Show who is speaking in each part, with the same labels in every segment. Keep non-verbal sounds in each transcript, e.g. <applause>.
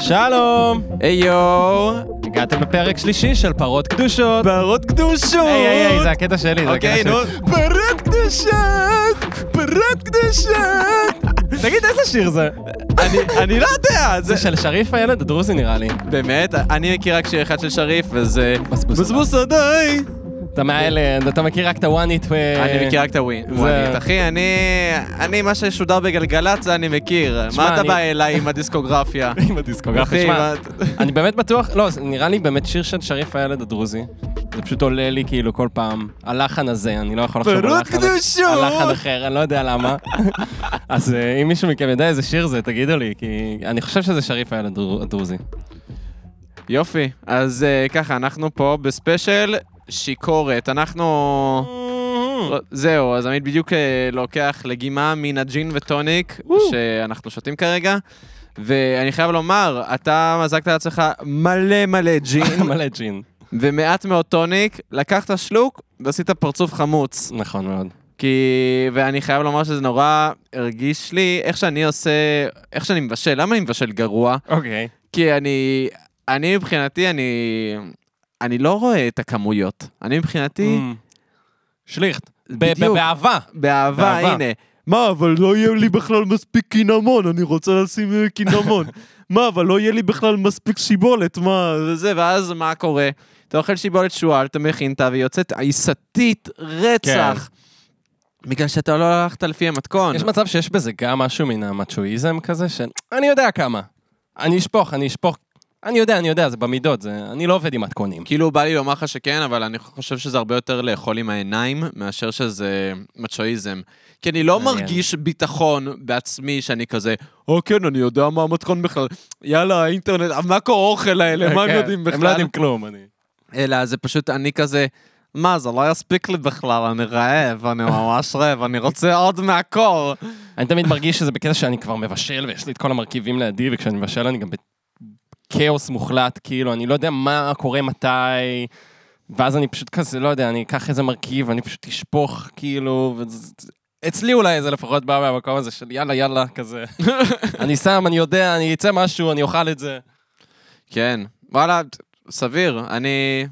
Speaker 1: שלום!
Speaker 2: היי יואו!
Speaker 1: הגעתם לפרק שלישי של פרות קדושות.
Speaker 2: פרות קדושות!
Speaker 1: היי היי היי, זה הקטע שלי, זה הקטע
Speaker 2: אוקיי, נו.
Speaker 1: שלי.
Speaker 2: פרות קדושות! פרות קדושות!
Speaker 1: תגיד, איזה שיר זה?
Speaker 2: אני- אני לא יודע! זה
Speaker 1: זה של שריף הילד הדרוזי נראה לי.
Speaker 2: באמת? אני מכיר רק שיר אחד של שריף, וזה...
Speaker 1: בזבוז
Speaker 2: בזבוז עדיי!
Speaker 1: אתה מהאלה, אתה מכיר רק את אה, הוואן איט ו...
Speaker 2: אני מכיר רק את הווין.
Speaker 1: זה-
Speaker 2: וואנית. אחי, אני... אני, מה ששודר בגלגלצ, זה אני מכיר.
Speaker 1: שמע,
Speaker 2: מה אתה
Speaker 1: אני-
Speaker 2: בא אליי
Speaker 1: <laughs>
Speaker 2: עם הדיסקוגרפיה?
Speaker 1: עם הדיסקוגרפיה.
Speaker 2: אחי,
Speaker 1: שמע,
Speaker 2: מה-
Speaker 1: אני באמת בטוח, לא, זה נראה לי באמת שיר של שריף הילד הדרוזי. זה פשוט עולה לי כאילו כל פעם, הלחן הזה, אני לא יכול לחשוב על
Speaker 2: פרות
Speaker 1: לחן-
Speaker 2: קדושות!
Speaker 1: על לחן אחר, אני לא יודע
Speaker 2: <laughs>
Speaker 1: למה. אז אה, אם מישהו מכם יודע איזה שיר זה, תגידו לי, כי אני חושב שזה שריף הילד הדרו- הדרוזי.
Speaker 2: יופי. אז אה, ככה, אנחנו פה בספיישל שיכורת. אנחנו... לא, Mm-hmm. זהו, אז עמית בדיוק אה, לוקח לגימה מן הג'ין וטוניק שאנחנו שותים כרגע. ואני חייב לומר, אתה מזגת לעצמך מלא מלא ג'ין
Speaker 1: <laughs> <laughs> מלא ג'ין.
Speaker 2: ומעט מאוד טוניק, לקחת שלוק ועשית פרצוף חמוץ.
Speaker 1: נכון מאוד.
Speaker 2: כי... ואני חייב לומר שזה נורא הרגיש לי איך שאני עושה... איך שאני מבשל. למה אני מבשל גרוע?
Speaker 1: אוקיי.
Speaker 2: כי אני... אני מבחינתי, אני... אני לא רואה את הכמויות. אני מבחינתי...
Speaker 1: Mm. שליכט.
Speaker 2: בדיוק.
Speaker 1: באהבה.
Speaker 2: באהבה,
Speaker 1: באהבה.
Speaker 2: הנה. מה, אבל לא יהיה לי בכלל מספיק קינמון, אני רוצה לשים אה, <laughs> קינמון. מה, אבל לא יהיה לי בכלל מספיק שיבולת, מה, וזה, ואז מה קורה? אתה אוכל שיבולת שועל, אתה מכין אותה, והיא יוצאת עיסתית רצח. בגלל שאתה לא הלכת לפי המתכון.
Speaker 1: יש מצב שיש בזה גם משהו מן המצ'ואיזם כזה, של אני יודע כמה. אני אשפוך, אני אשפוך. אני יודע, אני יודע, זה במידות, זה... אני לא עובד עם מתכונים.
Speaker 2: כאילו, בא לי לומר לך שכן, אבל אני חושב שזה הרבה יותר לאכול עם העיניים, מאשר שזה מצ'ואיזם. כי אני לא
Speaker 1: מעניין.
Speaker 2: מרגיש ביטחון בעצמי שאני כזה, או כן, אני יודע מה המתכון בכלל. יאללה, האינטרנט, המאקו אוכל האלה, מה הם
Speaker 1: כן,
Speaker 2: יודעים בכלל?
Speaker 1: הם לא יודעים כלום, אני...
Speaker 2: אלא זה פשוט אני כזה, מה, זה לא יספיק לי בכלל, אני רעב, אני ממש רעב, אני רוצה עוד מהקור.
Speaker 1: אני תמיד מרגיש שזה בקטע שאני כבר מבשל, ויש לי את כל המרכיבים לידי, וכשאני מבשל אני גם בכאוס מוחלט, כאילו, אני לא יודע מה קורה מתי, ואז אני פשוט כזה, לא יודע, אני אקח איזה מרכיב, אני פשוט אשפוך, כאילו, וזה- אצלי אולי זה לפחות בא מהמקום הזה של יאללה, יאללה, כזה. אני שם, אני יודע, אני אצא משהו, אני אוכל את זה.
Speaker 2: כן, וואלה, סביר, אני...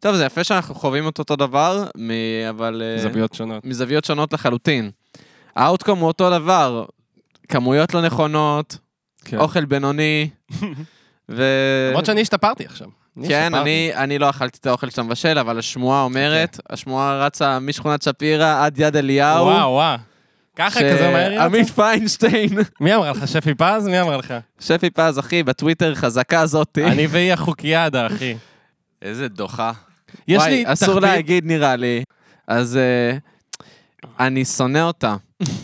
Speaker 2: טוב, זה יפה שאנחנו חווים את אותו דבר, מ- אבל... אה,
Speaker 1: זוויות שונות.
Speaker 2: מזוויות שונות לחלוטין. האאוטקום הוא אותו דבר, כמויות לא נכונות,
Speaker 1: כן.
Speaker 2: אוכל
Speaker 1: <laughs>
Speaker 2: בינוני, ו...
Speaker 1: למרות שאני השתפרתי עכשיו.
Speaker 2: כן,
Speaker 1: השתפרתי.
Speaker 2: אני, אני לא אכלתי את האוכל שאתה מבשל, אבל השמועה אומרת, השמועה רצה משכונת שפירא עד יד אליהו.
Speaker 1: אוקיי. וואו, וואו. ככה כזה מהר יצא?
Speaker 2: עמית פיינשטיין, <laughs>
Speaker 1: מי אמרה לך? שפי פז? מי אמרה לך?
Speaker 2: שפי פז, אחי, בטוויטר חזקה זאתי.
Speaker 1: אני והיא החוקיאדה, אחי.
Speaker 2: איזה דוחה.
Speaker 1: יש
Speaker 2: וואי,
Speaker 1: לי
Speaker 2: אסור
Speaker 1: תחביב-
Speaker 2: להגיד נראה לי. אז אה, אני שונא אותה.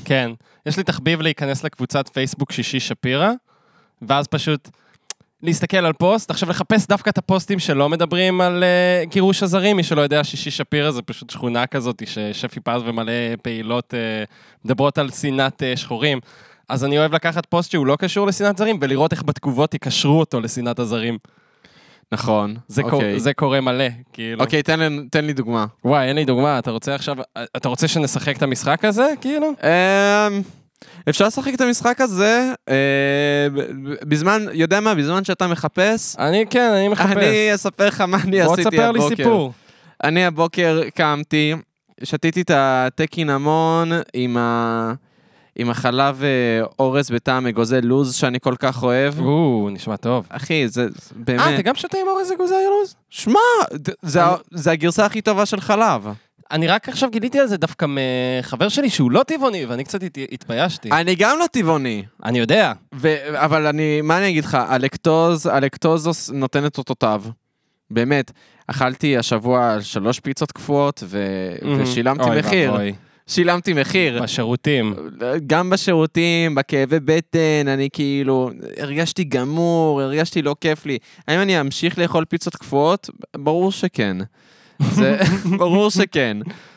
Speaker 1: כן. יש לי תחביב להיכנס לקבוצת פייסבוק שישי שפירא, ואז פשוט להסתכל על פוסט, עכשיו לחפש דווקא את הפוסטים שלא מדברים על uh, גירוש הזרים, מי שלא יודע, שישי שפירא זה פשוט שכונה כזאת ששפי פז ומלא פעילות uh, מדברות על שנאת uh, שחורים. אז אני אוהב לקחת פוסט שהוא לא קשור לשנאת זרים, ולראות איך בתגובות יקשרו אותו לשנאת הזרים.
Speaker 2: נכון.
Speaker 1: זה, קור, זה קורה מלא, כאילו.
Speaker 2: אוקיי, תן לי- תן לי דוגמה.
Speaker 1: וואי, אין לי דוגמה, אתה רוצה עכשיו, אתה רוצה שנשחק את המשחק הזה, כאילו?
Speaker 2: אמ, אפשר לשחק את המשחק הזה, אה, ב- ב- בזמן, יודע מה, בזמן שאתה מחפש,
Speaker 1: אני, כן, אני מחפש.
Speaker 2: אני אספר לך מה אני
Speaker 1: בוא
Speaker 2: עשיתי
Speaker 1: תספר לי
Speaker 2: הבוקר.
Speaker 1: סיפור.
Speaker 2: אני הבוקר קמתי, שתיתי את התה קינמון עם ה... עם החלב אה, אורז בטעם אגוזי לוז שאני כל כך אוהב.
Speaker 1: או, נשמע טוב.
Speaker 2: אחי, זה זה
Speaker 1: אוקיי. אה, אתה
Speaker 2: באמת...
Speaker 1: גם שותה עם אורז אגוזי אילוז?
Speaker 2: שמע, ד- זה ה- זה הגרסה הכי טובה של חלב.
Speaker 1: אני רק עכשיו גיליתי על זה דווקא מחבר שלי שהוא לא טבעוני, ואני קצת הת- התביישתי.
Speaker 2: אני גם לא טבעוני.
Speaker 1: אני יודע.
Speaker 2: ו- אבל אני, מה אני אגיד לך, הלקטוז, הלקטוז עוש- נותן את אותותיו. באמת, אכלתי השבוע שלוש פיצות קפואות ו- ושילמתי
Speaker 1: אוקיי. אוי <laughs>
Speaker 2: מחיר.
Speaker 1: ואבוי.
Speaker 2: שילמתי מחיר.
Speaker 1: בשירותים.
Speaker 2: גם בשירותים, בכאבי בטן, אני כאילו, הרגשתי גמור, הרגשתי לא כיף לי. האם אני אמשיך לאכול פיצות קפואות? ברור שכן.
Speaker 1: <laughs>
Speaker 2: זה, ברור שכן.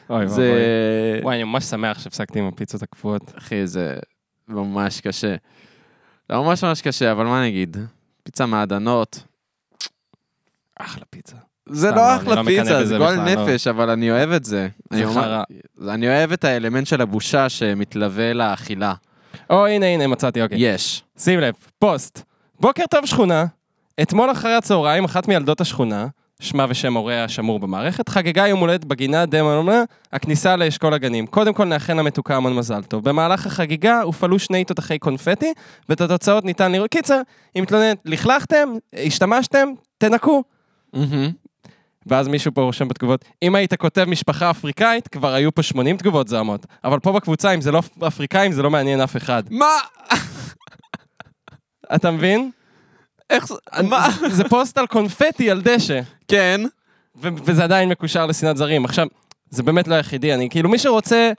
Speaker 1: אוי
Speaker 2: זה,
Speaker 1: ואבוי. וואי, אני ממש שמח שהפסקתי עם הפיצות הקפואות.
Speaker 2: אחי, זה ממש קשה. זה ממש ממש קשה, אבל מה נגיד? פיצה מעדנות.
Speaker 1: אחלה פיצה.
Speaker 2: זה
Speaker 1: סתם,
Speaker 2: לא
Speaker 1: אני
Speaker 2: אחלה
Speaker 1: לא מקנא
Speaker 2: פיצה, זה
Speaker 1: בזה
Speaker 2: גועל
Speaker 1: בכלל, לא.
Speaker 2: נפש, אבל אני אוהב את זה. אני
Speaker 1: זה
Speaker 2: ממש-
Speaker 1: חרא.
Speaker 2: אני אוהב את האלמנט של הבושה שמתלווה לאכילה. כן.
Speaker 1: או, הנה, הנה, מצאתי, אוקיי.
Speaker 2: יש.
Speaker 1: שים לב, פוסט. בוקר טוב שכונה. אתמול אחרי הצהריים, אחת מילדות השכונה, שמה ושם הוריה שמור במערכת, חגגה יום הולדת בגינה דמונה, הכניסה לאשכול הגנים. קודם כל נאחל למתוקה המון מזל טוב. במהלך החגיגה הופעלו שני תותחי קונפטי, ואת התוצאות ניתן לראות. קיצר, היא מתלוננת, לכלכתם, השתמשתם, תנקו.
Speaker 2: מהמם.
Speaker 1: ואז מישהו פה רושם בתגובות, אם היית כותב משפחה אפריקאית, כבר היו פה 80 תגובות זעמות. אבל פה בקבוצה, אם זה לא אפריקאים, זה לא מעניין אף אחד.
Speaker 2: מה?
Speaker 1: אתה מבין?
Speaker 2: איך זה? מה?
Speaker 1: זה- זה פוסט על קונפטי על דשא,
Speaker 2: כן.
Speaker 1: ו- וזה עדיין מקושר לשנאת זרים. עכשיו, זה באמת לא היחידי, אני כאילו, מי שרוצה,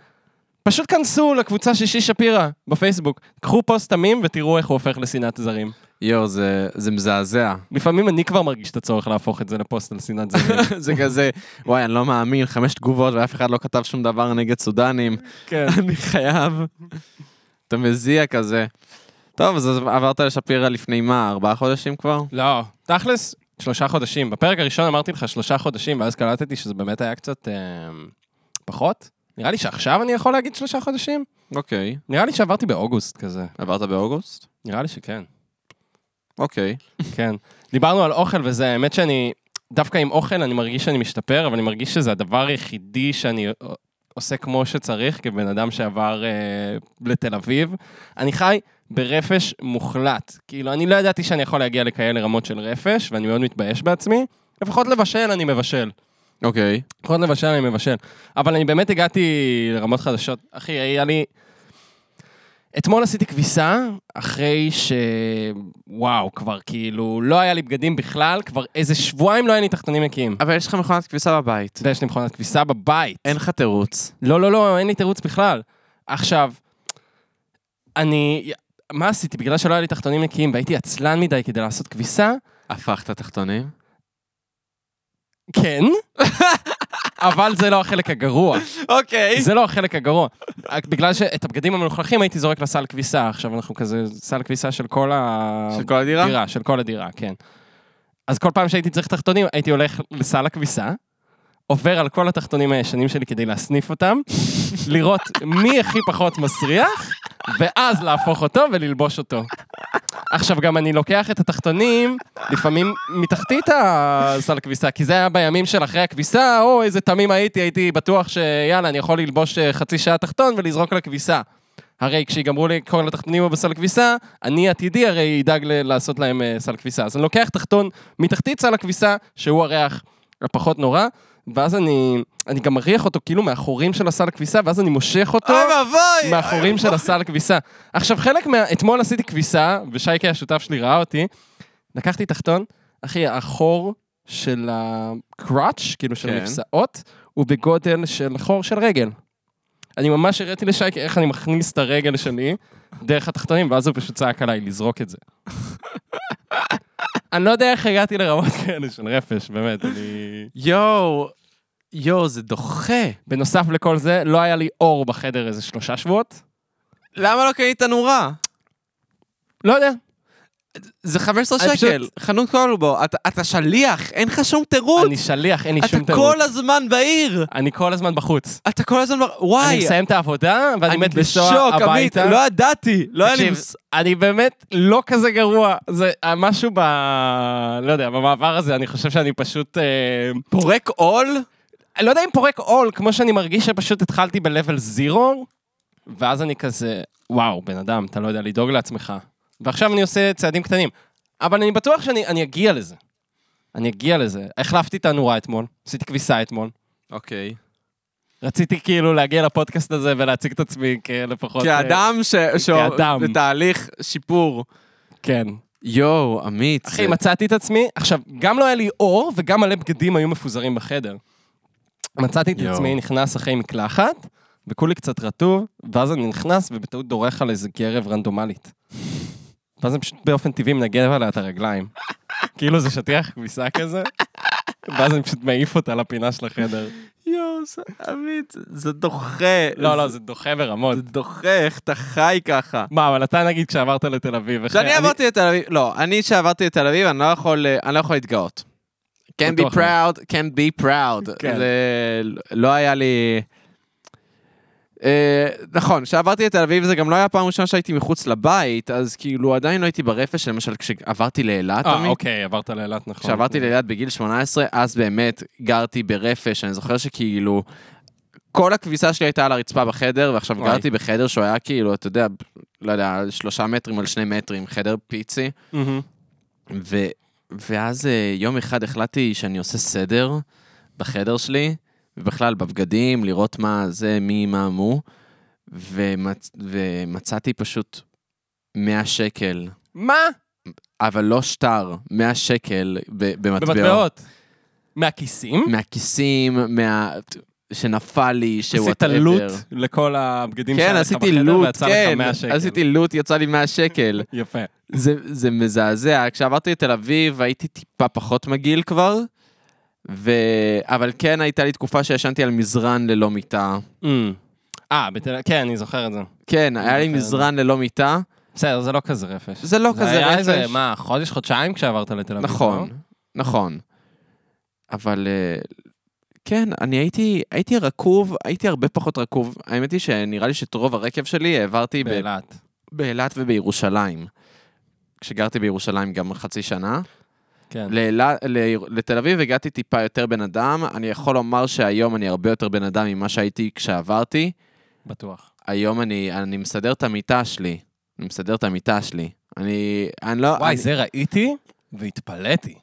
Speaker 1: פשוט כנסו לקבוצה שישי שפירא בפייסבוק, קחו פוסט תמים ותראו איך הוא הופך לשנאת זרים.
Speaker 2: יואו, זה זה מזעזע.
Speaker 1: לפעמים אני כבר מרגיש את הצורך להפוך את זה לפוסט על שנאת
Speaker 2: <laughs>
Speaker 1: זרים.
Speaker 2: <laughs> זה כזה, וואי, אני לא מאמין, חמש תגובות ואף אחד לא כתב שום דבר נגד סודנים.
Speaker 1: כן.
Speaker 2: אני חייב. אתה מזיע כזה. טוב, אז עברת לשפירא לפני מה, ארבעה חודשים כבר?
Speaker 1: לא, תכלס, שלושה חודשים. בפרק הראשון אמרתי לך שלושה חודשים, ואז קלטתי שזה באמת היה קצת אה, פחות. נראה לי שעכשיו אני יכול להגיד שלושה חודשים.
Speaker 2: אוקיי.
Speaker 1: נראה לי שעברתי באוגוסט כזה.
Speaker 2: עברת באוגוסט?
Speaker 1: נראה לי שכן.
Speaker 2: אוקיי.
Speaker 1: כן. דיברנו על אוכל וזה, האמת שאני, דווקא עם אוכל אני מרגיש שאני משתפר, אבל אני מרגיש שזה הדבר היחידי שאני אה, עושה כמו שצריך, כבן אדם שעבר אה, לתל אביב. אני חי ברפש מוחלט. כאילו, אני לא ידעתי שאני יכול להגיע לכאלה רמות של רפש, ואני מאוד מתבייש בעצמי. לפחות לבשל אני מבשל.
Speaker 2: אוקיי.
Speaker 1: לפחות לבשל אני מבשל. אבל אני באמת הגעתי לרמות חדשות. אחי, היה לי... אתמול עשיתי כביסה, אחרי ש... וואו, כבר כאילו, לא היה לי בגדים בכלל, כבר איזה שבועיים לא היה לי תחתונים נקיים.
Speaker 2: אבל יש לך מכונת כביסה בבית.
Speaker 1: ויש לי מכונת כביסה בבית.
Speaker 2: אין לך תירוץ.
Speaker 1: לא, לא, לא, אין לי תירוץ בכלל. עכשיו, אני... מה עשיתי? בגלל שלא היה לי תחתונים נקיים והייתי עצלן מדי כדי לעשות כביסה,
Speaker 2: הפכת תחתונים?
Speaker 1: כן, אבל זה לא החלק הגרוע.
Speaker 2: אוקיי.
Speaker 1: זה לא החלק הגרוע. רק בגלל שאת הבגדים המלוכלכים הייתי זורק לסל כביסה, עכשיו אנחנו כזה, סל כביסה של כל
Speaker 2: של כל הדירה?
Speaker 1: הדירה, של כל הדירה, כן. אז כל פעם שהייתי צריך תחתונים, הייתי הולך לסל הכביסה, עובר על כל התחתונים הישנים שלי כדי להסניף אותם, <laughs> לראות מי הכי פחות מסריח, ואז להפוך אותו וללבוש אותו. עכשיו, גם אני לוקח את התחתונים, לפעמים מתחתית הסל כביסה, כי זה היה בימים של אחרי הכביסה, או איזה תמים הייתי, הייתי בטוח שיאללה, אני יכול ללבוש אה, חצי שעה תחתון ולזרוק לכביסה. הרי כשיגמרו לי כל התחתונים בסל כביסה, אני עתידי הרי אדאג ל- לעשות להם אה, סל כביסה. אז אני לוקח תחתון מתחתית סל הכביסה, שהוא הריח הפחות נורא, ואז אני, אני גם מריח אותו כאילו מהחורים של הסל כביסה, ואז אני מושך אותו.
Speaker 2: אוי ואבוי!
Speaker 1: מהחורים של הסל כביסה. עכשיו, חלק מה... אתמול עשיתי כביסה, ושייקה השותף שלי ראה אותי, לקחתי תחתון, אחי, החור של הקראץ', כאילו של
Speaker 2: כן.
Speaker 1: המפסעות, הוא בגודל של חור של רגל. אני ממש הראיתי לשייקה איך אני מכניס את הרגל שלי דרך התחתונים, ואז הוא פשוט צעק עליי לזרוק
Speaker 2: <laughs>
Speaker 1: את זה. אני לא יודע איך הגעתי לרמות כאלה של רפש, באמת, אני...
Speaker 2: יואו, יואו, זה דוחה.
Speaker 1: בנוסף לכל זה, לא היה לי אור בחדר איזה שלושה שבועות.
Speaker 2: למה לא קנית נורה?
Speaker 1: לא יודע,
Speaker 2: זה 15
Speaker 1: אני
Speaker 2: שקל, חנות קולובו, אתה, אתה שליח, אין לך שום תירוץ,
Speaker 1: אני שליח, אין לי שום
Speaker 2: אתה
Speaker 1: תירוץ.
Speaker 2: כל הזמן בעיר,
Speaker 1: אני כל הזמן בחוץ.
Speaker 2: אתה כל הזמן, ב- וואי,
Speaker 1: אני מסיים את העבודה, ואני
Speaker 2: אני
Speaker 1: מת לנסוע
Speaker 2: בשוק, עמית,
Speaker 1: הביתה.
Speaker 2: לא ידעתי, לא היה לי,
Speaker 1: תקשיב,
Speaker 2: מס-
Speaker 1: אני באמת לא כזה גרוע. זה אה, משהו ב... לא יודע, במעבר הזה, אני חושב שאני פשוט... אה,
Speaker 2: פורק עול?
Speaker 1: אני לא יודע אם פורק עול, כמו שאני מרגיש שפשוט התחלתי ב-level 0, ואז אני כזה, וואו, בן אדם, אתה לא יודע לדאוג לעצמך. ועכשיו אני עושה צעדים קטנים. אבל אני בטוח שאני אני אגיע לזה. אני אגיע לזה. החלפתי את הנורה אתמול, עשיתי כביסה אתמול.
Speaker 2: אוקיי.
Speaker 1: רציתי כאילו להגיע לפודקאסט הזה ולהציג את עצמי כלפחות...
Speaker 2: כאדם ש... ש...
Speaker 1: כאדם.
Speaker 2: בתהליך שיפור.
Speaker 1: כן.
Speaker 2: יואו, עמית,
Speaker 1: אחי, מצאתי את עצמי, עכשיו, גם לא היה לי אור וגם מלא בגדים היו מפוזרים בחדר. מצאתי את
Speaker 2: יואו.
Speaker 1: עצמי נכנס אחרי מקלחת, וכולי קצת רטוב, ואז אני נכנס ובטעות דורך על איזה גרב רנדומלית. ואז אני פשוט באופן טבעי מנגב עליה את הרגליים. כאילו זה שטיח כביסה כזה, ואז אני פשוט מעיף אותה לפינה של החדר.
Speaker 2: יואו, זה- עמית, זה דוחה.
Speaker 1: לא, לא, זה דוחה ברמות.
Speaker 2: זה דוחה, איך אתה חי ככה.
Speaker 1: מה, אבל אתה נגיד כשעברת לתל אביב, איך-
Speaker 2: כשאני
Speaker 1: אני-
Speaker 2: עברתי לתל אביב, לא, אני כשעברתי לתל אביב, אני לא יכול, אני לא יכול להתגאות. Can be
Speaker 1: בטוח לא.
Speaker 2: proud, can be proud.
Speaker 1: כן.
Speaker 2: זה לא היה לי... אה, נכון, כשעברתי לתל אביב זה גם לא היה פעם ראשונה שהייתי מחוץ לבית, אז כאילו עדיין לא הייתי ברפש, למשל כשעברתי לאילת,
Speaker 3: אה,
Speaker 2: עמית.
Speaker 3: אוקיי, עברת לאילת, נכון.
Speaker 2: כשעברתי
Speaker 1: אוקיי.
Speaker 2: לאילת בגיל 18, אז באמת גרתי ברפש, אני זוכר שכאילו... כל הכביסה שלי הייתה על הרצפה בחדר, ועכשיו
Speaker 3: וואי.
Speaker 2: גרתי בחדר שהוא היה כאילו, אתה יודע, לא יודע, שלושה מטרים על שני מטרים, חדר פיצי.
Speaker 3: מהמם.
Speaker 2: ו... ואז אה, יום אחד החלטתי שאני עושה סדר בחדר שלי, ובכלל בבגדים, לראות מה זה, מי, מה, מו, ומצ... ומצאתי פשוט 100 שקל,
Speaker 3: מה?
Speaker 2: אבל לא שטר, 100 שקל ב- במטבעות.
Speaker 3: במטבעות. מהכיסים?
Speaker 2: <laughs> מהכיסים, מה... שנפל לי, שהוא...
Speaker 3: עשית לוט לכל הבגדים שהיה
Speaker 2: כן,
Speaker 3: לך
Speaker 2: עשיתי
Speaker 3: בחדר,
Speaker 2: לוט,
Speaker 3: ויצא לך
Speaker 2: כן,
Speaker 3: 100 שקל.
Speaker 2: עשיתי לוט, יצא לי 100 שקל.
Speaker 3: יפה.
Speaker 2: זה, זה מזעזע. כשעברתי לתל אביב הייתי טיפה פחות מגעיל כבר, ו... אבל כן הייתה לי תקופה שישנתי על מזרן ללא מיטה.
Speaker 3: אה, בתל- כן, אני זוכר את זה.
Speaker 2: כן, היה לי
Speaker 3: אוקיי.
Speaker 2: מזרן ללא מיטה.
Speaker 3: בסדר, זה לא כזה רפש.
Speaker 2: זה לא כזה
Speaker 3: היה
Speaker 2: רפש.
Speaker 3: איזה, מה, חודש, חודשיים כשעברת לתל אביב? לא?
Speaker 2: נכון, נכון. אבל אה, כן, אני הייתי, הייתי רקוב, הייתי הרבה פחות רקוב. האמת היא שנראה לי שאת רוב הרקב שלי העברתי
Speaker 3: לא?
Speaker 2: ב-
Speaker 3: באילת.
Speaker 2: באילת ובירושלים. כשגרתי בירושלים גם חצי שנה.
Speaker 3: כן.
Speaker 2: לאילת- ל- לתל אביב הגעתי טיפה יותר בן אדם, אני יכול לומר שהיום אני הרבה יותר בן אדם ממה שהייתי כשעברתי.
Speaker 3: בטוח.
Speaker 2: היום אני, אני מסדר את המיטה שלי. אני מסדר את המיטה שלי. אני, אני לא...
Speaker 3: וואי,
Speaker 2: אני,
Speaker 3: זה ראיתי והתפלאתי.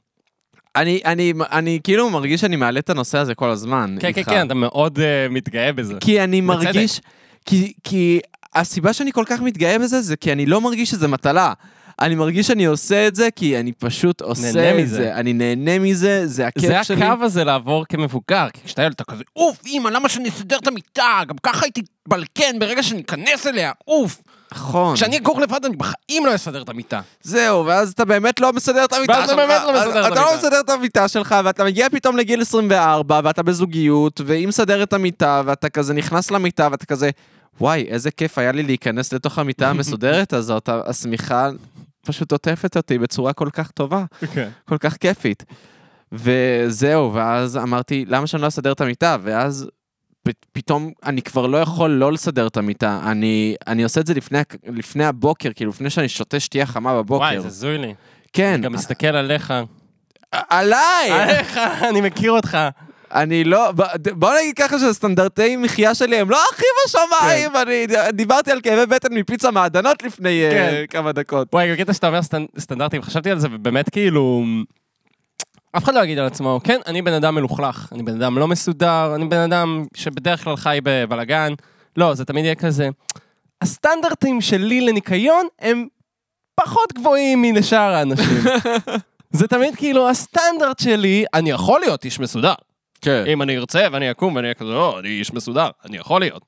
Speaker 2: אני, אני, אני, כאילו מרגיש שאני מעלה את הנושא הזה כל הזמן.
Speaker 3: כן, כן,
Speaker 2: איתך.
Speaker 3: כן, אתה מאוד אה, מתגאה בזה.
Speaker 2: כי אני
Speaker 3: בצדק.
Speaker 2: מרגיש... כי, כי הסיבה שאני כל כך מתגאה בזה זה כי אני לא מרגיש שזה מטלה. אני מרגיש שאני עושה את זה כי אני פשוט עושה
Speaker 3: נהנה
Speaker 2: את
Speaker 3: מזה.
Speaker 2: זה. אני נהנה מזה, זה הכיף
Speaker 3: זה
Speaker 2: שלי.
Speaker 3: הקו הזה לעבור כמבוגר, כי כשאתה ילד אתה כזה, אוף, אימא, למה שאני אסדר את המיטה? גם ככה היא תתבלקן ברגע שניכנס אליה, אוף.
Speaker 2: נכון.
Speaker 3: כשאני אגור לבד אני בחיים לא אסדר את המיטה.
Speaker 2: זהו, ואז אתה באמת לא מסדר את המיטה
Speaker 3: ואז
Speaker 2: שלך.
Speaker 3: אתה באמת לא מסדר את
Speaker 2: אתה
Speaker 3: המיטה.
Speaker 2: לא מסדר את המיטה שלך, ואתה מגיע פתאום לגיל 24, ואתה בזוגיות, והיא מסדרת את המיטה, ואתה כזה נכנס למיטה, ואתה כזה, וואי, איזה כיף היה לי להיכנס לתוך המיטה המסודרת הזאת, ה- השמיכה פשוט עוטפת אותי בצורה כל כך טובה,
Speaker 3: אוקיי.
Speaker 2: כל כך כיפית. וזהו, ואז אמרתי, למה שאני לא אסדר את המיטה? ואז... פ- פתאום אני כבר לא יכול לא לסדר את המיטה, אני, אני עושה את זה לפני, הק- לפני הבוקר, כאילו לפני שאני שותה שתייה חמה בבוקר.
Speaker 3: וואי, זה זוי לי.
Speaker 2: כן,
Speaker 3: גם מסתכל עליך. <laughs>
Speaker 2: עליי!
Speaker 3: עליך, אני מכיר אותך.
Speaker 2: אני לא... ב- ד- בוא נגיד ככה שהסטנדרטי מחיה שלי הם לא הכי בשמיים, אני דיברתי על כאבי בטן מפיצה מעדנות לפני אה,
Speaker 3: כן.
Speaker 2: כמה דקות.
Speaker 3: וואי, בקטע שאתה אומר סטנ- סטנדרטים, חשבתי על זה, ובאמת כאילו... אף אחד לא יגיד על עצמו, כן, אני בן אדם מלוכלך, אני בן אדם לא מסודר, אני בן אדם שבדרך כלל חי בבלגן. לא, זה תמיד יהיה כזה. הסטנדרטים שלי לניקיון הם פחות גבוהים מלשאר האנשים. <laughs> זה תמיד כאילו, הסטנדרט שלי, אני יכול להיות איש מסודר.
Speaker 2: כן.
Speaker 3: אם אני ארצה ואני אקום ואני אהיה כזה, או, אני איש מסודר, אני יכול להיות.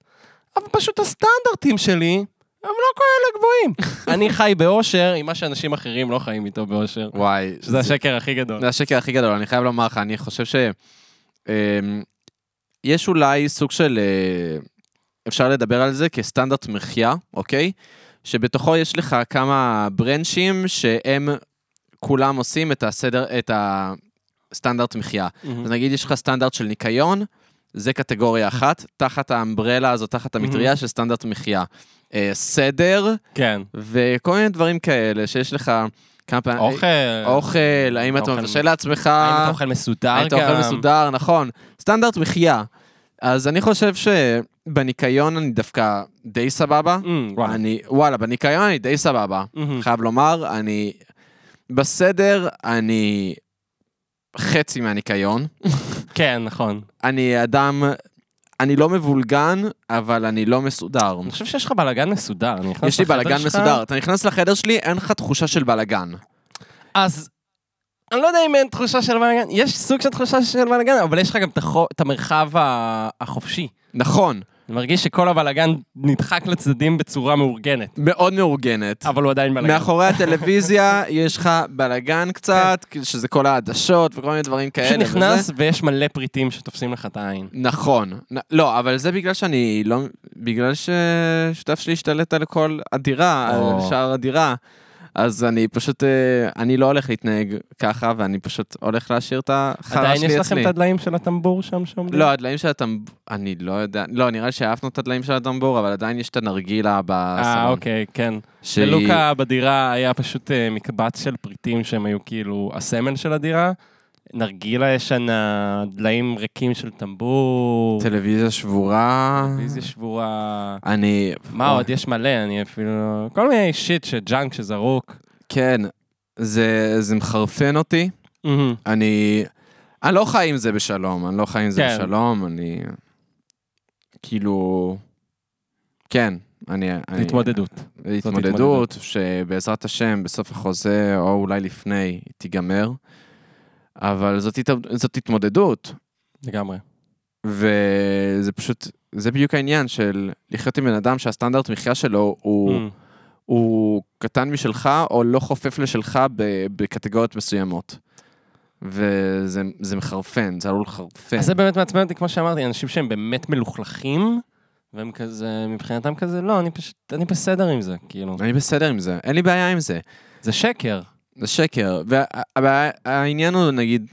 Speaker 3: אבל פשוט הסטנדרטים שלי, הם לא כאלה
Speaker 2: <laughs>
Speaker 3: גבוהים. אני חי באושר עם מה שאנשים אחרים לא חיים איתו באושר.
Speaker 2: וואי,
Speaker 3: שזה השקר הכי גדול.
Speaker 2: זה השקר הכי גדול, אני חייב לומר לך, אני חושב ש... אמ, יש אולי סוג של... אה, אפשר לדבר על זה כסטנדרט מחיה, אוקיי? שבתוכו יש לך כמה ברנצ'ים שהם כולם עושים את הסדר, את הסטנדרט מחיה. אז נגיד יש לך סטנדרט של ניקיון, זה קטגוריה אחת, תחת האמברלה הזו, תחת המטריה של סטנדרט מחיה. אה, סדר,
Speaker 3: כן.
Speaker 2: וכל מיני דברים כאלה שיש לך כמה פעמים...
Speaker 3: אוכל.
Speaker 2: אוכל, האם אתה
Speaker 3: כן. אוכל-
Speaker 2: מבשל לעצמך?
Speaker 3: האם אתה אוכל מסודר גם?
Speaker 2: אה, האם אתה אוכל מסודר, נכון. סטנדרט מחיה. אז אני חושב שבניקיון אני דווקא די סבבה.
Speaker 3: אמ, וואי.
Speaker 2: אני, וואלה, בניקיון אני די סבבה.
Speaker 3: אמ,
Speaker 2: חייב לומר, אני... בסדר, אני חצי מהניקיון.
Speaker 3: כן, נכון.
Speaker 2: אני אדם... אני לא מבולגן, אבל אני לא מסודר.
Speaker 3: אני חושב שיש לך בלאגן מסודר. אני נכנס
Speaker 2: יש לי
Speaker 3: לחדר
Speaker 2: בלאגן
Speaker 3: שלך,
Speaker 2: מסודר. אתה נכנס לחדר שלי, אין לך תחושה של בלאגן.
Speaker 3: אז אני לא יודע אם אין תחושה של בלאגן, יש סוג של תחושה של בלאגן, אבל יש לך גם את החו- את המרחב ה- החופשי.
Speaker 2: נכון,
Speaker 3: אני מרגיש שכל הבלאגן נדחק לצדדים בצורה מאורגנת,
Speaker 2: מאוד מאורגנת.
Speaker 3: אבל הוא עדיין בלאגן.
Speaker 2: מאחורי הטלוויזיה יש לך בלאגן קצת, שזה כל העדשות וכל מיני דברים כאלה.
Speaker 3: כן. פשוט נכנס
Speaker 2: וזה.
Speaker 3: ויש מלא פריטים שתופסים לך את העין.
Speaker 2: נכון. נ- לא, אבל זה בגלל שאני לא... בגלל ששותף שלי השתלט על כל הדירה,
Speaker 3: או.
Speaker 2: על שאר הדירה. אז אני פשוט, אה, אני לא הולך להתנהג ככה, ואני פשוט הולך להשאיר את החרא
Speaker 3: עדיין יש
Speaker 2: שלי
Speaker 3: לכם
Speaker 2: אצלי.
Speaker 3: את הדליים של הטמבור שם שעומדים?
Speaker 2: לא, הדליים של הטמבור, אני לא יודע, לא, נראה לי שהעפנו את הדליים של הטמבור, אבל עדיין יש את הנרגילה בסלון.
Speaker 3: אה, אוקיי, כן.
Speaker 2: שהיא-
Speaker 3: ללוקה בדירה היה פשוט אה, מקבץ של פריטים שהם היו כאילו הסמל של הדירה. נרגילה ישנה, דליים ריקים של טמבור,
Speaker 2: טלוויזיה שבורה.
Speaker 3: טלוויזיה שבורה.
Speaker 2: אני...
Speaker 3: מה עוד? יש מלא, אני אפילו... כל מיני שיט שג'אנק שזרוק.
Speaker 2: כן, זה, זה מחרפן אותי. אני... אני לא חי עם זה בשלום, אני לא חי עם זה
Speaker 3: כן.
Speaker 2: בשלום, אני... כאילו... כן, אני... אני-
Speaker 3: התמודדות.
Speaker 2: התמודדות, שבעזרת השם, בסוף החוזה, או אולי לפני, היא תיגמר. אבל זאת, הת- זאת התמודדות,
Speaker 3: לגמרי.
Speaker 2: וזה פשוט, זה בדיוק העניין של לחיות עם בן אדם שהסטנדרט מחיה שלו הוא...
Speaker 3: Mm.
Speaker 2: הוא קטן משלך או לא חופף לשלך ב- בקטגוריות מסוימות. וזה זה מחרפן, זה עלול לחרפן.
Speaker 3: אז זה באמת מעצבן אותי, כמו שאמרתי, אנשים שהם באמת מלוכלכים, והם כזה, מבחינתם כזה, לא, אני פשוט, אני בסדר עם זה, כאילו.
Speaker 2: אני בסדר עם זה, אין לי בעיה עם זה.
Speaker 3: זה שקר.
Speaker 2: זה שקר. והעניין הוא, נגיד,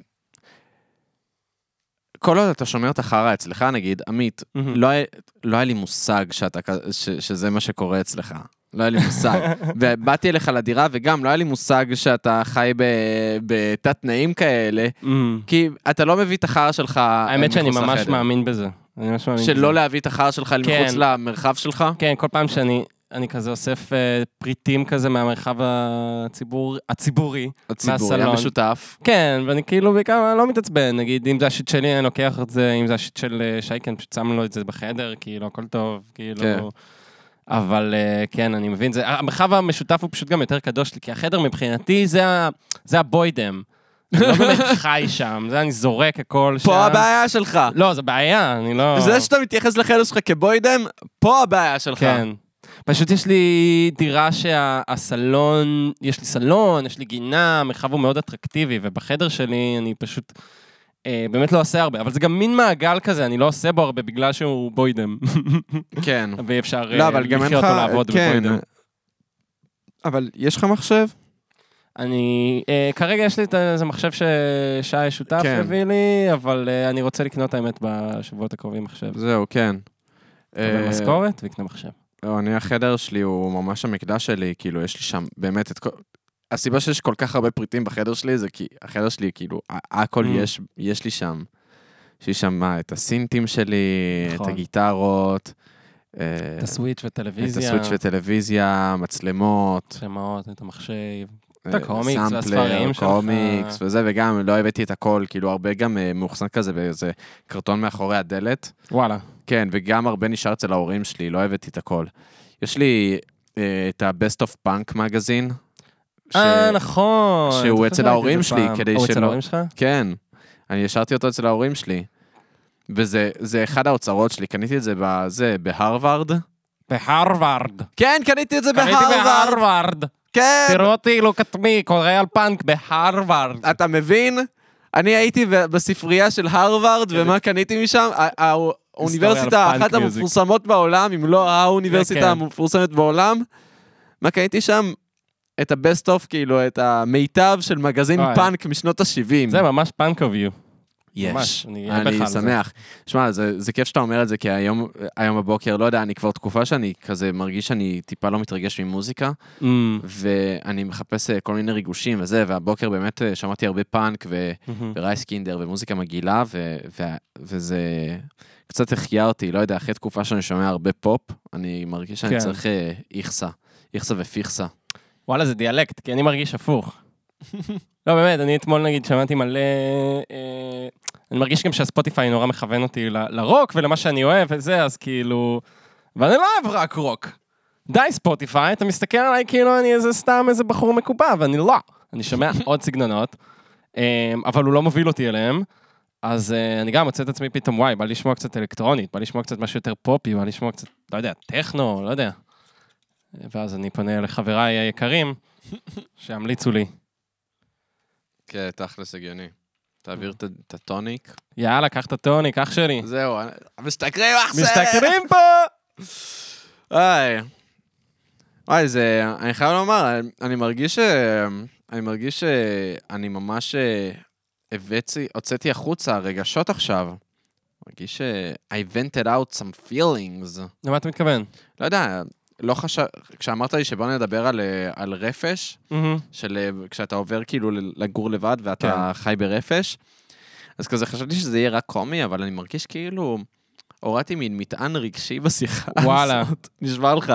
Speaker 2: כל עוד אתה שומר את החרא אצלך, נגיד, עמית,
Speaker 3: Hmm.
Speaker 2: לא, היה- לא היה לי מושג שאתה, כ- ש, שזה מה שקורה אצלך. לא היה לי
Speaker 3: <laughs>
Speaker 2: מושג. ובאתי אליך לדירה, וגם לא היה לי מושג שאתה חי ב- בתת תנאים כאלה.
Speaker 3: Mm.
Speaker 2: כי אתה לא מביא את החרא שלך
Speaker 3: האמת שאני
Speaker 2: מחוץ
Speaker 3: ממש
Speaker 2: לחדר.
Speaker 3: מאמין בזה. אני ממש מאמין בזה.
Speaker 2: שלא להביא את החרא שלך
Speaker 3: כן.
Speaker 2: מחוץ למרחב שלך.
Speaker 3: כן, כל פעם שאני... אני כזה אוסף אה, פריטים כזה מהמרחב הציבור, הציבורי.
Speaker 2: הציבורי
Speaker 3: מהסלון.
Speaker 2: המשותף.
Speaker 3: כן, ואני כאילו בעיקר אני לא מתעצבן, נגיד, אם זה השיט שלי, אני לוקח את זה, אם זה השיט של אה, שייקן, פשוט שם לו את זה בחדר, כאילו, הכל טוב, כאילו...
Speaker 2: כן.
Speaker 3: אבל אה, כן, אני מבין, זה, המרחב המשותף הוא פשוט גם יותר קדוש לי, כי החדר מבחינתי זה, ה- זה הבוידם. אני לא
Speaker 2: <laughs>
Speaker 3: באמת חי שם, זה אני זורק הכל שם.
Speaker 2: פה הבעיה שלך.
Speaker 3: לא, זה בעיה, אני לא...
Speaker 2: זה שאתה מתייחס לחדר שלך כבוידם, פה הבעיה שלך.
Speaker 3: כן. פשוט יש לי דירה שהסלון, יש לי סלון, יש לי גינה, המרחב הוא מאוד אטרקטיבי, ובחדר שלי אני פשוט אה, באמת לא עושה הרבה, אבל זה גם מין מעגל כזה, אני לא עושה בו הרבה בגלל שהוא
Speaker 2: <laughs>
Speaker 3: בוידם, <laughs>
Speaker 2: כן.
Speaker 3: ואי אפשר אה,
Speaker 2: לא, אבל גם אין
Speaker 3: לחיות
Speaker 2: לך...
Speaker 3: או לעבוד
Speaker 2: כן.
Speaker 3: בבוידם.
Speaker 2: אבל יש לך מחשב?
Speaker 3: אני, אה, כרגע יש לי את איזה מחשב ששי שותף
Speaker 2: כן.
Speaker 3: הביא לי, אבל אה, אני רוצה לקנות האמת בשבועות הקרובים מחשב.
Speaker 2: זהו, כן.
Speaker 3: אבל
Speaker 2: אה,
Speaker 3: משכורת ויקנה מחשב.
Speaker 2: לא, אני, החדר שלי הוא ממש המקדש שלי, כאילו, יש לי שם באמת את כל... הסיבה שיש כל כך הרבה פריטים בחדר שלי זה כי החדר שלי, כאילו, ה- הכל
Speaker 3: Mm.
Speaker 2: יש, יש לי שם. יש לי שם מה, את הסינטים שלי, את
Speaker 3: נכון.
Speaker 2: הגיטרות, אה,
Speaker 3: את הסוויץ'
Speaker 2: את
Speaker 3: וטלוויזיה,
Speaker 2: הסוויץ' וטלוויזיה, מצלמות,
Speaker 3: שמות, את המחשב.
Speaker 2: אה,
Speaker 3: את הקומיקס
Speaker 2: סאמפלר,
Speaker 3: והספרים שלך.
Speaker 2: קומיקס וזה, וגם לא הבאתי את הכל, כאילו, הרבה גם אה, מאוחסן כזה באיזה קרטון מאחורי הדלת.
Speaker 3: וואלה.
Speaker 2: כן, וגם הרבה נשאר אצל ההורים שלי, לא הבאתי את הכל. יש לי אה, את ה-Best of Punk מגזין. ש-
Speaker 3: אה, נכון.
Speaker 2: שהוא
Speaker 3: אני זוכר
Speaker 2: אצל
Speaker 3: שראיתי
Speaker 2: ההורים
Speaker 3: את זה
Speaker 2: שלי,
Speaker 3: פעם.
Speaker 2: כדי
Speaker 3: הוא אצל
Speaker 2: שלא-
Speaker 3: ההורים שלך?
Speaker 2: כן, אני השארתי אותו אצל ההורים שלי. וזה זה אחד האוצרות שלי, קניתי את זה בזה, בהרווארד.
Speaker 3: בהרווארד.
Speaker 2: כן, קניתי את זה
Speaker 3: קניתי
Speaker 2: בהרווארד!
Speaker 3: בהרווארד.
Speaker 2: כן!
Speaker 3: תראו אותי, look at me, קורא על פאנק בהרווארד.
Speaker 2: אתה מבין? אני הייתי ב- בספרייה של הרווארד, ומה קניתי משם? ה- ה- האוניברסיטה
Speaker 3: על כן. פאנק
Speaker 2: האחת
Speaker 3: מיוזיק.
Speaker 2: המפורסמות בעולם, אם לא
Speaker 3: כן.
Speaker 2: האוניברסיטה המפורסמת בעולם. מה קניתי שם? את ה-best of, כאילו, את המיטב של מגזין
Speaker 3: וואי.
Speaker 2: פאנק משנות ה-70.
Speaker 3: זה ממש פאנק אוף יו. ממש,
Speaker 2: יש.
Speaker 3: אני אהיה
Speaker 2: אני
Speaker 3: בך על זה.
Speaker 2: שמח. שמע, זה זה כיף שאתה אומר את זה, כי היום היום בבוקר, לא יודע, אני כבר תקופה שאני כזה מרגיש שאני טיפה לא מתרגש ממוזיקה.
Speaker 3: Mm,
Speaker 2: ואני מחפש אה, כל מיני ריגושים וזה, והבוקר באמת אה, שמעתי הרבה פאנק ו-
Speaker 3: mm-hmm.
Speaker 2: ורייס קינדר ומוזיקה מגעילה, ו- ו- וזה קצת החיה אותי, לא יודע, אחרי תקופה שאני שומע הרבה פופ, אני מרגיש שאני
Speaker 3: כן.
Speaker 2: צריך אה, איכסה, איכסה ופיכסה.
Speaker 3: וואלה, זה דיאלקט, כי אני מרגיש הפוך. לא, באמת, אני אתמול נגיד שמעתי מלא... אה, אני מרגיש גם שהספוטיפיי נורא מכוון אותי ל- לרוק ולמה שאני אוהב וזה, אז כאילו... ואני לא אוהב רק רוק. די ספוטיפיי, אתה מסתכל עליי כאילו אני איזה סתם איזה בחור מקובע, ואני לא. אני שומע עוד סגנונות, אה, אבל הוא לא מוביל אותי אליהם. אז אה, אני גם מוצא את עצמי פתאום, וואי, בא לי לשמוע קצת אלקטרונית, בא לי לשמוע קצת משהו יותר פופי, בא לי לשמוע קצת, לא יודע, טכנו, לא יודע. ואז אני פונה לחבריי היקרים, שימליצו לי.
Speaker 2: כן, תכלס הגיוני. תעביר את הטוניק.
Speaker 3: יאללה, קח את הטוניק, אח שלי.
Speaker 2: זהו, אה, משתכרים אח
Speaker 3: משתכרים פה!
Speaker 2: היי. וואי, זה... אני חייב לומר, אני מרגיש ש... אני מרגיש שאני ממש אה, הבאתי, הוצאתי החוצה רגשות עכשיו. מרגיש ש... I vented out some feelings.
Speaker 3: למה אתה מתכוון?
Speaker 2: לא יודע, לא חשב... כשאמרת לי שבוא נדבר על, אה, על רפש,
Speaker 3: מהמם.
Speaker 2: של אה, כשאתה עובר כאילו ל- לגור לבד ואתה חי ברפש. אז כזה חשבתי שזה יהיה רק קומי, אבל אני מרגיש כאילו הורדתי מין מטען רגשי בשיחה
Speaker 3: וואלה.
Speaker 2: הזאת. נשבע לך.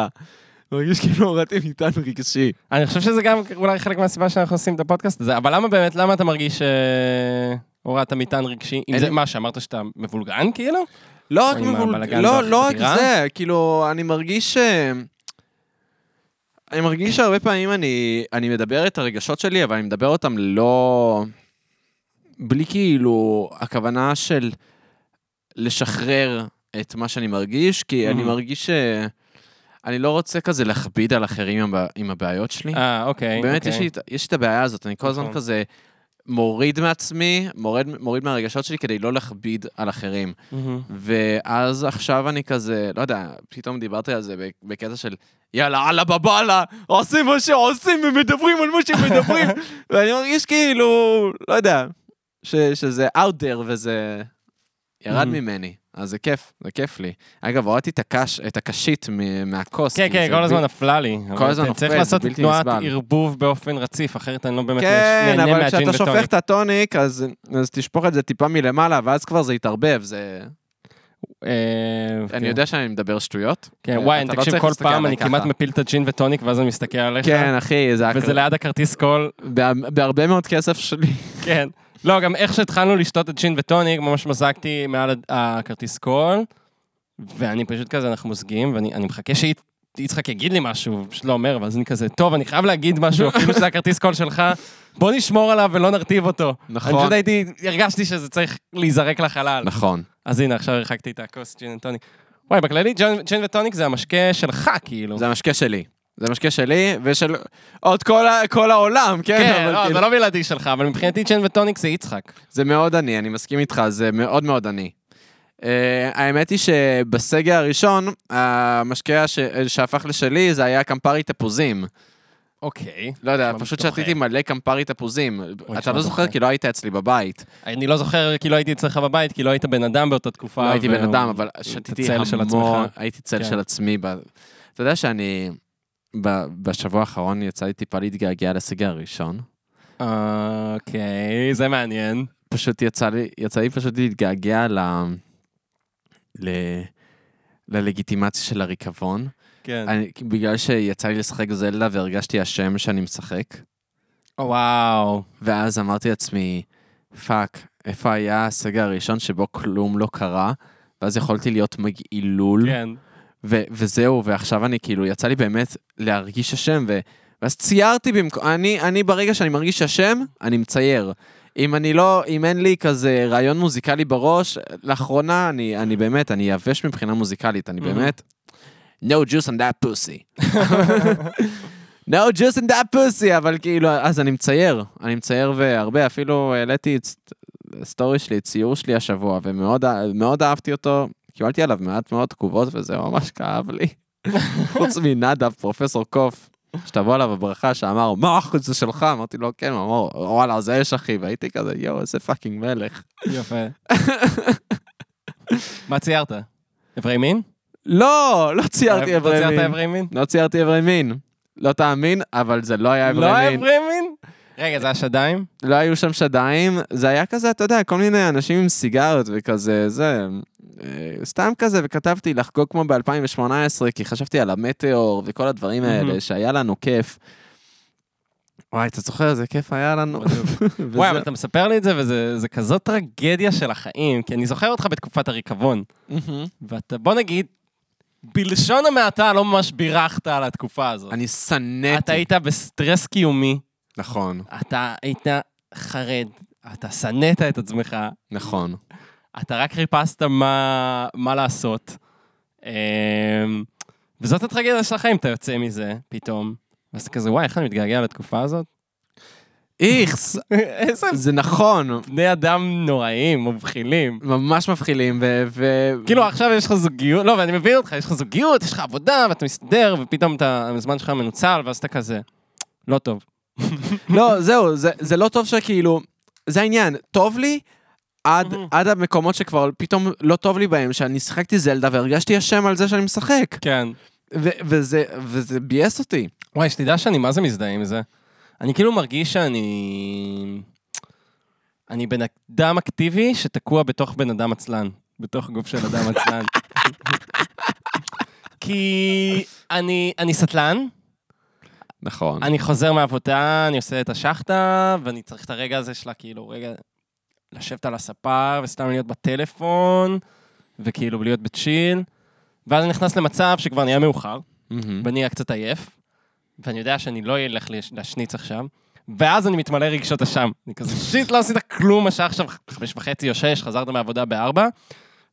Speaker 2: מרגיש כאילו הורדתי מטען רגשי.
Speaker 3: אני חושב שזה גם אולי חלק מהסיבה שאנחנו עושים את הפודקאסט הזה, אבל למה באמת, למה אתה מרגיש שהורדת מטען רגשי? אם
Speaker 2: אין
Speaker 3: זה
Speaker 2: לי-
Speaker 3: מה שאמרת שאתה מבולגן כאילו?
Speaker 2: לא רק
Speaker 3: או עם
Speaker 2: מבול...
Speaker 3: הבלגן
Speaker 2: לא,
Speaker 3: והחתירה?
Speaker 2: לא רק זה, כאילו, אני מרגיש ש... אני מרגיש שהרבה פעמים אני, אני מדבר את הרגשות שלי, אבל אני מדבר אותם לא... בלי כאילו הכוונה של לשחרר את מה שאני מרגיש, כי אני
Speaker 3: Mhm.
Speaker 2: מרגיש ש... אני לא רוצה כזה להכביד על אחרים עם, הבע- עם הבעיות שלי.
Speaker 3: אה, אוקיי.
Speaker 2: באמת,
Speaker 3: אוקיי.
Speaker 2: יש, לי, את- יש לי את הבעיה הזאת, אני כל הזמן
Speaker 3: נכון.
Speaker 2: כזה מוריד מעצמי, מוריד, מוריד מהרגשות שלי כדי לא להכביד על אחרים.
Speaker 3: מהמם.
Speaker 2: ואז עכשיו אני כזה, לא יודע, פתאום דיברתי על זה בק- בקטע של יאללה, אללה בבאללה, עושים מה שעושים ומדברים על מה
Speaker 3: <laughs>
Speaker 2: שמדברים, ואני מרגיש כאילו, לא יודע, ש, שזה out there וזה ירד
Speaker 3: Mhm.
Speaker 2: ממני, אז זה כיף, זה כיף לי. אגב, הורדתי את, הקש, את הקשית מ- מהכוס.
Speaker 3: כן,
Speaker 2: כי
Speaker 3: כן,
Speaker 2: זה
Speaker 3: כל הזמן
Speaker 2: ב-
Speaker 3: נפלה לי. אבל
Speaker 2: כל הזמן
Speaker 3: אתה צריך
Speaker 2: נופל, זה
Speaker 3: לעשות
Speaker 2: בלתי
Speaker 3: תנועת
Speaker 2: נסבל.
Speaker 3: ערבוב באופן רציף, אחרת אני לא באמת
Speaker 2: כן,
Speaker 3: נהנה
Speaker 2: אבל
Speaker 3: מהג'ין
Speaker 2: כשאתה שופך
Speaker 3: וטוניק.
Speaker 2: את הטוניק, אז, אז תשפוך את זה טיפה מלמעלה, ואז כבר זה יתערבב, זה...
Speaker 3: אה, כן.
Speaker 2: אני יודע שאני מדבר שטויות.
Speaker 3: כן,
Speaker 2: אה,
Speaker 3: וואי, אני
Speaker 2: אתה לא
Speaker 3: תקשיב,
Speaker 2: צריך
Speaker 3: כל
Speaker 2: להסתכל
Speaker 3: פעם
Speaker 2: עליי
Speaker 3: אני כמעט
Speaker 2: ככה.
Speaker 3: מפיל את הג'ין וטוניק, ואז אני מסתכל עליך,
Speaker 2: כן, אחי, זה...
Speaker 3: וזה
Speaker 2: הקרב.
Speaker 3: ליד הכרטיס
Speaker 2: <laughs>
Speaker 3: קול,
Speaker 2: בה- בהרבה מאוד כסף שלי.
Speaker 3: כן. לא, גם איך שהתחלנו לשתות את ג'ין וטוניק, ממש מזגתי מעל הד- הכרטיס קול, ואני פשוט כזה, אנחנו מוזגים, ואני אני מחכה שית- יצחק יגיד לי משהו, הוא פשוט לא אומר, ואז אני כזה, טוב, אני חייב
Speaker 2: <laughs>
Speaker 3: להגיד משהו, אפילו שזה הכרטיס קול שלך, בוא נשמור עליו ולא נרטיב אותו.
Speaker 2: נכון.
Speaker 3: אני פשוט הייתי, הרגשתי שזה צריך להיזרק לחלל.
Speaker 2: נכון.
Speaker 3: אז הנה, עכשיו הרחקתי את הכוס ג'ין וטוניק. וואי, בכללי ג'ין ג'ין וטוניק זה המשקה שלך, כאילו.
Speaker 2: זה המשקה שלי. זה המשקה שלי, ושל עוד כל ה- כל העולם, כן? לא-
Speaker 3: כן,
Speaker 2: אבל
Speaker 3: לא,
Speaker 2: כאילו-
Speaker 3: זה לא בלעדי שלך, אבל מבחינתי ג'ין וטוניק זה יצחק.
Speaker 2: זה מאוד עני, אני מסכים איתך, זה מאוד מאוד עני. Uh, האמת היא שבסגר הראשון, המשקה ש... שהפך לשלי זה היה קמפרי תפוזים.
Speaker 3: אוקיי.
Speaker 2: לא יודע,
Speaker 3: נשמע
Speaker 2: פשוט
Speaker 3: דוחה.
Speaker 2: שתיתי מלא קמפרי תפוזים. אתה
Speaker 3: נשמע
Speaker 2: לא זוכר
Speaker 3: דוחה.
Speaker 2: כי לא היית אצלי בבית.
Speaker 3: אני לא זוכר כי לא הייתי אצלך בבית, כי לא היית בן אדם באותה תקופה.
Speaker 2: לא הייתי
Speaker 3: ו-
Speaker 2: בן אדם, אבל
Speaker 3: את
Speaker 2: שתיתי
Speaker 3: הצל של
Speaker 2: המון,
Speaker 3: עצמך.
Speaker 2: הייתי צל
Speaker 3: כן.
Speaker 2: של עצמי. ב- אתה יודע שאני, ב- בשבוע האחרון יצא לי טיפה להתגעגע לסגר הראשון.
Speaker 3: אוקיי, זה מעניין.
Speaker 2: פשוט יצא לי, יצא לי פשוט להתגעגע ל... ל... ללגיטימציה של הריקבון.
Speaker 3: כן.
Speaker 2: אני, בגלל שיצא לי לשחק זלדה והרגשתי אשם שאני משחק.
Speaker 3: וואו.
Speaker 2: ואז אמרתי לעצמי, פאק, איפה היה הסגר הראשון שבו כלום לא קרה? ואז יכולתי להיות מגעילול.
Speaker 3: כן.
Speaker 2: ו- וזהו, ועכשיו אני כאילו, יצא לי באמת להרגיש אשם, ו- ואז ציירתי במקום, אני, אני ברגע שאני מרגיש אשם, אני מצייר. אם אני לא, אם אין לי כזה רעיון מוזיקלי בראש, לאחרונה אני, אני באמת, אני יבש מבחינה מוזיקלית, אני
Speaker 3: Mhm.
Speaker 2: באמת... No juice on that pussy. <laughs> no juice on that pussy, אבל כאילו, אז אני מצייר, אני מצייר והרבה, אפילו העליתי את סט- סטורי שלי, את ציור שלי השבוע, ומאוד אה- מאוד אהבתי אותו, קיבלתי עליו מעט מאוד תגובות, וזה ממש כאב לי. חוץ מנדב, פרופסור קוף, שתבוא עליו הברכה, שאמר, מה אחוז זה שלך? אמרתי לו, כן, הוא אמר, וואלה, זה אש אחי, והייתי כזה, יואו, איזה פאקינג מלך.
Speaker 3: יפה. מה ציירת? אברי מין?
Speaker 2: לא, לא ציירתי
Speaker 3: לא
Speaker 2: אברי
Speaker 3: ציירת
Speaker 2: מין.
Speaker 3: אברי מין?
Speaker 2: לא ציירתי אברי מין. לא תאמין, אבל זה לא היה
Speaker 3: לא
Speaker 2: אברי מין.
Speaker 3: אברי מין? רגע, זה השדיים?
Speaker 2: לא היו שם שדיים, זה היה כזה, אתה יודע, כל מיני אנשים עם סיגריות וכזה, זה, אה, סתם כזה, וכתבתי לחגוג כמו ב-2018, כי חשבתי על המטאור וכל הדברים
Speaker 3: מהמם.
Speaker 2: האלה, שהיה לנו כיף. וואי, אתה זוכר איזה כיף היה לנו? <laughs> וזה-
Speaker 3: <laughs> וואי, אבל אתה מספר לי את זה, וזה זה כזאת טרגדיה של החיים, כי אני זוכר אותך בתקופת הריקבון,
Speaker 2: מהמם.
Speaker 3: ואתה, בוא נגיד, בלשון המעטה לא ממש בירכת על התקופה הזאת.
Speaker 2: אני
Speaker 3: אתה
Speaker 2: שנאתי.
Speaker 3: היית בסטרס קיומי,
Speaker 2: נכון,
Speaker 3: אתה היית חרד, אתה שנאת את עצמך,
Speaker 2: נכון.
Speaker 3: אתה רק חיפשת מה, מה לעשות. אמ, וזאת הטרגדיה של החיים, אתה יוצא מזה פתאום. ואז אתה כזה, וואי, איך אני מתגעגע לתקופה הזאת?
Speaker 2: איכס,
Speaker 3: <laughs> איזה
Speaker 2: זה נכון.
Speaker 3: בני אדם נוראים, מבחילים.
Speaker 2: ממש מבחילים, ו... ו-
Speaker 3: כאילו עכשיו יש לך זוגיות, לא, ואני מבין אותך, יש לך זוגיות, יש לך עבודה, ואתה מסתדר, ופתאום אתה, הזמן שלך מנוצל, ואז אתה כזה, לא טוב.
Speaker 2: לא, זהו, זה, זה לא טוב שכאילו... זה העניין, טוב לי עד,
Speaker 3: Mhm.
Speaker 2: עד המקומות שכבר פתאום לא טוב לי בהם, שאני שיחקתי זלדה והרגשתי אשם על זה שאני משחק.
Speaker 3: כן.
Speaker 2: ו- וזה, וזה ביאס אותי.
Speaker 3: וואי, שתדע שאני מה זה מזדהה עם זה. אני כאילו מרגיש שאני... אני בן אדם אקטיבי שתקוע בתוך בן אדם עצלן. בתוך גוף של אדם עצלן. <laughs> כי אני, אני סטלן,
Speaker 2: נכון.
Speaker 3: אני חוזר מהעבודה, אני עושה את השחטה, ואני צריך את הרגע הזה שלה, כאילו, רגע, לשבת על הספה וסתם להיות בטלפון, וכאילו להיות בצ'יל. ואז אני נכנס למצב שכבר נהיה מאוחר.
Speaker 2: Mm-hmm.
Speaker 3: ואני אהיה קצת עייף, ואני יודע שאני לא אלך לש- להשניץ עכשיו, ואז אני מתמלא רגשות אשם. אני כזה, שיט, לא עשית כלום, השעה עכשיו חמש וחצי או שש, חזרת מהעבודה בארבע,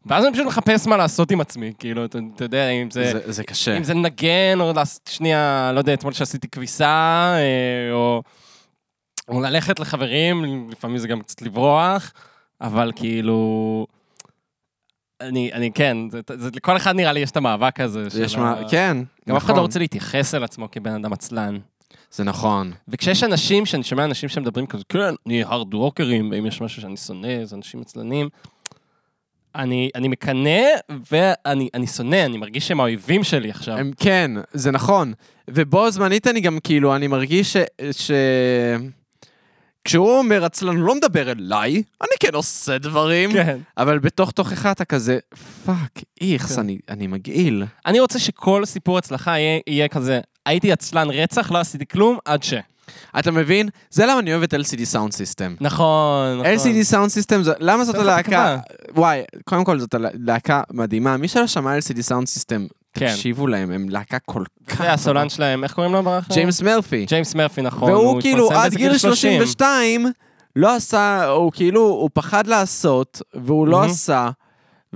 Speaker 3: ואז אני פשוט מחפש מה לעשות עם עצמי, כאילו, אתה, אתה יודע, אם זה...
Speaker 2: זה, זה קשה.
Speaker 3: אם זה לנגן, או לעשות שנייה, לא יודע, אתמול שעשיתי כביסה, אה, או, או ללכת לחברים, לפעמים זה גם קצת לברוח, אבל כאילו... אני, אני כן, זה, זה, לכל אחד נראה לי יש את המאבק הזה. של
Speaker 2: יש
Speaker 3: ה-
Speaker 2: מה, כן.
Speaker 3: גם אף אחד
Speaker 2: נכון.
Speaker 3: לא רוצה להתייחס אל עצמו כבן אדם עצלן.
Speaker 2: זה נכון.
Speaker 3: וכשיש אנשים, שאני שומע אנשים שמדברים כזה, כן, אני הארד ווקרים, ואם יש משהו שאני שונא, זה אנשים עצלנים. אני, אני מקנא, ואני אני שונא, אני מרגיש שהם האויבים שלי עכשיו.
Speaker 2: הם כן, זה נכון. ובו זמנית אני גם כאילו, אני מרגיש ש... ש... כשהוא אומר עצלן, הוא לא מדבר אליי, אני כן עושה דברים,
Speaker 3: כן.
Speaker 2: אבל בתוך תוכך אתה כזה, פאק, איכס,
Speaker 3: כן.
Speaker 2: אני- אני מגעיל.
Speaker 3: אני רוצה שכל סיפור הצלחה יהיה, יהיה כזה, הייתי עצלן רצח, לא עשיתי כלום, עד ש...
Speaker 2: אתה מבין? זה למה אני אוהב את LCD Sound System.
Speaker 3: נכון, נכון.
Speaker 2: LCD Sound System, זה- למה זאת
Speaker 3: נותן לך
Speaker 2: הלהקה? וואי, קודם כל זאת הלהקה מדהימה. מי שלא שמע LCD Sound System,
Speaker 3: כן. נכון.
Speaker 2: תקשיבו להם, הם להקה כל כך...
Speaker 3: זה הסולן שלהם, איך קוראים לו ברח? לי?
Speaker 2: ג'יימס מרפי.
Speaker 3: ג'יימס מרפי, נכון.
Speaker 2: והוא
Speaker 3: הוא
Speaker 2: כאילו
Speaker 3: התפרסם
Speaker 2: עד
Speaker 3: בגיל
Speaker 2: גיל
Speaker 3: 30.
Speaker 2: 32 לא עשה, הוא כאילו, הוא פחד לעשות, והוא לא
Speaker 3: מהמם.
Speaker 2: עשה.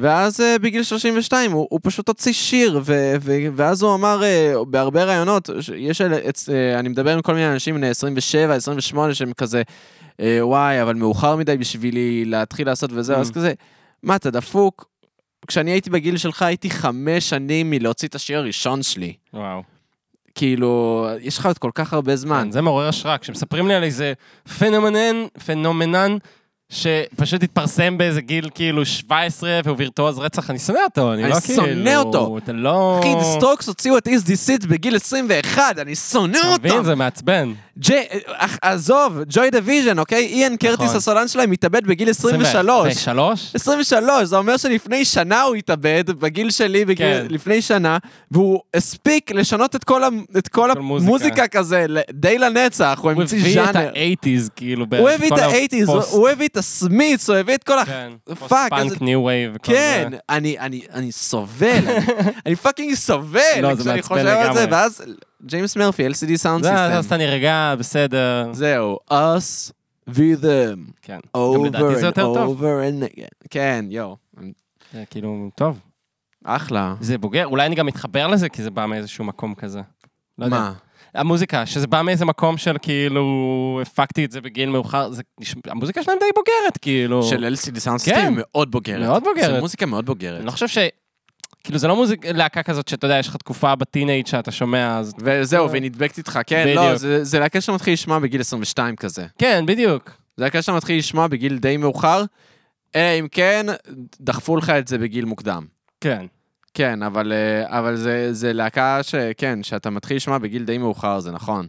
Speaker 2: ואז אה, בגיל 32 הוא, הוא פשוט הוציא שיר, ו, ו, ואז הוא אמר אה, בהרבה ראיונות, ש- יש, אל- אצ- אה, אני מדבר עם כל מיני אנשים בני 27, 28, שהם כזה, אה, וואי, אבל מאוחר מדי בשבילי להתחיל לעשות וזה,
Speaker 3: Mm.
Speaker 2: אז כזה, מה, אתה דפוק? כשאני הייתי בגיל שלך, הייתי חמש שנים מלהוציא את השיר הראשון שלי.
Speaker 3: וואו.
Speaker 2: כאילו, יש לך עוד כל כך הרבה זמן.
Speaker 3: כן, זה מעורר השראה. כשמספרים לי על איזה פנומנן, פנומנן, שפשוט התפרסם באיזה גיל כאילו 17 והוא וירטואוז רצח, אני שונא אותו, אני
Speaker 2: אני
Speaker 3: לא כאילו...
Speaker 2: שונא אותו.
Speaker 3: אתה לא...
Speaker 2: אחי, The Strokes הוציאו את Is This It בגיל 21, אני שונא
Speaker 3: אתה מבין,
Speaker 2: אותם.
Speaker 3: זה מעצבן.
Speaker 2: ג'יי- אח- עזוב, ג'וי דיוויז'ן, אוקיי? איאן
Speaker 3: נכון.
Speaker 2: קרטיס הסולן שלהם התאבד בגיל 23.
Speaker 3: 23?
Speaker 2: 23, זה אומר שלפני שנה הוא התאבד, בגיל שלי, בגיל,
Speaker 3: כן.
Speaker 2: לפני שנה, והוא הספיק לשנות את כל, המ- את כל
Speaker 3: מוזיקה.
Speaker 2: המוזיקה כזה, ל- די לנצח, הוא
Speaker 3: הוא
Speaker 2: המציא
Speaker 3: הביא את
Speaker 2: ז'אנר.
Speaker 3: ה-80's, כאילו,
Speaker 2: הוא הביא את
Speaker 3: בכל
Speaker 2: ה-80's, הוא-
Speaker 3: הפוסט-
Speaker 2: הוא הביא את הסמיץ, הוא הביא את כל ה...
Speaker 3: כן, פוסט
Speaker 2: פאק, איזה-
Speaker 3: פאנק, ניו וייב. וכל
Speaker 2: כן,
Speaker 3: זה.
Speaker 2: אני, אני, אני סובל,
Speaker 3: <laughs>
Speaker 2: אני- אני פאקינג סובל,
Speaker 3: לא, זה
Speaker 2: כשאני
Speaker 3: מעצבן
Speaker 2: חושב על זה,
Speaker 3: לגמרי.
Speaker 2: ואז ג'יימס מרפי, LCD סאונד
Speaker 3: זה, אז
Speaker 2: סיסטם.
Speaker 3: אתה נרגע, בסדר.
Speaker 2: זהו, us with them,
Speaker 3: כן. גם
Speaker 2: over
Speaker 3: לדעתי זה
Speaker 2: and
Speaker 3: יותר טוב.
Speaker 2: over and again. כן, יואו,
Speaker 3: זה כאילו, טוב.
Speaker 2: אחלה.
Speaker 3: זה בוגר, אולי אני גם מתחבר לזה, כי זה בא מאיזשהו מקום כזה. לא יודע.
Speaker 2: מה?
Speaker 3: המוזיקה, שזה בא מאיזה מקום של כאילו, הפקתי את זה בגיל מאוחר, זה, נשמע- המוזיקה שלהם די בוגרת, כאילו.
Speaker 2: של LCD סאונד
Speaker 3: כן.
Speaker 2: סיסטם מאוד בוגרת.
Speaker 3: מאוד בוגרת.
Speaker 2: זו מוזיקה מאוד בוגרת.
Speaker 3: אני לא חושב ש... כאילו, זה לא מוזיק, להקה כזאת שאתה יודע, יש לך תקופה בטינאייג' שאתה שומע, אז...
Speaker 2: וזהו, והיא נדבקת איתך, כן, לא,
Speaker 3: אה. בדיוק.
Speaker 2: זה זה להקה שאתה מתחיל לשמוע בגיל 22 כזה.
Speaker 3: כן, בדיוק.
Speaker 2: זה להקה שאתה מתחיל לשמוע בגיל די מאוחר, אלא אם כן, דחפו לך את זה בגיל מוקדם.
Speaker 3: כן.
Speaker 2: כן, אבל, אה, אבל זה, זה להקה שכן, שאתה מתחיל לשמוע בגיל די מאוחר, זה נכון.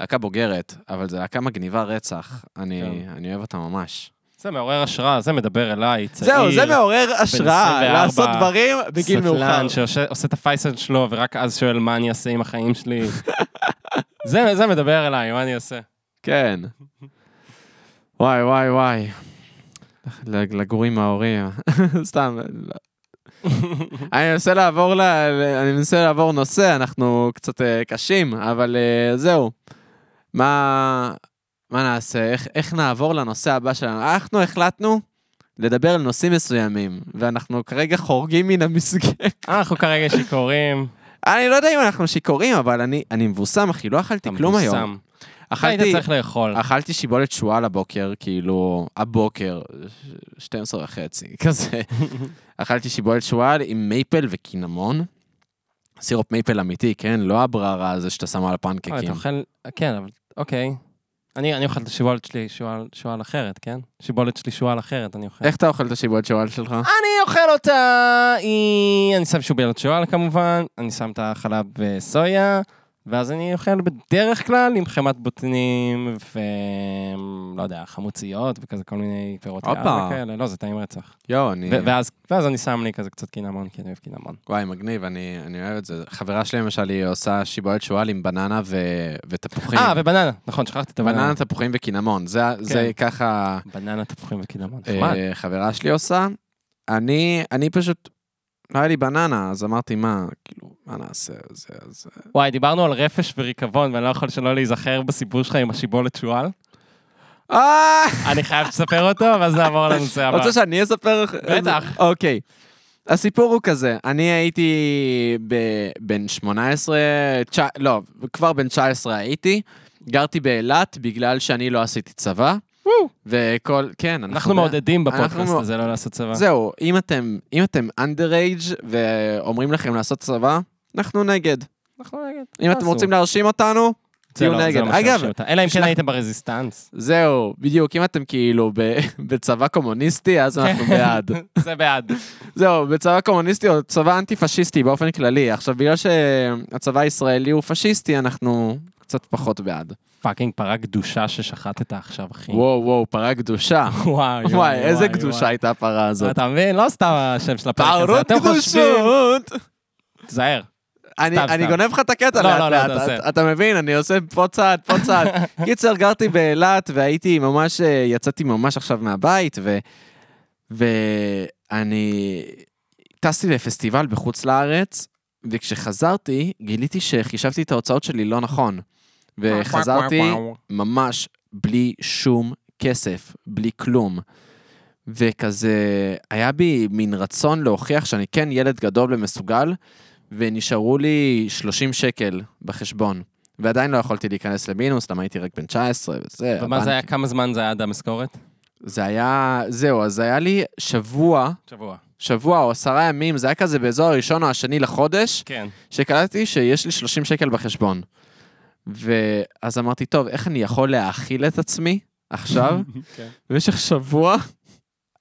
Speaker 2: להקה בוגרת, אבל זו להקה מגניבה רצח. אני,
Speaker 3: כן.
Speaker 2: אני אוהב אותה ממש.
Speaker 3: זה מעורר השראה, זה מדבר אליי, צעיר.
Speaker 2: זהו, זה מעורר השראה,
Speaker 3: 24,
Speaker 2: לעשות דברים בגיל
Speaker 3: סטלן
Speaker 2: מאוחר.
Speaker 3: שעושה את הפייסל שלו, ורק אז שואל מה אני אעשה עם החיים שלי. <laughs> זה, זה מדבר אליי, מה אני אעשה?
Speaker 2: כן. וואי, וואי, וואי. לג- לגור עם ההורים, <laughs> סתם. לא. אני מנסה לעבור, ל... ל- אני מנסה לעבור נושא, אנחנו קצת אה, קשים, אבל אה, זהו. מה, מה נעשה? איך, איך נעבור לנושא הבא שלנו? אנחנו החלטנו לדבר על נושאים מסוימים, ואנחנו כרגע חורגים מן המסגרת. <laughs>
Speaker 3: "אה, אנחנו כרגע שיכורים.
Speaker 2: אני לא יודע אם אנחנו שיכורים, אבל אני, אני מבוסם, אחי, לא אכלתי
Speaker 3: אתה
Speaker 2: כלום היום.
Speaker 3: מבוסם. היית
Speaker 2: אכלתי,
Speaker 3: צריך לאכול.
Speaker 2: אכלתי שיבולת שועה לבוקר, כאילו, הבוקר, ש- 12 וחצי, <laughs> כזה. אכלתי שיבולת שועה עם מייפל וקינמון. סירופ מייפל אמיתי, כן? לא הבררה הזה שאתה שם על
Speaker 3: אה, אתה
Speaker 2: הפנקקים.
Speaker 3: אוכל... כן, אבל... אוקיי. אני אני אוכל את השיבולת שלי שועל- שועל אחרת, כן? שיבולת שלי שועל אחרת, אני אוכל.
Speaker 2: איך אתה אוכל את השיבולת שועה שלך?
Speaker 3: אני אוכל אותה, היא... אני שם שובלת שועל כמובן, אני שם את החלב וסויה, ואז אני אוכל בדרך כלל עם חמת בוטנים ו... לא יודע, חמוציות וכזה כל מיני פירות
Speaker 2: הופה.
Speaker 3: יער וכאלה, לא, זה טעים רצח.
Speaker 2: יואו, אני...
Speaker 3: ו- ואז, ואז אני שם לי כזה קצת קינמון, כי אני אוהב קינמון.
Speaker 2: וואי, מגניב, אני, אני אוהב את זה. חברה שלי למשל, היא עושה שיבולת שועל עם בננה ו, ותפוחים.
Speaker 3: אה, ובננה, נכון, שכחתי את הבננה.
Speaker 2: בננה, תפוחים וקינמון. זה, זה
Speaker 3: כן.
Speaker 2: ככה
Speaker 3: בננה, תפוחים וקינמון. נחמד.
Speaker 2: אה, חברה שלי עושה. אני, אני פשוט, לא היה לי בננה, אז אמרתי, מה, כאילו, מה נעשה? זה, זה.
Speaker 3: וואי, דיברנו על רפש וריקבון, ואני לא יכול שלא להיזכר בסיפור שלך עם השיבולת שועל.
Speaker 2: אה!
Speaker 3: אני חייב שתספר אותו, ואז נעבור לנושא הבא.
Speaker 2: רוצה שאני אספר לך?
Speaker 3: בטח.
Speaker 2: אוקיי. הסיפור הוא כזה, אני הייתי ב... בן 18, תש... לא, כבר בן 19 הייתי, גרתי באילת בגלל שאני לא עשיתי צבא,
Speaker 3: וואו.
Speaker 2: וכל, כן,
Speaker 3: אנחנו מעודדים בפודקאסט
Speaker 2: אנחנו-
Speaker 3: הזה לא לעשות צבא.
Speaker 2: זהו, אם אתם, אם אתם underage ואומרים לכם לעשות צבא, אנחנו נגד.
Speaker 3: אנחנו נגד.
Speaker 2: אם אתם
Speaker 3: תעשו.
Speaker 2: רוצים להרשים אותנו,
Speaker 3: זה
Speaker 2: תהיו
Speaker 3: לא- זה
Speaker 2: נגד.
Speaker 3: לא מה
Speaker 2: אגב,
Speaker 3: שהרשים אותה. אלא אם כן
Speaker 2: שלח-
Speaker 3: הייתם ברזיסטנס.
Speaker 2: <laughs> זהו, בדיוק, אם אתם כאילו ב... <laughs> בצבא קומוניסטי, אז אנחנו
Speaker 3: כן.
Speaker 2: בעד.
Speaker 3: זה בעד.
Speaker 2: זהו, בצבא קומוניסטי או צבא אנטי-פשיסטי באופן כללי. עכשיו, בגלל שהצבא הישראלי הוא פשיסטי, אנחנו קצת פחות בעד.
Speaker 3: פאקינג פרה גדושה ששחטת עכשיו, אחי.
Speaker 2: וואו, וואו, פרה קדושה.
Speaker 3: כן. <laughs> וואי,
Speaker 2: וואי, איזה
Speaker 3: וואי,
Speaker 2: קדושה
Speaker 3: וואי.
Speaker 2: הייתה הפרה הזאת.
Speaker 3: אתה מבין? לא סתם השם של הפרק הזה.
Speaker 2: פרות
Speaker 3: אתם חושבים...
Speaker 2: קדושות!
Speaker 3: תיזהר.
Speaker 2: אני,
Speaker 3: סתם,
Speaker 2: אני
Speaker 3: סתם.
Speaker 2: גונב לך את הקטע
Speaker 3: לא,
Speaker 2: לאט
Speaker 3: לא, לא,
Speaker 2: לאט,
Speaker 3: תעשה.
Speaker 2: אתה, אתה מבין? אני עושה פה צעד, פה
Speaker 3: <laughs>
Speaker 2: צעד. קיצר, גרתי באילת והייתי ממש, אה, יצאתי ממש עכשיו מהבית, ו, ואני טסתי לפסטיבל בחוץ לארץ, וכשחזרתי, גיליתי שחישבתי את ההוצאות שלי לא נכון.
Speaker 1: אה,
Speaker 2: <laughs> וחזרתי ממש בלי שום כסף, בלי כלום. וכזה, היה בי מין רצון להוכיח שאני כן ילד גדול ומסוגל, ונשארו לי 30 שקל בחשבון. ועדיין לא יכולתי להיכנס למינוס, למה הייתי רק בן 19 וזה.
Speaker 3: ומה זה היה?
Speaker 2: הבנק-
Speaker 3: כמה זמן זה היה עד המשכורת?
Speaker 2: זה היה, זהו, אז היה לי שבוע,
Speaker 3: שבוע.
Speaker 2: שבוע או עשרה ימים, זה היה כזה באזור הראשון או השני לחודש, <laughs>
Speaker 3: כן.
Speaker 2: שקלטתי שיש לי 30 שקל בחשבון. ואז אמרתי, טוב, איך אני יכול להאכיל את עצמי
Speaker 3: <laughs>
Speaker 2: עכשיו,
Speaker 3: כן.
Speaker 2: במשך שבוע,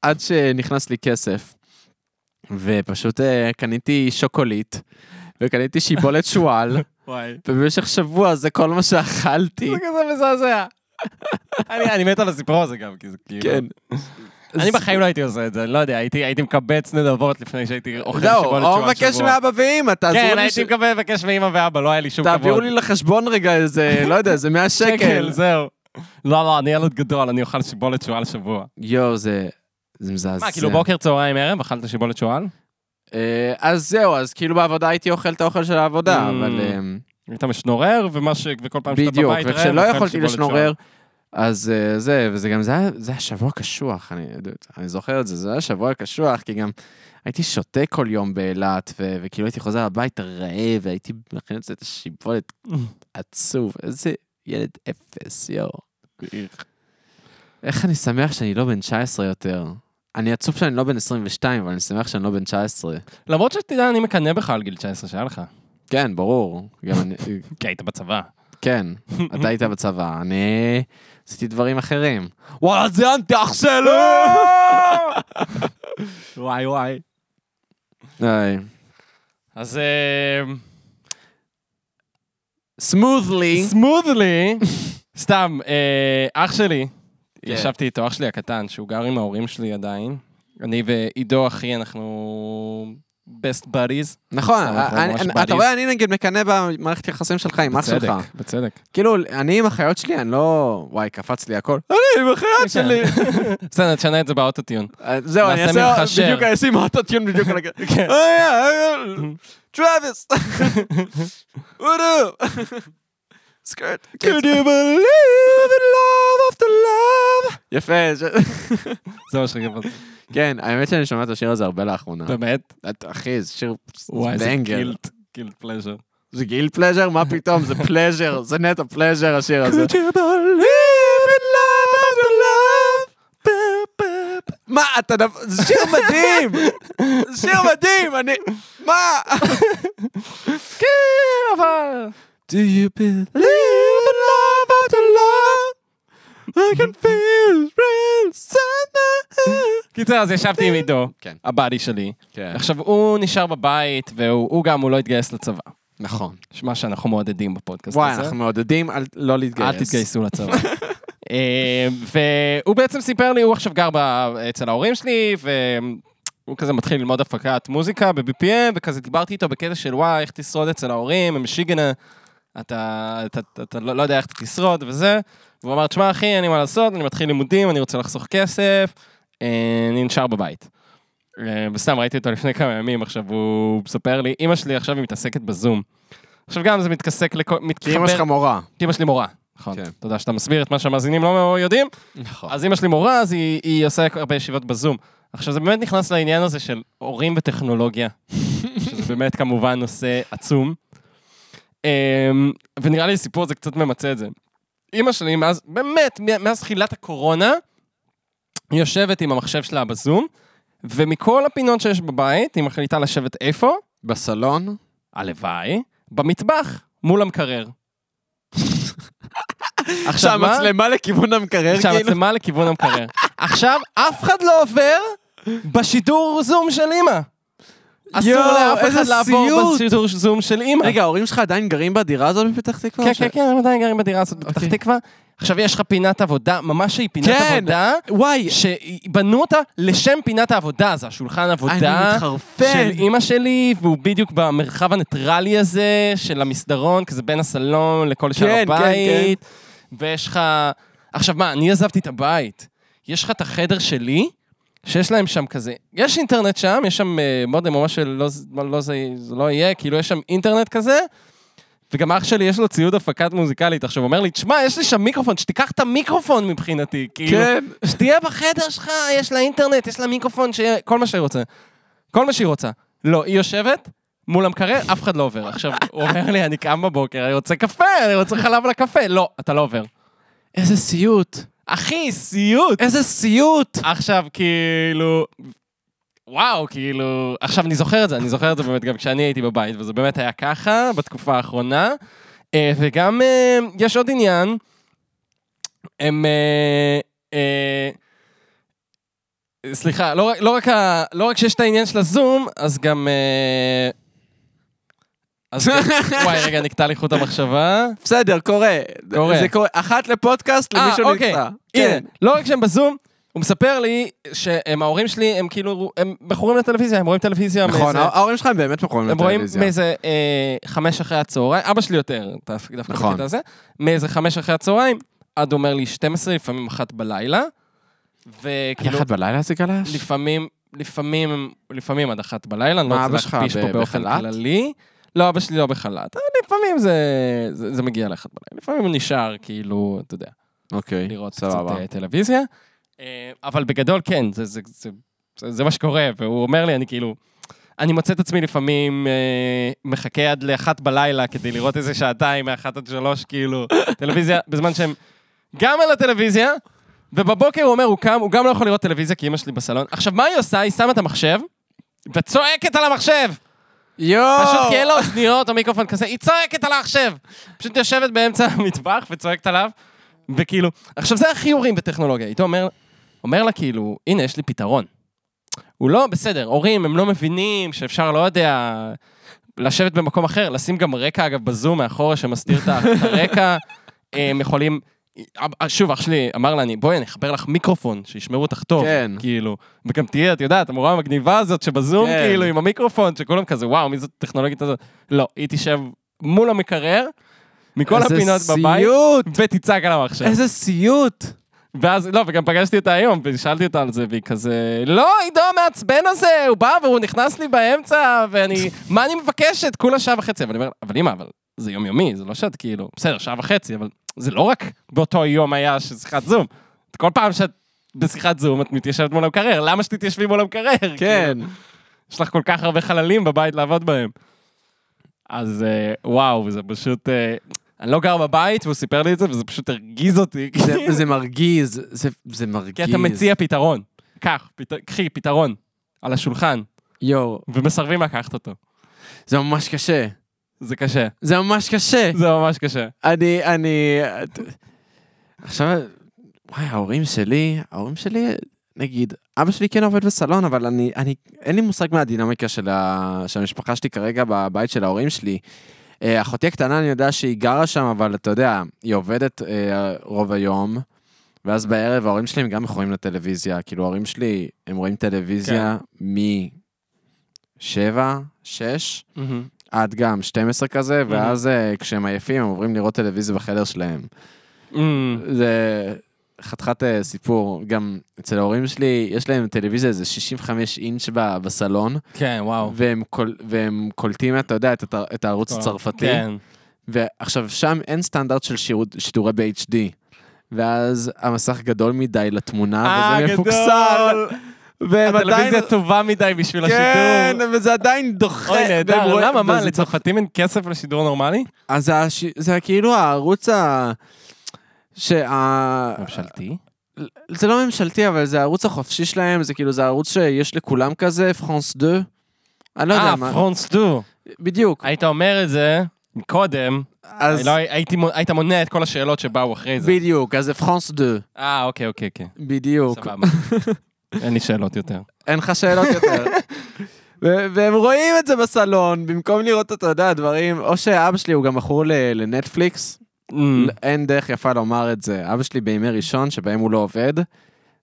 Speaker 2: עד שנכנס לי כסף. ופשוט אה, קניתי שוקולית, וקניתי
Speaker 3: <laughs>
Speaker 2: שיבולת שועל,
Speaker 3: וואי.
Speaker 2: ובמשך שבוע זה כל מה שאכלתי.
Speaker 3: <laughs> זה כזה מזעזע. אני אני מת על הסיפור הזה גם, כי זה כאילו...
Speaker 2: כן.
Speaker 3: אני בחיים לא הייתי עושה את זה, לא יודע, הייתי הייתי מקבץ נדבות לפני שהייתי אוכל שיבולת
Speaker 2: זהו,
Speaker 3: שבוע
Speaker 2: או מבקש מאבא ואמא, תעזרו
Speaker 3: כן,
Speaker 2: לי, ש-
Speaker 3: הייתי מקבל מבקש מאמא ואבא, לא היה לי שום כבוד.
Speaker 2: תעבירו לי לחשבון רגע איזה, לא יודע, איזה 100 שקל.
Speaker 3: <laughs> שקל, זהו. לא, לא, אני ילד גדול, אני אוכל שיבולת שועל שבוע.
Speaker 2: יואו, זה זה מזעזע.
Speaker 3: מה, כאילו בוקר, צהריים, ערב, אכלת שיבולת שועל?
Speaker 2: אה, אז זהו, אז כאילו בעבודה הייתי אוכל את האוכל של העבודה,
Speaker 3: Mm.
Speaker 2: אבל אה,
Speaker 3: היית משנורר, ומה ש... וכל פעם שאתה
Speaker 2: בדיוק,
Speaker 3: בבית רעב,
Speaker 2: וכשלא
Speaker 3: אוכל
Speaker 2: יכולתי
Speaker 3: שיבולת
Speaker 2: לשנורר,
Speaker 3: שועל.
Speaker 2: אז אה, זה, וזה גם, זה היה- זה היה שבוע קשוח, אני אני זוכר את זה, זה היה שבוע קשוח, כי גם הייתי שותה כל יום באילת, ו- וכאילו הייתי חוזר הביתה רעב, והייתי מכין את זה את השיבולת עצוב, איזה ילד אפס, יואו. איך אני שמח שאני לא בן 19 יותר. אני עצוב שאני לא בן 22, אבל אני שמח שאני לא בן 19.
Speaker 3: למרות שתדע, אני מקנא בך על גיל 19 שהיה לך.
Speaker 2: כן, ברור. גם אני,
Speaker 3: כי היית בצבא.
Speaker 2: כן, אתה היית בצבא, אני עשיתי דברים אחרים. וואלה, זה אנטח שלו!
Speaker 3: <laughs> וואי וואי.
Speaker 2: היי.
Speaker 3: אז אה,
Speaker 2: סמות'לי.
Speaker 3: סמודלי, סתם, אה, אח שלי,
Speaker 2: כן.
Speaker 3: ישבתי איתו, אח שלי הקטן, שהוא גר עם ההורים שלי עדיין. אני ועידו אחי, אנחנו best buddies.
Speaker 2: נכון,
Speaker 3: סתם, אנחנו
Speaker 2: אני-
Speaker 3: ממש
Speaker 2: אני- אתה
Speaker 3: buddies.
Speaker 2: רואה, אני נגיד מקנא במערכת יחסים שלך עם אח שלך.
Speaker 3: בצדק, בצדק.
Speaker 2: כאילו, אני עם החיות שלי, אני לא... וואי, קפץ לי הכל. אני עם
Speaker 3: כן.
Speaker 2: החיות שלי.
Speaker 3: בסדר, תשנה את זה באוטוטיון.
Speaker 2: אה, זהו, אני
Speaker 3: נעשה
Speaker 2: אעשה...
Speaker 3: ממך שם.
Speaker 2: בדיוק, אני אשים אוטוטיון בדיוק. על הג-
Speaker 3: כן.
Speaker 2: אה, אה, אה, טראביס. וואטו. סקרט. Could you believe in love after love? יפה. זה-
Speaker 3: זה מה שגברת.
Speaker 2: <laughs> כן, האמת שאני שומע את השיר הזה הרבה לאחרונה.
Speaker 3: באמת?
Speaker 2: את- אחי, זה שיר
Speaker 3: וואי, איזה
Speaker 2: בנגר. <laughs>
Speaker 3: קילט, קילט פלז'ר.
Speaker 2: זה גיל פלז'ר? מה פתאום? זה פלז'ר, זה נטו פלז'ר השיר הזה. מה, אתה דו... זה שיר מדהים! זה שיר מדהים, אני... מה?
Speaker 3: כן, אבל...
Speaker 2: Do you believe in love after love? I can feel it inside
Speaker 3: קיצר, אז ישבתי עם עידו,
Speaker 2: כן.
Speaker 3: הבאדי שלי.
Speaker 2: כן.
Speaker 3: עכשיו, הוא נשאר בבית, והוא הוא גם, הוא לא התגייס לצבא.
Speaker 2: נכון.
Speaker 3: מה שאנחנו מעודדים בפודקאסט
Speaker 2: וואי,
Speaker 3: הזה.
Speaker 2: אנחנו מעודדים על- לא להתגייס.
Speaker 3: אל תתגייסו לצבא. <laughs> אה, והוא בעצם סיפר לי, הוא עכשיו גר ב- אצל ההורים שלי, והוא כזה מתחיל ללמוד הפקת מוזיקה ב-BPM, וכזה דיברתי איתו בקטע של וואי, איך תשרוד אצל ההורים, הם שיגנה, אתה, אתה, אתה, אתה לא, לא יודע איך אתה תשרוד וזה. והוא אמר, תשמע אחי, אין לי מה לעשות, אני מתחיל לימודים, אני רוצה לחסוך כסף, אה, אני נשאר בבית. אה, וסתם ראיתי אותו לפני כמה ימים, עכשיו הוא מספר לי, אמא שלי עכשיו היא מתעסקת בזום. עכשיו גם זה מתכסק לכל...
Speaker 2: כי אמא
Speaker 3: מתחבר...
Speaker 2: שלך מורה.
Speaker 3: כי אמא שלי מורה. נכון.
Speaker 2: כן.
Speaker 3: תודה שאתה מסביר את מה שהמאזינים לא יודעים.
Speaker 2: נכון.
Speaker 3: אז אמא שלי מורה, אז היא, היא עושה הרבה ישיבות בזום. עכשיו, זה באמת נכנס לעניין הזה של הורים
Speaker 2: <laughs>
Speaker 3: וטכנולוגיה, שזה באמת כמובן נושא עצום. אמ, ונראה לי הסיפור הזה קצת ממצה את זה. אמא שלי, מאז, באמת, מ- מאז תחילת הקורונה, היא יושבת עם המחשב שלה בזום, ומכל הפינות שיש בבית, היא מחליטה לשבת איפה?
Speaker 2: בסלון?
Speaker 3: הלוואי, במטבח, מול המקרר. עכשיו מה?
Speaker 2: שהמצלמה לכיוון המקרר,
Speaker 3: עכשיו
Speaker 2: כאילו?
Speaker 3: המצלמה
Speaker 2: <laughs>
Speaker 3: לכיוון המקרר. עכשיו אף אחד לא עובר בשידור זום של אימא. אסור
Speaker 2: יואו,
Speaker 3: לאף אחד
Speaker 2: איזה
Speaker 3: לעבור
Speaker 2: סיוט.
Speaker 3: בשידור זום של אימא.
Speaker 2: רגע, ההורים שלך עדיין גרים בדירה הזאת מפתח תקווה?
Speaker 3: כן,
Speaker 2: ש-
Speaker 3: כן, כן, הם עדיין גרים בדירה הזאת בפתח
Speaker 2: אוקיי.
Speaker 3: תקווה. עכשיו יש לך פינת עבודה, ממש שהיא פינת
Speaker 2: כן.
Speaker 3: עבודה,
Speaker 2: וואי,
Speaker 3: שבנו אותה לשם פינת העבודה, זה השולחן
Speaker 2: אני
Speaker 3: עבודה. של
Speaker 2: מתחרפן.
Speaker 3: אימא שלי, והוא בדיוק במרחב הניטרלי הזה של המסדרון, כזה בין הסלון לכל שאר
Speaker 2: כן, כן,
Speaker 3: הבית. ויש לך... עכשיו מה, אני עזבתי את הבית. יש לך את החדר שלי, שיש להם שם כזה... יש אינטרנט שם, יש שם אה, מודם או משהו, לא, ז- לא, לא, זה, זה לא יהיה, כאילו יש שם אינטרנט כזה. וגם אח שלי יש לו ציוד הפקת מוזיקלית, עכשיו הוא אומר לי, תשמע, יש לי שם מיקרופון, שתיקח את המיקרופון מבחינתי, כאילו,
Speaker 2: כן.
Speaker 3: שתהיה בחדר שלך, יש לה אינטרנט, יש לה מיקרופון, שיהיה כל מה שהיא רוצה. כל מה שהיא רוצה. לא, היא יושבת מול המקרר, אף אחד לא עובר. עכשיו, הוא אומר לי, אני קם בבוקר, אני רוצה קפה, אני רוצה חלב לקפה. לא, אתה לא עובר.
Speaker 2: איזה סיוט.
Speaker 3: אחי, סיוט.
Speaker 2: איזה סיוט.
Speaker 3: עכשיו, כאילו... וואו, כאילו... עכשיו, אני זוכר את זה, אני זוכר את זה באמת גם כשאני הייתי בבית, וזה באמת היה ככה בתקופה האחרונה. אה, וגם אה, יש עוד עניין, הם... אה, אה, סליחה, לא, רק- לא, רק ה, לא רק שיש את העניין של הזום, אז גם... אה,
Speaker 2: <laughs>
Speaker 3: אז וואי, רגע, נקטע לי חוט המחשבה.
Speaker 2: בסדר, קורה.
Speaker 3: קורה.
Speaker 2: זה קורה. אחת לפודקאסט למישהו
Speaker 3: אוקיי.
Speaker 2: נקרא.
Speaker 3: הנה,
Speaker 2: כן.
Speaker 3: לא רק שהם בזום, הוא מספר לי שהם ההורים שלי, הם כאילו, הם מכורים לטלוויזיה, הם רואים טלוויזיה.
Speaker 2: נכון,
Speaker 3: מאיזה,
Speaker 2: ההורים שלך הם באמת מכורים
Speaker 3: הם רואים
Speaker 2: לטלוויזיה.
Speaker 3: מאיזה אה, חמש אחרי הצהריים, אבא שלי יותר, דווקא דווקא
Speaker 2: נכון.
Speaker 3: בקטע הזה, מאיזה חמש אחרי הצהריים, עד אומר לי 12, לפעמים אחת בלילה, וכאילו,
Speaker 2: יחד בלילה זה גלש?
Speaker 3: לפעמים, לפעמים, לפעמים עד אחת בלילה, אני
Speaker 2: מה,
Speaker 3: לא רוצה
Speaker 2: אבא שלך
Speaker 3: להכפיש פה
Speaker 2: ב-
Speaker 3: באופן
Speaker 2: בחל"ת?
Speaker 3: כללי. לא, אבא שלי לא בחל"ת, אבל לפעמים זה, זה, זה מגיע לאחת בלילה, לפעמים הוא נשאר, כאילו, אתה יודע.
Speaker 2: אוקיי,
Speaker 3: לראות קצת
Speaker 2: סבבה.
Speaker 3: אה, טלוויזיה. אה, אבל בגדול כן, זה, זה, זה, זה, זה מה שקורה, והוא אומר לי, אני כאילו... אני מוצא את עצמי לפעמים אה, מחכה עד לאחת בלילה כדי לראות איזה שעתיים מאחת עד שלוש,
Speaker 2: <laughs>
Speaker 3: כאילו, טלוויזיה, בזמן שהם גם על הטלוויזיה, ובבוקר הוא אומר, הוא קם, הוא גם לא יכול לראות טלוויזיה כי אמא שלי בסלון. עכשיו, מה היא עושה? היא שמה את המחשב, וצועקת על המחשב!
Speaker 2: יואו!
Speaker 3: פשוט כי אין לו אוזניות או מיקרופון כזה, היא צועקת על העכשב. פשוט יושבת באמצע המטבח וצועקת עליו, וכאילו... עכשיו, זה החיורים בטכנולוגיה. איתו אומר, אומר לה כאילו, הנה, יש לי פתרון. הוא לא, בסדר, הורים, הם לא מבינים שאפשר, לא יודע, לשבת במקום אחר, לשים גם רקע, אגב, בזום מאחורה שמסתיר את ה- את הרקע. <laughs> הם יכולים... שוב, אח שלי אמר לה, אני, בואי, אני אחבר לך מיקרופון, שישמעו אותך טוב.
Speaker 2: כן.
Speaker 3: כאילו, וגם תהיה, את יודעת, המורה המגניבה הזאת שבזום,
Speaker 2: כן.
Speaker 3: כאילו, עם המיקרופון, שכולם כזה, וואו, מי זאת הטכנולוגית הזאת? לא, היא תשב מול המקרר, מכל הפינות בבית, כן.
Speaker 2: איזה סיוט!
Speaker 3: ותצעק על המחשב.
Speaker 2: איזה סיוט!
Speaker 3: ואז, לא, וגם פגשתי אותה היום, ושאלתי אותה על זה, והיא כזה, לא, עידו המעצבן הזה, הוא בא והוא נכנס לי באמצע, ואני, מה אני מבקשת? כולה שעה וחצי. אבל אני אומר, אבל אמא, אבל זה יומיומי, זה לא שאת כאילו, בסדר, שעה וחצי, אבל זה לא רק באותו יום היה ששיחת זום. כל פעם שאת בשיחת זום, את מתיישבת מול המקרר, למה שתתיישבי מול המקרר? כאילו,
Speaker 2: כן.
Speaker 3: יש לך כל כך הרבה חללים בבית לעבוד בהם. אז אה, וואו, זה פשוט... אה, אני לא גר בבית, והוא סיפר לי את זה, וזה פשוט הרגיז אותי.
Speaker 2: זה, זה מרגיז, זה, זה מרגיז.
Speaker 3: כי אתה מציע פתרון. קח, פת... קחי, פתרון. על השולחן.
Speaker 2: יואו,
Speaker 3: ומסרבים לקחת אותו.
Speaker 2: זה ממש קשה.
Speaker 3: זה קשה.
Speaker 2: זה ממש קשה.
Speaker 3: זה ממש קשה.
Speaker 2: אני, אני... עכשיו, וואי, ההורים שלי, ההורים שלי, נגיד, אבא שלי כן עובד בסלון, אבל אני, אני, אין לי מושג מהדינמיקה של, ה, של המשפחה שלי כרגע בבית של ההורים שלי. אה, אחותי הקטנה, אני יודע שהיא גרה שם, אבל אתה יודע, היא עובדת אה, רוב היום, ואז בערב ההורים שלי הם גם מכורים לטלוויזיה. כאילו, ההורים שלי, הם רואים טלוויזיה מ-7, 6, עד גם 12 כזה, ואז אה, כשהם עייפים הם עוברים לראות טלוויזיה בחדר שלהם.
Speaker 3: Mm.
Speaker 2: זה חתיכת אה, סיפור. גם אצל ההורים שלי, יש להם טלוויזיה איזה 65 אינץ' ב- בסלון,
Speaker 3: כן, וואו.
Speaker 2: והם, קול, והם קולטים, אתה יודע, את, הת- את הערוץ הצרפתי.
Speaker 3: כן.
Speaker 2: ועכשיו, שם אין סטנדרט של שירות, שידורי ב-HD. ואז המסך גדול מדי לתמונה,
Speaker 3: אה,
Speaker 2: וזה
Speaker 3: גדול.
Speaker 2: מפוקסל. והם עדיין...
Speaker 3: הטלוויזיה טובה מדי בשביל
Speaker 2: כן,
Speaker 3: השידור.
Speaker 2: וזה עדיין דוחה.
Speaker 3: אוי,
Speaker 2: והם
Speaker 3: נהדר.
Speaker 2: רואים-
Speaker 3: למה, מה,
Speaker 2: וזה
Speaker 3: לצרפתים אין כסף לשידור נורמלי?
Speaker 2: אז זה הש... זה כאילו הערוץ ה... שה...
Speaker 3: ממשלתי.
Speaker 2: זה לא ממשלתי, אבל זה הערוץ החופשי שלהם, זה כאילו, זה הערוץ שיש לכולם כזה, פרנס דו. אני לא יודע
Speaker 3: אה,
Speaker 2: מה,
Speaker 3: פרונס דו.
Speaker 2: בדיוק.
Speaker 3: היית אומר את זה קודם,
Speaker 2: אז
Speaker 3: לא, הייתי מו- היית מונע את כל השאלות שבאו אחרי זה.
Speaker 2: בדיוק, אז זה פרנס דו,
Speaker 3: אה, אוקיי, אוקיי, אוקיי.
Speaker 2: בדיוק. <laughs>
Speaker 3: סבבה. אין לי שאלות יותר.
Speaker 2: אין לך שאלות
Speaker 3: <laughs>
Speaker 2: יותר. ו- והם רואים את זה בסלון, במקום לראות, אתה יודע, דברים, או שאבא שלי הוא גם מכור ל- לנטפליקס,
Speaker 3: Mm.
Speaker 2: אין דרך יפה לומר את זה. אבא שלי בימי ראשון, שבהם הוא לא עובד,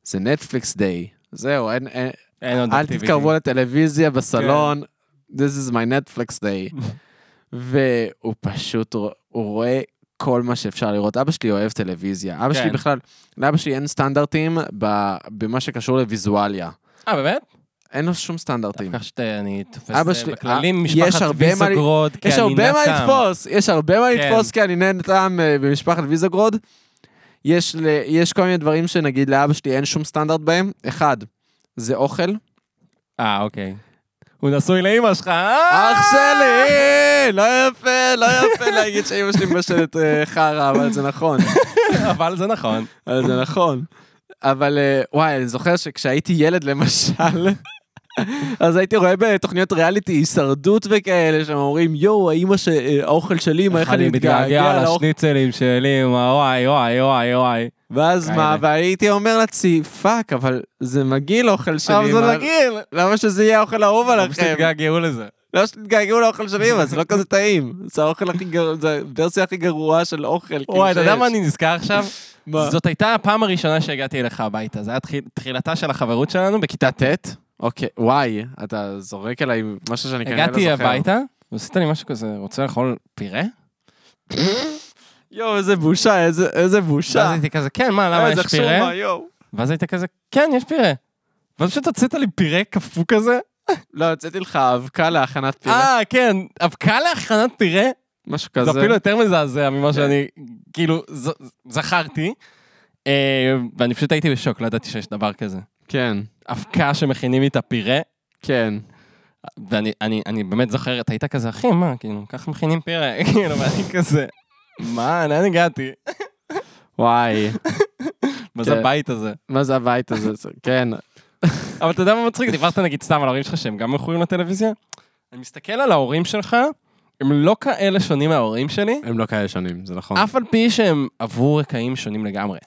Speaker 2: זה נטפליקס דיי. זהו, אין, אין,
Speaker 3: אין עוד
Speaker 2: אל
Speaker 3: אקטיביטי.
Speaker 2: תתקרבו לטלוויזיה בסלון,
Speaker 3: כן.
Speaker 2: This is my Netflix day.
Speaker 3: <laughs>
Speaker 2: והוא פשוט, רוא- הוא רואה כל מה שאפשר לראות. אבא שלי אוהב טלוויזיה. אבא שלי
Speaker 3: כן.
Speaker 2: בכלל, לאבא שלי אין סטנדרטים ב- במה שקשור לוויזואליה.
Speaker 3: אה, באמת?
Speaker 2: אין לו שום סטנדרטים.
Speaker 3: ככה שאתה, אני תופס
Speaker 2: אבא
Speaker 3: אה,
Speaker 2: שלי-
Speaker 3: בכללים,
Speaker 2: אה, יש
Speaker 3: משפחת
Speaker 2: הרבה מה ל-
Speaker 3: ויסגרוד, כי כן, אני
Speaker 2: יש
Speaker 3: נתם.
Speaker 2: הרבה מה לתפוס, יש הרבה מה
Speaker 3: כן.
Speaker 2: לתפוס, כי אני נהנתם במשפחת ויזגרוד. יש ל- יש כל מיני דברים שנגיד לאבא שלי אין שום סטנדרט בהם. אחד, זה אוכל.
Speaker 3: אה, אוקיי. הוא נשוי לאימא שלך, אה?
Speaker 2: אח שלי! לא יפה, לא יפה להגיד שאימא שלי מבשלת אה, חרא, אבל זה נכון.
Speaker 3: אבל זה נכון.
Speaker 2: אבל זה נכון. אבל אה, וואי, אני זוכר שכשהייתי ילד למשל, אז הייתי רואה בתוכניות ריאליטי הישרדות וכאלה, שהם אומרים, יואו, האימא ש... אה, האוכל של אימא, <laughs> איך אני מתגעגע לא- לאוכל.
Speaker 3: לשניצלים שלי, מה, וואי, וואי, וואי, וואי.
Speaker 2: ואז מה,
Speaker 3: כאלה.
Speaker 2: והייתי אומר לעצמי, פאק, אבל זה מגעיל אוכל של
Speaker 3: אבל
Speaker 2: אימא.
Speaker 3: זה כן. נגיל.
Speaker 2: למה שזה יהיה האוכל האהוב
Speaker 3: הם פשוט
Speaker 2: עליכם?
Speaker 3: התגעגעו לזה.
Speaker 2: לא שתתגעגעו לאוכל של אימא, זה לא כזה טעים. זה האוכל הכי גרוע, זה הוורסיה הכי גרועה של אוכל. כאילו,
Speaker 3: וואי, אתה יודע
Speaker 2: שיש.
Speaker 3: מה אני נזכר עכשיו?
Speaker 2: מה?
Speaker 3: זאת הייתה הפעם הראשונה שהגעתי אליך הביתה. זו הייתה תחיל- תחילתה של החברות שלנו בכיתה ט'.
Speaker 2: אוקיי, וואי, אתה זורק עליי משהו שאני כנראה לא זוכר.
Speaker 3: הגעתי הביתה, ועשית לי משהו כזה, רוצה לאכול פירה?
Speaker 2: יואו, איזה בושה, איזה- איזה בושה.
Speaker 3: ואז הייתי כזה, כן, מה, למה
Speaker 2: איזה
Speaker 3: יש פירה?
Speaker 2: חשומה, יואו.
Speaker 3: ואז הייתי כזה, כן, יש פירה. ואז פשוט הוצאת לי פירה קפוא כזה.
Speaker 2: לא, הוצאתי לך אבקה להכנת פירה,
Speaker 3: אה, כן, אבקה להכנת פירה?
Speaker 2: משהו
Speaker 3: זה
Speaker 2: כזה. כן.
Speaker 3: אפילו יותר מזעזע ממה שאני, כאילו, ז- זכרתי. אה, ואני פשוט הייתי בשוק, לא ידעתי שיש דבר כזה.
Speaker 2: כן,
Speaker 3: אבקה שמכינים איתה פירה,
Speaker 2: כן.
Speaker 3: ואני אני, אני באמת זוכר, אתה היית כזה, אחי, מה, כאילו, ככה מכינים פירה, <laughs> כאילו, ואני כזה, מה, לאן
Speaker 2: <laughs>
Speaker 3: הגעתי?
Speaker 2: וואי,
Speaker 3: מה זה
Speaker 2: כן.
Speaker 3: הבית הזה?
Speaker 2: מה זה הבית הזה? זה- כן.
Speaker 3: אבל אתה יודע מה מצחיק? דיברת נגיד סתם על ההורים שלך שהם גם מכורים לטלוויזיה? אני מסתכל על ההורים שלך, הם לא כאלה שונים מההורים שלי,
Speaker 2: הם לא כאלה שונים, זה נכון.
Speaker 3: אף על פי שהם עברו רקעים שונים לגמרי.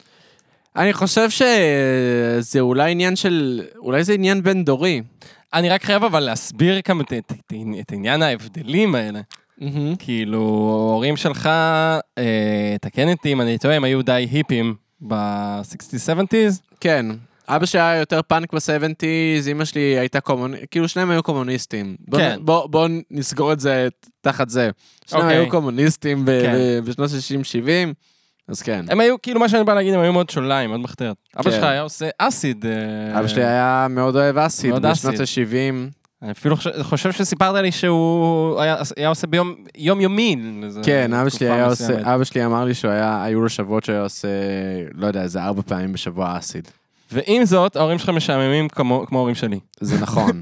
Speaker 2: אני חושב שזה אולי עניין של, אולי זה עניין בין דורי.
Speaker 3: אני רק חייב אבל להסביר כמה את, את, את, את עניין ההבדלים האלה. כאילו, ההורים שלך, אה, תקן אותי אם אני טועה, הם היו די היפים ב-60-70's.
Speaker 2: כן. אבא שלי היה יותר פאנק ב-70's, אמא שלי הייתה קומוניסטית, כאילו שניהם היו קומוניסטים. בוא,
Speaker 3: כן.
Speaker 2: בוא, בוא נסגור את זה תחת זה. שניהם
Speaker 3: אוקיי.
Speaker 2: היו קומוניסטים ב-
Speaker 3: כן.
Speaker 2: ב- בשנות 60-70, אז כן.
Speaker 3: הם היו, כאילו, מה שאני בא להגיד, הם היו מאוד שוליים, מאוד מחתרת. אבא
Speaker 2: כן.
Speaker 3: שלך היה עושה אסיד. אה,
Speaker 2: אבא שלי היה מאוד אוהב אסיד
Speaker 3: מאוד
Speaker 2: בשנות
Speaker 3: אסיד.
Speaker 2: ה-70.
Speaker 3: אני אפילו חושב- חושב שסיפרת לי שהוא היה, היה עושה ביום יום יומי. לזה
Speaker 2: כן, אבא שלי
Speaker 3: אה, תקופה
Speaker 2: היה
Speaker 3: מסוימת.
Speaker 2: עושה, אבא שלי אמר לי שהוא היה, היו לו שבועות שהוא היה עושה, לא יודע, איזה ארבע פעמים בשבוע אסיד.
Speaker 3: <laughs> ועם זאת, ההורים שלך משעממים כמו כמו ההורים שלי.
Speaker 2: זה נכון.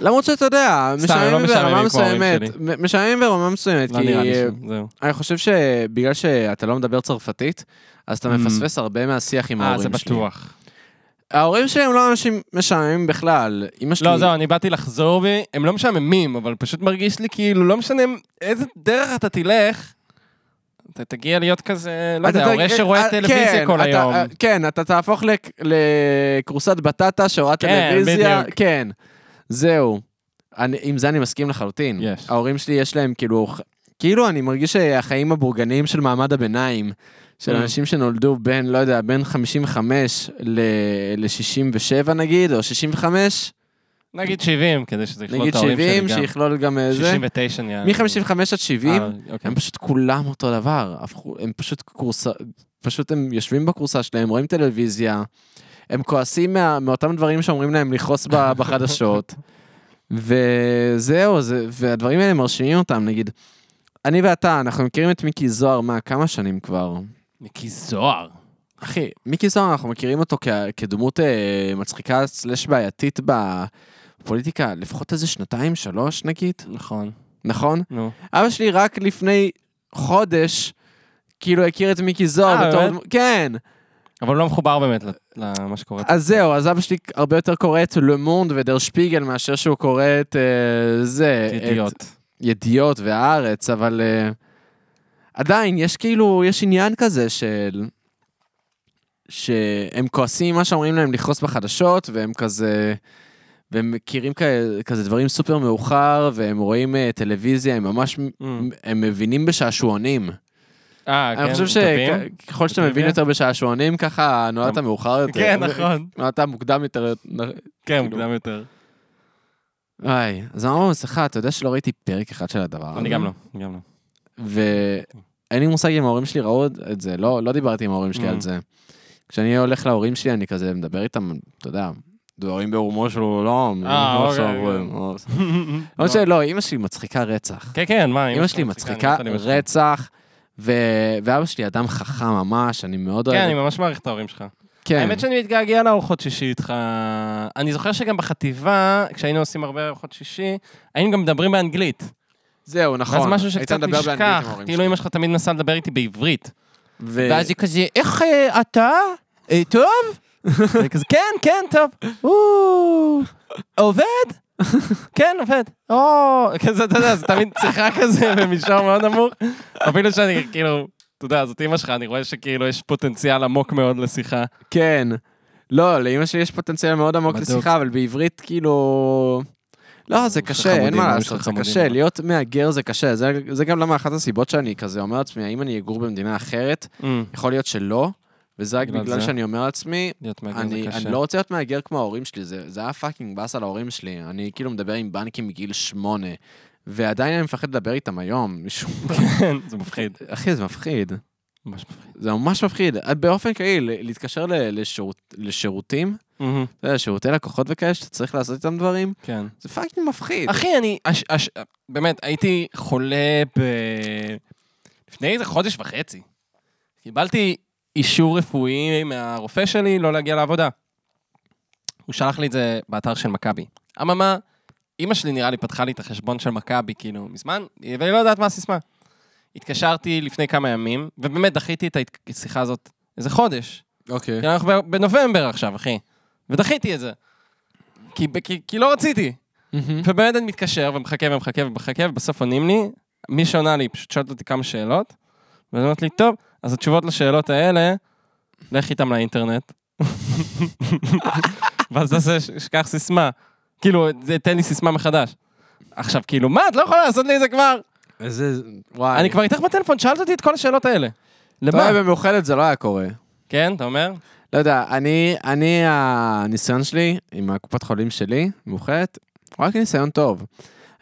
Speaker 2: למרות שאתה יודע,
Speaker 3: סתם, הם לא
Speaker 2: משעממים ברמה
Speaker 3: משעממים כמו ההורים
Speaker 2: מסוימת.
Speaker 3: שלי.
Speaker 2: מ- משעממים ברמה מסוימת,
Speaker 3: לא
Speaker 2: כי
Speaker 3: נראה לי שם, זהו.
Speaker 2: אני חושב שבגלל שאתה לא מדבר צרפתית, אז אתה
Speaker 3: Mm.
Speaker 2: מפספס הרבה מהשיח עם
Speaker 3: אה,
Speaker 2: ההורים
Speaker 3: זה
Speaker 2: שלי.
Speaker 3: בטוח.
Speaker 2: ההורים שלי הם לא אנשים משעממים בכלל. אמא שלי...
Speaker 3: לא, זהו, אני באתי לחזור בי, הם לא משעממים, אבל פשוט מרגיש לי כאילו, לא משנה איזה דרך אתה תלך, אתה תגיע להיות כזה, לא
Speaker 2: אתה
Speaker 3: יודע,
Speaker 2: ת-
Speaker 3: הורה
Speaker 2: אה,
Speaker 3: שרואה
Speaker 2: אה,
Speaker 3: טלוויזיה
Speaker 2: כן,
Speaker 3: כל
Speaker 2: אתה-
Speaker 3: היום.
Speaker 2: אה, כן, אתה תהפוך לק- לכורסת בטטה שרואה
Speaker 3: כן,
Speaker 2: טלוויזיה.
Speaker 3: בדיוק.
Speaker 2: כן, זהו. אני- עם זה אני מסכים לחלוטין.
Speaker 3: יש.
Speaker 2: ההורים שלי יש להם כאילו... ח- כאילו, אני מרגיש שהחיים הבורגניים של מעמד הביניים, של
Speaker 3: Mm.
Speaker 2: אנשים שנולדו בין, לא יודע, בין 55 ל-67 נגיד, או 65,
Speaker 3: נגיד 70, כדי שזה יכלול את
Speaker 2: נגיד
Speaker 3: ההורים שלי
Speaker 2: 70,
Speaker 3: גם.
Speaker 2: שיכלול גם אה, זה.
Speaker 3: 69 נראה לי.
Speaker 2: מ-55 עד 70,
Speaker 3: אה, אוקיי.
Speaker 2: הם פשוט כולם אותו דבר, הפכו, הם פשוט קורסה, פשוט הם יושבים בקורסה שלהם, רואים טלוויזיה, הם כועסים מה, מאותם דברים שאומרים להם לכעוס ב- בחדשות, וזהו, זה, והדברים האלה מרשימים אותם, נגיד, אני ואתה, אנחנו מכירים את מיקי זוהר, מה, כמה שנים כבר?
Speaker 3: מיקי זוהר.
Speaker 2: אחי, מיקי זוהר, אנחנו מכירים אותו כ- כדמות אה, מצחיקה סלש בעייתית בפוליטיקה, לפחות איזה שנתיים, שלוש נגיד,
Speaker 3: נכון.
Speaker 2: נכון?
Speaker 3: נו.
Speaker 2: אבא שלי רק לפני חודש, כאילו הכיר את מיקי זוהר
Speaker 3: אה,
Speaker 2: בתור...
Speaker 3: באמת?
Speaker 2: דמו- כן.
Speaker 3: אבל הוא לא מחובר באמת ל- למה שקורה.
Speaker 2: אז זהו, אז אבא שלי הרבה יותר קורא את Le Monde ודר שפיגל מאשר שהוא קורא את אה, זה. את
Speaker 3: ידיעות.
Speaker 2: ידיעות והארץ, אבל אה, עדיין יש כאילו, יש עניין כזה של... שהם כועסים ממה שאומרים להם לכעוס בחדשות, והם כזה... והם מכירים כ- כזה דברים סופר מאוחר, והם רואים אה, טלוויזיה, הם ממש
Speaker 3: Mm.
Speaker 2: הם מבינים בשעשועונים.
Speaker 3: אה, כן,
Speaker 2: אני חושב
Speaker 3: טובים.
Speaker 2: שככל שאתה מבין
Speaker 3: טובים,
Speaker 2: יותר בשעשועונים, ככה נולדת
Speaker 3: גם-
Speaker 2: מאוחר יותר.
Speaker 3: <laughs> כן, נכון.
Speaker 2: נולדת מוקדם יותר.
Speaker 3: כן,
Speaker 2: כאילו-
Speaker 3: מוקדם יותר.
Speaker 2: וואי, אז אמרנו במסכה, אתה יודע שלא ראיתי פרק אחד של הדבר הזה?
Speaker 3: אני גם לא, גם לא.
Speaker 2: ואין לי מושג אם ההורים שלי ראו את זה, לא, לא דיברתי עם ההורים שלי
Speaker 3: Mm.
Speaker 2: על זה. כשאני הולך להורים שלי, אני כזה מדבר איתם, אתה יודע, דברים בהומור שלו, לא,
Speaker 3: אה,
Speaker 2: לא
Speaker 3: אוקיי,
Speaker 2: עכשיו,
Speaker 3: אוקיי.
Speaker 2: לא. למרות שלא, אימא שלי מצחיקה רצח.
Speaker 3: כן, כן, מה,
Speaker 2: אמא שלי מצחיקה
Speaker 3: אני מת על אמא שלי.
Speaker 2: רצח, ו- ואבא שלי אדם חכם ממש, אני מאוד
Speaker 3: כן, אני
Speaker 2: אוהב...
Speaker 3: ממש מעריך את ההורים שלך.
Speaker 2: כן,
Speaker 3: האמת שאני מתגעגע לארוחות שישי איתך. אני זוכר שגם בחטיבה, כשהיינו עושים הרבה ארוחות שישי, היינו גם מדברים באנגלית.
Speaker 2: זהו, נכון.
Speaker 3: ואז משהו
Speaker 2: היית
Speaker 3: שקצת
Speaker 2: מדבר באנגלית עם
Speaker 3: נשכח,
Speaker 2: ההורים
Speaker 3: כאילו
Speaker 2: שלי.
Speaker 3: אמא שלך תמיד מנסה לדבר איתי בעברית.
Speaker 2: ו-
Speaker 3: ואז היא כזה, איך אה, אתה? אה, טוב? ואני כזה, כן, כן, טוב. "או, עובד? כן, עובד. או, כזה, אתה יודע, זה תמיד שיחה כזה במישור מאוד נמוך. אפילו שאני, כאילו, אתה יודע, זאת אימא שלך, אני רואה שכאילו יש פוטנציאל עמוק מאוד לשיחה.
Speaker 2: כן. לא, לאמא שלי יש פוטנציאל מאוד עמוק
Speaker 3: בדוק.
Speaker 2: לשיחה, אבל בעברית כאילו... לא, זה
Speaker 3: יש לך
Speaker 2: קשה, אין
Speaker 3: חמודים,
Speaker 2: מה
Speaker 3: יש
Speaker 2: לעשות,
Speaker 3: לך
Speaker 2: זה
Speaker 3: חמודים, אה.
Speaker 2: קשה,
Speaker 3: אבל.
Speaker 2: להיות מהגר זה קשה, זה- זה גם למה אחת הסיבות שאני כזה אומר לעצמי, האם אני אגור במדינה אחרת? יכול להיות שלא, וזה רק
Speaker 3: בגלל
Speaker 2: בגלל
Speaker 3: זה.
Speaker 2: שאני אומר לעצמי,
Speaker 3: להיות מהגר זה
Speaker 2: אני,
Speaker 3: קשה.
Speaker 2: אני לא רוצה להיות מהגר כמו ההורים שלי, זה, זה היה פאקינג באס על ההורים שלי. אני כאילו מדבר עם בנקים מגיל שמונה, ועדיין אני מפחד לדבר איתם היום. משום-
Speaker 3: כן, זה מפחיד.
Speaker 2: אחי, זה מפחיד.
Speaker 3: ממש מפחיד.
Speaker 2: זה ממש מפחיד. באופן כללי, ל- להתקשר ל- לשירות, לשירותים, אתה יודע, שירותי לקוחות וכאלה, שאתה צריך לעשות איתם דברים,
Speaker 3: כן.
Speaker 2: זה פאקינג מפחיד.
Speaker 3: אחי, אני... אש, אש, באמת, הייתי חולה ב... לפני איזה חודש וחצי. קיבלתי אישור רפואי מהרופא שלי לא להגיע לעבודה. הוא שלח לי את זה באתר של מכבי. אממה, אימא שלי נראה לי פתחה לי את החשבון של מכבי, כאילו, מזמן, ואני לא יודעת מה הסיסמה. התקשרתי לפני כמה ימים, ובאמת דחיתי את השיחה הזאת איזה חודש.
Speaker 2: אוקיי.
Speaker 3: כי אנחנו ב- בנובמבר עכשיו, אחי. ודחיתי את זה. כי, כי, כי לא רציתי. ובאמת אני מתקשר ומחכה ומחכה ומחכה, ובסוף עונים לי. מי שעונה לי פשוט שואלת אותי כמה שאלות, ואז אומרת לי, טוב, אז התשובות לשאלות האלה, לך איתם לאינטרנט. <laughs> ואז תעשה, ש- שכח סיסמה. כאילו, זה- תן לי סיסמה מחדש. עכשיו, כאילו, מה, את לא יכולה לעשות לי את זה כבר?
Speaker 2: איזה... וואי.
Speaker 3: אני כבר איתך בטלפון, שאלת אותי את כל השאלות האלה.
Speaker 2: אתה
Speaker 3: למה?
Speaker 2: יודע, במאוחדת זה לא היה קורה.
Speaker 3: כן, אתה אומר?
Speaker 2: לא יודע, אני, אני, הניסיון שלי עם הקופת חולים שלי, מאוחדת, הוא רק ניסיון טוב.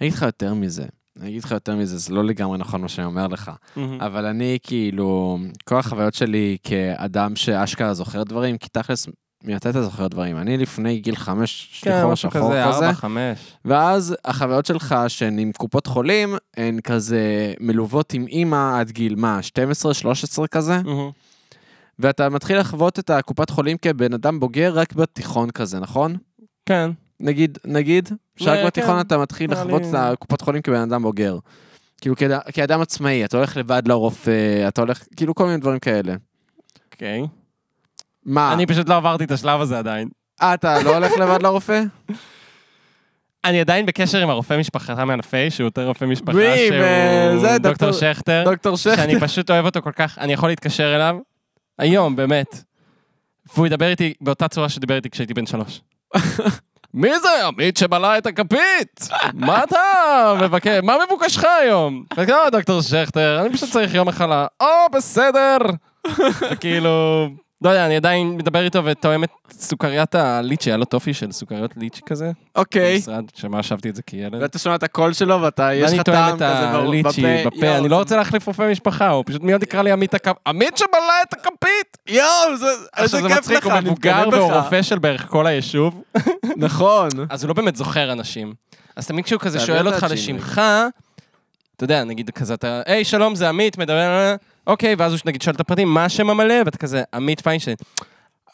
Speaker 2: אני אגיד לך יותר מזה. אני אגיד לך יותר מזה, זה לא לגמרי נכון מה שאני אומר לך.
Speaker 3: אה,
Speaker 2: אבל אני, כאילו, כל החוויות שלי כאדם שאשכרה זוכר דברים, כי תכלס, מתי אתה זוכר דברים? אני לפני גיל חמש,
Speaker 3: כן,
Speaker 2: שחור
Speaker 3: משהו
Speaker 2: שחור
Speaker 3: כזה,
Speaker 2: כזה,
Speaker 3: ארבע, חמש.
Speaker 2: ואז החוויות שלך, שהן עם קופות חולים, הן כזה מלוות עם אימא עד גיל, מה, 12-13 כזה? ואתה מתחיל לחוות את הקופת חולים כבן אדם בוגר רק בתיכון כזה, נכון?
Speaker 3: כן.
Speaker 2: נגיד, נגיד,
Speaker 3: אה,
Speaker 2: שרק בתיכון
Speaker 3: כן.
Speaker 2: אתה מתחיל
Speaker 3: נראה
Speaker 2: לחוות
Speaker 3: לי-
Speaker 2: את הקופת חולים כבן אדם בוגר. כאילו כד- כאדם עצמאי, אתה הולך לבד לרופא, אתה הולך, כאילו כל מיני דברים כאלה.
Speaker 3: אוקיי.
Speaker 2: מה,
Speaker 3: אני פשוט לא עברתי את השלב הזה עדיין.
Speaker 2: אה, אתה לא הולך לבד
Speaker 3: <laughs>
Speaker 2: לרופא?
Speaker 3: אני עדיין בקשר עם הרופא משפחתה מהנפי, שהוא יותר רופא משפחה,
Speaker 2: מי?
Speaker 3: שהוא
Speaker 2: זה
Speaker 3: דוקטור
Speaker 2: דוקטור-
Speaker 3: שכטר,
Speaker 2: דוקטור שכטר.
Speaker 3: שאני פשוט אוהב אותו כל כך, אני יכול להתקשר אליו, היום, באמת. והוא ידבר איתי באותה צורה שדיבר איתי כשהייתי בן שלוש. <laughs> מי זה עמית שבלע את הכפית? מה אתה מבקש? מה מבוקשך היום? לא, דוקטור שכטר, אני פשוט צריך יום מחלה. או, בסדר. כאילו, לא יודע, אני עדיין מדבר איתו ותואם את סוכריית הליצ'י, היה לו טופי של סוכריות ליצ'י כזה.
Speaker 2: אוקיי.
Speaker 3: במשרד, שמה ששבתי את זה כילד.
Speaker 2: ואתה שומע את הקול שלו ואתה, יש
Speaker 3: ואני
Speaker 2: לך
Speaker 3: טועם
Speaker 2: טעם
Speaker 3: את
Speaker 2: כזה ברור,
Speaker 3: הליצ'י בפה,
Speaker 2: יואו,
Speaker 3: אני
Speaker 2: זה-
Speaker 3: לא רוצה להחליף רופא משפחה, הוא פשוט מיד יקרא לי עמית הכפ... עמית שבלע את הכפית!
Speaker 2: יואו, זה- איזה
Speaker 3: עכשיו זה
Speaker 2: כיף
Speaker 3: מצחיק,
Speaker 2: לך,
Speaker 3: הוא
Speaker 2: אני
Speaker 3: מבוגר
Speaker 2: מתקנא
Speaker 3: והוא
Speaker 2: בך.
Speaker 3: רופא של בערך כל היישוב,
Speaker 2: נכון.
Speaker 3: אז הוא לא באמת זוכר אנשים. אז תמיד כשהוא כזה
Speaker 2: תעביר
Speaker 3: שואל
Speaker 2: את
Speaker 3: אותך
Speaker 2: הג'ינגל.
Speaker 3: לשמך, אתה יודע, נגיד כזה אתה, היי שלום זה עמית, מדבר, אוקיי, ואז הוא נגיד שואל את הפרטים, מה השם המלא? ואתה כזה, עמית פיינשטיין.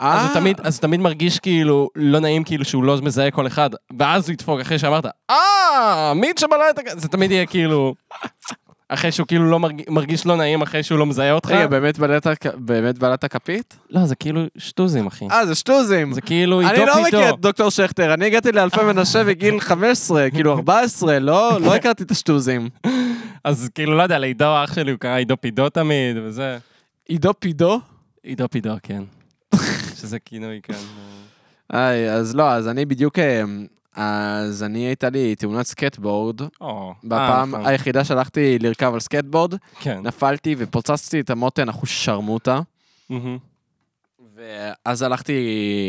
Speaker 3: אז הוא
Speaker 2: אה,
Speaker 3: תמיד, אז הוא תמיד מרגיש כאילו לא נעים כאילו שהוא לא מזהה כל אחד, ואז הוא ידפוק אחרי שאמרת, אה, עמית שבלע את הכ... זה תמיד יהיה כאילו, אחרי שהוא כאילו לא מרג... מרגיש לא נעים, אחרי שהוא לא מזהה אותך.
Speaker 2: רגע, אה, באמת בלעת הכ- באמת בלעת הכפית?
Speaker 3: לא, זה כאילו שטוזים, אחי.
Speaker 2: אה, זה שטוזים.
Speaker 3: זה כאילו עידו
Speaker 2: אני
Speaker 3: פיתו.
Speaker 2: לא מכיר את דוקטור שכטר, אני הגעתי לאלפי מנשה בגיל 15, כאילו 14, לא לא הכרתי את השטוזים.
Speaker 3: אז כאילו, לא יודע, לעידו אח שלי הוא קרא עידו פידו תמיד, וזה.
Speaker 2: עידו פידו?
Speaker 3: עידו פידו, כן. <laughs> שזה כינוי כן. כאן.
Speaker 2: היי, אז לא, אז אני בדיוק... אה, אז אני הייתה לי תאונת סקטבורד,
Speaker 3: או.
Speaker 2: בפעם
Speaker 3: אה, נכון.
Speaker 2: היחידה שהלכתי לרכב על סקטבורד,
Speaker 3: כן.
Speaker 2: נפלתי ופוצצתי את המותן אחושרמוטה.
Speaker 3: מהמם.
Speaker 2: ואז הלכתי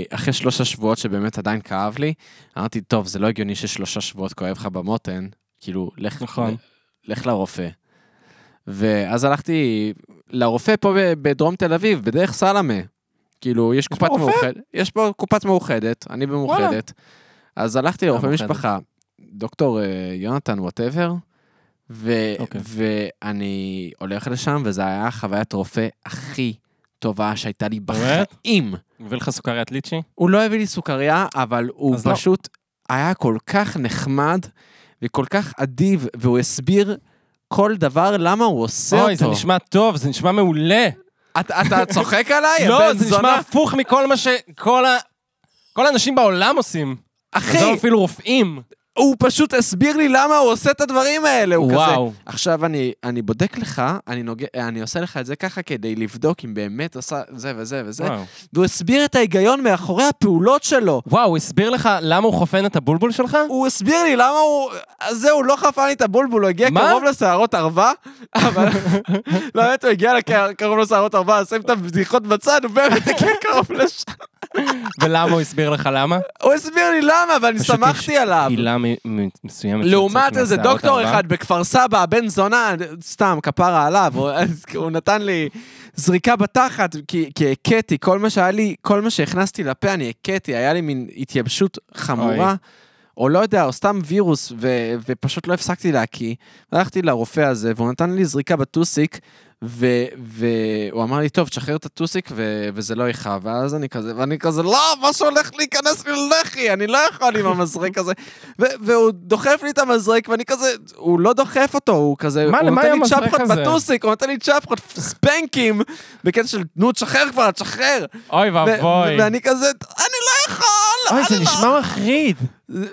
Speaker 2: אחרי שלושה שבועות שבאמת עדיין כאב לי, אמרתי, טוב, זה לא הגיוני ששלושה שבועות כואב לך במותן, כאילו, לך,
Speaker 3: נכון.
Speaker 2: לך לרופא. ואז הלכתי לרופא פה ב- בדרום תל אביב, בדרך סלמה. כאילו, יש קופת
Speaker 3: רופא?
Speaker 2: מאוחדת, יש פה קופת מאוחדת, אני במאוחדת. אז הלכתי לרופא
Speaker 3: מאוחדת.
Speaker 2: משפחה, דוקטור אה, יונתן וואטאבר, ו-
Speaker 3: אוקיי.
Speaker 2: ואני הולך לשם, וזו הייתה חוויית רופא הכי טובה שהייתה לי
Speaker 3: באמת?
Speaker 2: בחיים.
Speaker 3: מביא לך סוכריית ליצ'י?
Speaker 2: הוא לא הביא לי סוכריה, אבל הוא
Speaker 3: אז לא.
Speaker 2: פשוט היה כל כך נחמד וכל כך אדיב, והוא הסביר כל דבר למה הוא עושה
Speaker 3: אוי, זה
Speaker 2: אותו.
Speaker 3: נשמע טוב, זה נשמע מעולה.
Speaker 2: אתה,
Speaker 3: <laughs>
Speaker 2: אתה צוחק עליי?
Speaker 3: לא,
Speaker 2: הבן
Speaker 3: זה נשמע
Speaker 2: זונה?
Speaker 3: הפוך מכל מה ש... כל ה... כל האנשים בעולם עושים.
Speaker 2: אחי,
Speaker 3: עזוב אפילו רופאים.
Speaker 2: הוא פשוט הסביר לי למה הוא עושה את הדברים האלה. הוא
Speaker 3: וואו.
Speaker 2: כזה, עכשיו אני, אני בודק לך, אני, נוג... אני עושה לך את זה ככה כדי לבדוק אם באמת עשה זה וזה וזה.
Speaker 3: וואו.
Speaker 2: והוא הסביר את ההיגיון מאחורי הפעולות שלו.
Speaker 3: וואו, הוא הסביר לך למה הוא חופן את הבולבול שלך?
Speaker 2: הוא הסביר לי למה הוא... אז זהו, לא חפן לי את הבולבול, הוא הגיע
Speaker 3: מה?
Speaker 2: קרוב לשערות ערווה, אבל... לא, באמת, הוא הגיע לק- קרוב לשערות ערווה, אז שים את הבדיחות בצד, הוא באמת הגיע קרוב לש...
Speaker 3: ולמה הוא הסביר לך למה?
Speaker 2: הוא הסביר לי למה, אבל אני
Speaker 3: פשוט
Speaker 2: שמחתי
Speaker 3: יש
Speaker 2: עליו.
Speaker 3: עילה מ- מ- מסוימת.
Speaker 2: לעומת
Speaker 3: שיוצאת
Speaker 2: איזה
Speaker 3: מהשערות
Speaker 2: דוקטור
Speaker 3: הרבה.
Speaker 2: אחד בכפר סבא, הבן זונה, סתם, כפרה עליו, הוא- אז הוא נתן לי זריקה בתחת, כי כי הכיתי, כל מה שהיה לי, כל מה שהכנסתי לפה אני הכיתי, היה לי מין התייבשות חמורה,
Speaker 3: אוי.
Speaker 2: או לא יודע, או סתם וירוס, ו- ופשוט לא הפסקתי להקיא. הלכתי לרופא הזה, והוא נתן לי זריקה בטוסיק, ו- והוא אמר לי, טוב, תשחרר את הטוסיק ו- וזה לא יכאב. ואז אני כזה, ואני כזה, לא, משהו הולך להיכנס לי ללחי, אני לא יכול עם המזרק הזה. ו- והוא דוחף לי את המזרק, ואני כזה, הוא לא דוחף אותו, הוא כזה,
Speaker 3: מה-
Speaker 2: הוא
Speaker 3: למה
Speaker 2: נותן
Speaker 3: היה
Speaker 2: לי
Speaker 3: המזרק
Speaker 2: צ'פחות
Speaker 3: הזה?
Speaker 2: בטוסיק, הוא נותן לי צ'פחות, ספנקים, בקטע של, נו, תשחרר כבר, תשחרר.
Speaker 3: אוי
Speaker 2: ו-
Speaker 3: ואבוי.
Speaker 2: ו- ואני כזה, אני לא יכול,
Speaker 3: אוי, זה
Speaker 2: אני לא-"
Speaker 3: נשמע מחריד.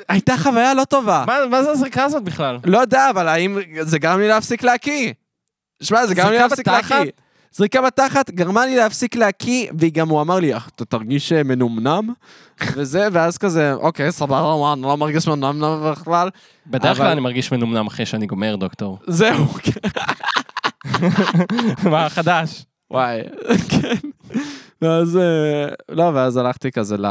Speaker 2: הייתה חוויה לא טובה.
Speaker 3: מה- מה זה הזריקה הזאת בכלל?
Speaker 2: לא יודע, אבל האם זה גרם לי להפסיק להקיא? שמע, זה גרם לי
Speaker 3: זריקה
Speaker 2: להפסיק
Speaker 3: בתחת?
Speaker 2: להקיא. זריקה בתחת גרמה לי להפסיק להקיא, והיא גם, הוא אמר לי, "אך, אתה תרגיש אה,
Speaker 3: <laughs>
Speaker 2: מנומנם? וזה, ואז כזה, אוקיי, סבבה, מה, אני לא מרגיש מנומנם בכלל.
Speaker 3: בדרך
Speaker 2: אבל-
Speaker 3: כלל אני מרגיש מנומנם אחרי שאני גומר,
Speaker 2: <laughs>
Speaker 3: דוקטור.
Speaker 2: זהו, כן.
Speaker 3: מה חדש?
Speaker 2: וואי, <laughs> כן. ואז, אה, לא, ואז הלכתי כזה ל...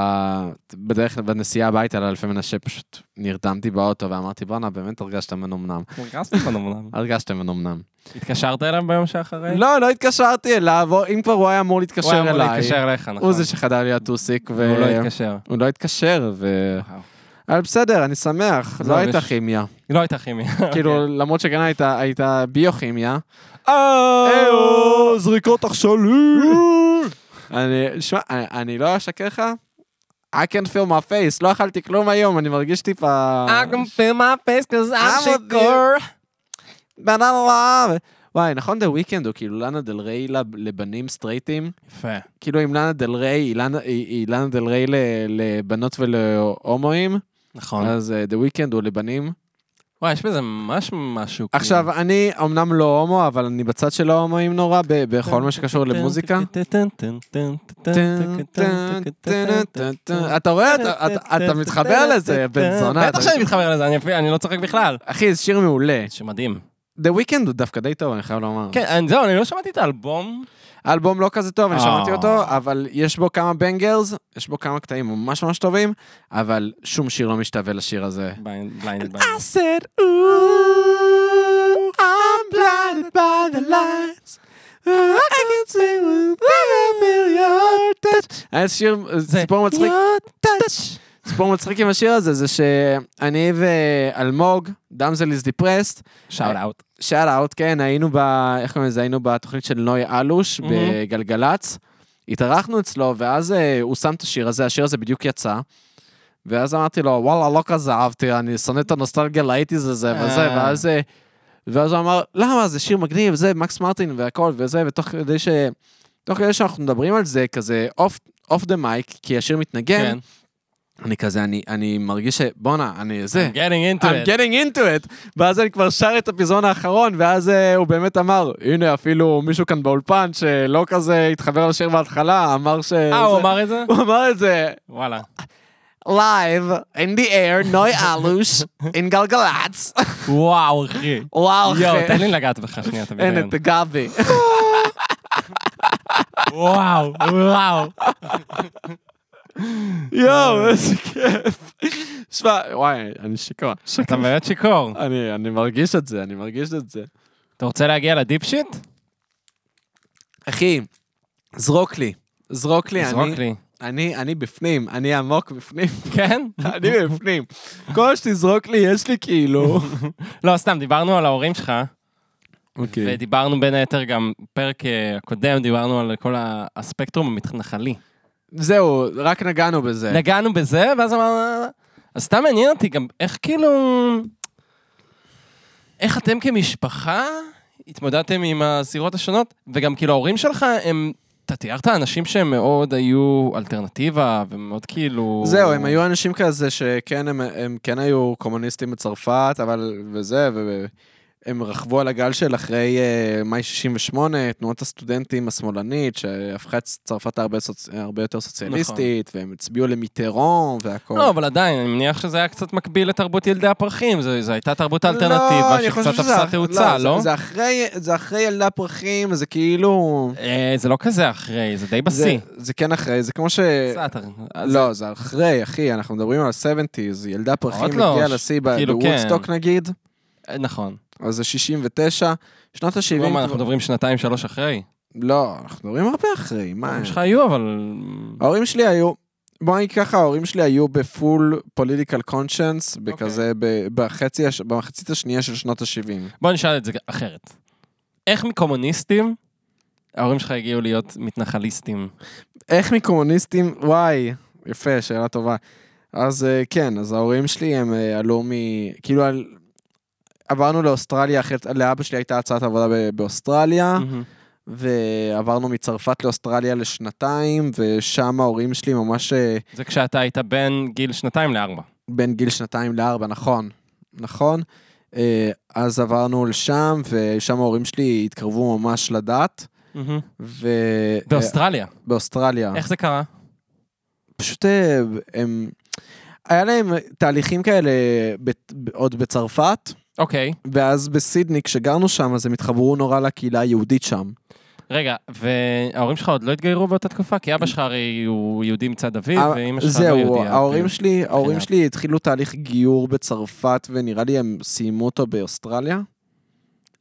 Speaker 2: בדרך כלל בנסיעה הביתה לאלפי מנשה, פשוט נרדמתי באוטו ואמרתי, בואנה, באמת הרגשת מנומנם.
Speaker 3: הרגשתי מנומנם.
Speaker 2: הרגשת מנומנם.
Speaker 3: התקשרת אליו ביום שאחרי?
Speaker 2: לא, לא התקשרתי אליו, או- אם כבר הוא היה אמור להתקשר
Speaker 3: כן. הוא
Speaker 2: אליי.
Speaker 3: היה אמור להתקשר אליך, נכון.
Speaker 2: הוא זה שחדר לי הטוסיק, ו...
Speaker 3: והוא לא התקשר.
Speaker 2: הוא לא התקשר, ו...
Speaker 3: וואו.
Speaker 2: אבל בסדר, אני שמח,
Speaker 3: עזוב,
Speaker 2: לא הייתה
Speaker 3: יש-
Speaker 2: <laughs> כימיה.
Speaker 3: לא הייתה כימיה.
Speaker 2: כאילו, למרות שכן הייתה- הייתה ביוכימיה. Oh. אה,
Speaker 3: אוקיי.
Speaker 2: זריקות עכשלי! אני, שמע, אני- אני לא אשקר לך, I can feel my face, לא אכלתי כלום היום, אני מרגיש טיפה...
Speaker 3: I can feel my face cause I'm
Speaker 2: I'm a
Speaker 3: שיכור.
Speaker 2: בננה לאב. וואי, נכון דה וויקנד הוא כאילו לאנה דל ריי לב- לבנים סטרייטים?
Speaker 3: יפה.
Speaker 2: כאילו אם לאנה דל ריי היא לאנה- היא היא לאנה דל ריי ל- לבנות ולהומואים,
Speaker 3: נכון.
Speaker 2: אז דה וויקנד הוא לבנים.
Speaker 3: וואי, יש בזה ממש משהו. כאילו.
Speaker 2: עכשיו, אני אמנם לא הומו, אבל אני בצד של ההומואים נורא ב- בכל מה שקשור למוזיקה. אתה רואה? אתה- אתה- אתה מתחבר לזה, בן זונה.
Speaker 3: בטח שאני מתחבר לזה, אני אפילו- אני לא צוחק בכלל.
Speaker 2: אחי, זה שיר מעולה.
Speaker 3: שמדהים.
Speaker 2: The Weeknd הוא דווקא די טוב, אני חייב לומר.
Speaker 3: כן, אני- זהו, אני לא שמעתי את האלבום.
Speaker 2: האלבום לא כזה טוב, אני
Speaker 3: אה.
Speaker 2: שמעתי אותו, אבל יש בו כמה בנגרס, יש בו כמה קטעים ממש ממש טובים, אבל שום שיר לא משתווה לשיר הזה.
Speaker 3: בליינד
Speaker 2: I said, ooh, I'm blinded by the lights. I can see when I feel your touch. היה שיר, אה, סיפור מצחיק. touch. סיפור מצחיק עם השיר הזה, זה שאני ואלמוג, דאמזל is depressed,
Speaker 3: שאוט אאוט.
Speaker 2: שאל אאוט, כן, היינו ב... איך קוראים לזה? היינו בתוכנית של נוי אלוש
Speaker 3: Mhm.
Speaker 2: בגלגלצ. התארחנו אצלו, ואז אה, הוא שם את השיר הזה, השיר הזה בדיוק יצא. ואז אמרתי לו, וואלה, לא כזה אהבתי, אני שונא את הנוסטלגיה לאיטיז הזה
Speaker 3: אה.
Speaker 2: וזה, ואז... אה, ואז הוא אמר, למה, זה שיר מגניב, זה מקס מרטין והכל וזה, ותוך כדי ש... תוך כדי שאנחנו מדברים על זה, כזה אוף דה מייק, כי השיר מתנגן,
Speaker 3: כן.
Speaker 2: אני כזה, אני- אני מרגיש שבואנה, אני זה,
Speaker 3: I'm getting into
Speaker 2: I'm
Speaker 3: it.
Speaker 2: getting into it. ואז אני כבר שר את הפזמון האחרון, ואז אה, הוא באמת אמר, הנה אפילו מישהו כאן באולפן שלא כזה התחבר לשיר בהתחלה, אמר ש...
Speaker 3: אה, הוא
Speaker 2: זה-
Speaker 3: אמר את זה?
Speaker 2: הוא אמר את זה,
Speaker 3: וואלה.
Speaker 2: live, in the air, נוי אלוש, in גלגלצ.
Speaker 3: וואו, אחי.
Speaker 2: <laughs> וואו,
Speaker 3: יואו,
Speaker 2: אחי.
Speaker 3: תן לי לגעת בך שנייה, אתה
Speaker 2: אין
Speaker 3: מבין.
Speaker 2: את גבי.
Speaker 3: וואו, וואו.
Speaker 2: יואו, איזה כיף. שמע, וואי, אני שיכור.
Speaker 3: אתה באמת שיכור.
Speaker 2: אני אני מרגיש את זה, אני מרגיש את זה.
Speaker 3: אתה רוצה להגיע לדיפ שיט?
Speaker 2: אחי, זרוק לי. זרוק לי,
Speaker 3: תזרוק
Speaker 2: כן, אני-
Speaker 3: לי.
Speaker 2: אני, אני בפנים, אני עמוק בפנים,
Speaker 3: כן?
Speaker 2: אני בפנים. כל שתזרוק לי, יש לי כאילו...
Speaker 3: לא, סתם, דיברנו על ההורים שלך,
Speaker 2: אוקיי.
Speaker 3: ודיברנו בין היתר גם, פרק אה, הקודם, דיברנו על כל ה- הספקטרום המתנחלי.
Speaker 2: זהו, רק נגענו בזה.
Speaker 3: נגענו בזה, ואז אמרנו... "אה, אז סתם מעניין אותי גם איך כאילו... איך אתם כמשפחה התמודדתם עם הזירות השונות, וגם כאילו ההורים שלך הם... אתה תיארת אנשים שהם מאוד היו אלטרנטיבה, ומאוד כאילו...
Speaker 2: זהו, הם היו אנשים כזה שכן, הם, הם כן היו קומוניסטים בצרפת, אבל... וזה, והם רכבו על הגל של אחרי uh, מאי 68, תנועת הסטודנטים השמאלנית, שהפכה את צרפת להרבה סוצ... הרבה יותר סוציאליסטית, והם הצביעו למיטרון והכל.
Speaker 3: נכון. לא, אבל עדיין, אני מניח שזה היה קצת מקביל לתרבות ילדי הפרחים, זו זו הייתה תרבות
Speaker 2: לא,
Speaker 3: האלטרנטיבה
Speaker 2: אני חושב
Speaker 3: שקצת
Speaker 2: שזה-
Speaker 3: תפסה תאוצה,
Speaker 2: זה-
Speaker 3: לא?
Speaker 2: זה אחרי- זה אחרי ילדה פרחים, זה כאילו...
Speaker 3: אה, זה לא כזה אחרי, זה די
Speaker 2: זה,
Speaker 3: בשיא.
Speaker 2: זה כן אחרי, זה כמו ש...
Speaker 3: קצת, אז-
Speaker 2: לא, זה אחרי, אחי, אנחנו מדברים על ה-70's, ילדה פרחים
Speaker 3: עוד לא,
Speaker 2: הגיעה
Speaker 3: ש-
Speaker 2: לשיא
Speaker 3: כאילו,
Speaker 2: בוודסטוק נגיד,
Speaker 3: אה, נכון.
Speaker 2: אז זה 69, שנות ה-70...
Speaker 3: לא, מה, אנחנו מדברים שנתיים, שלוש אחרי?
Speaker 2: לא, אנחנו מדברים הרבה אחרי, מה?
Speaker 3: ההורים שלך היו, אבל...
Speaker 2: ההורים שלי היו... בוא נגיד ככה, ההורים שלי היו בפול פוליטיקל קונשנס,
Speaker 3: אוקיי.
Speaker 2: בכזה, ב- בחצי הש- במחצית השנייה של שנות ה-70.
Speaker 3: בוא נשאל את זה אחרת. איך מקומוניסטים ההורים שלך הגיעו להיות מתנחליסטים?
Speaker 2: איך מקומוניסטים, וואי, יפה, שאלה טובה. אז אה, כן, אז ההורים שלי הם אה, עלו מ... כאילו, על... עברנו לאוסטרליה, אחרי... לאבא שלי הייתה הצעת עבודה ב- באוסטרליה,
Speaker 3: מהמם.
Speaker 2: ועברנו מצרפת לאוסטרליה לשנתיים, ושם ההורים שלי ממש אה,
Speaker 3: זה כשאתה היית בין גיל שנתיים לארבע.
Speaker 2: בין גיל שנתיים לארבע, נכון, נכון. אה, אז עברנו לשם, ושם ההורים שלי התקרבו ממש לדת,
Speaker 3: מהמם.
Speaker 2: ו...
Speaker 3: באוסטרליה.
Speaker 2: אה, באוסטרליה.
Speaker 3: איך זה קרה?
Speaker 2: פשוט אה, הם... היה להם תהליכים כאלה בת- עוד בצרפת,
Speaker 3: אוקיי.
Speaker 2: ואז בסידני, כשגרנו שם, אז הם התחברו נורא לקהילה היהודית שם.
Speaker 3: רגע, וההורים שלך עוד לא התגיירו באותה תקופה? כי אבא שלך הרי הוא יהודי מצד אביו,
Speaker 2: אה,
Speaker 3: ואימא שלך לא יהודייה.
Speaker 2: זהו, ההורים
Speaker 3: כאילו.
Speaker 2: שלי, ההורים
Speaker 3: מבחינת-
Speaker 2: שלי התחילו תהליך גיור בצרפת, ונראה לי הם סיימו אותו באוסטרליה.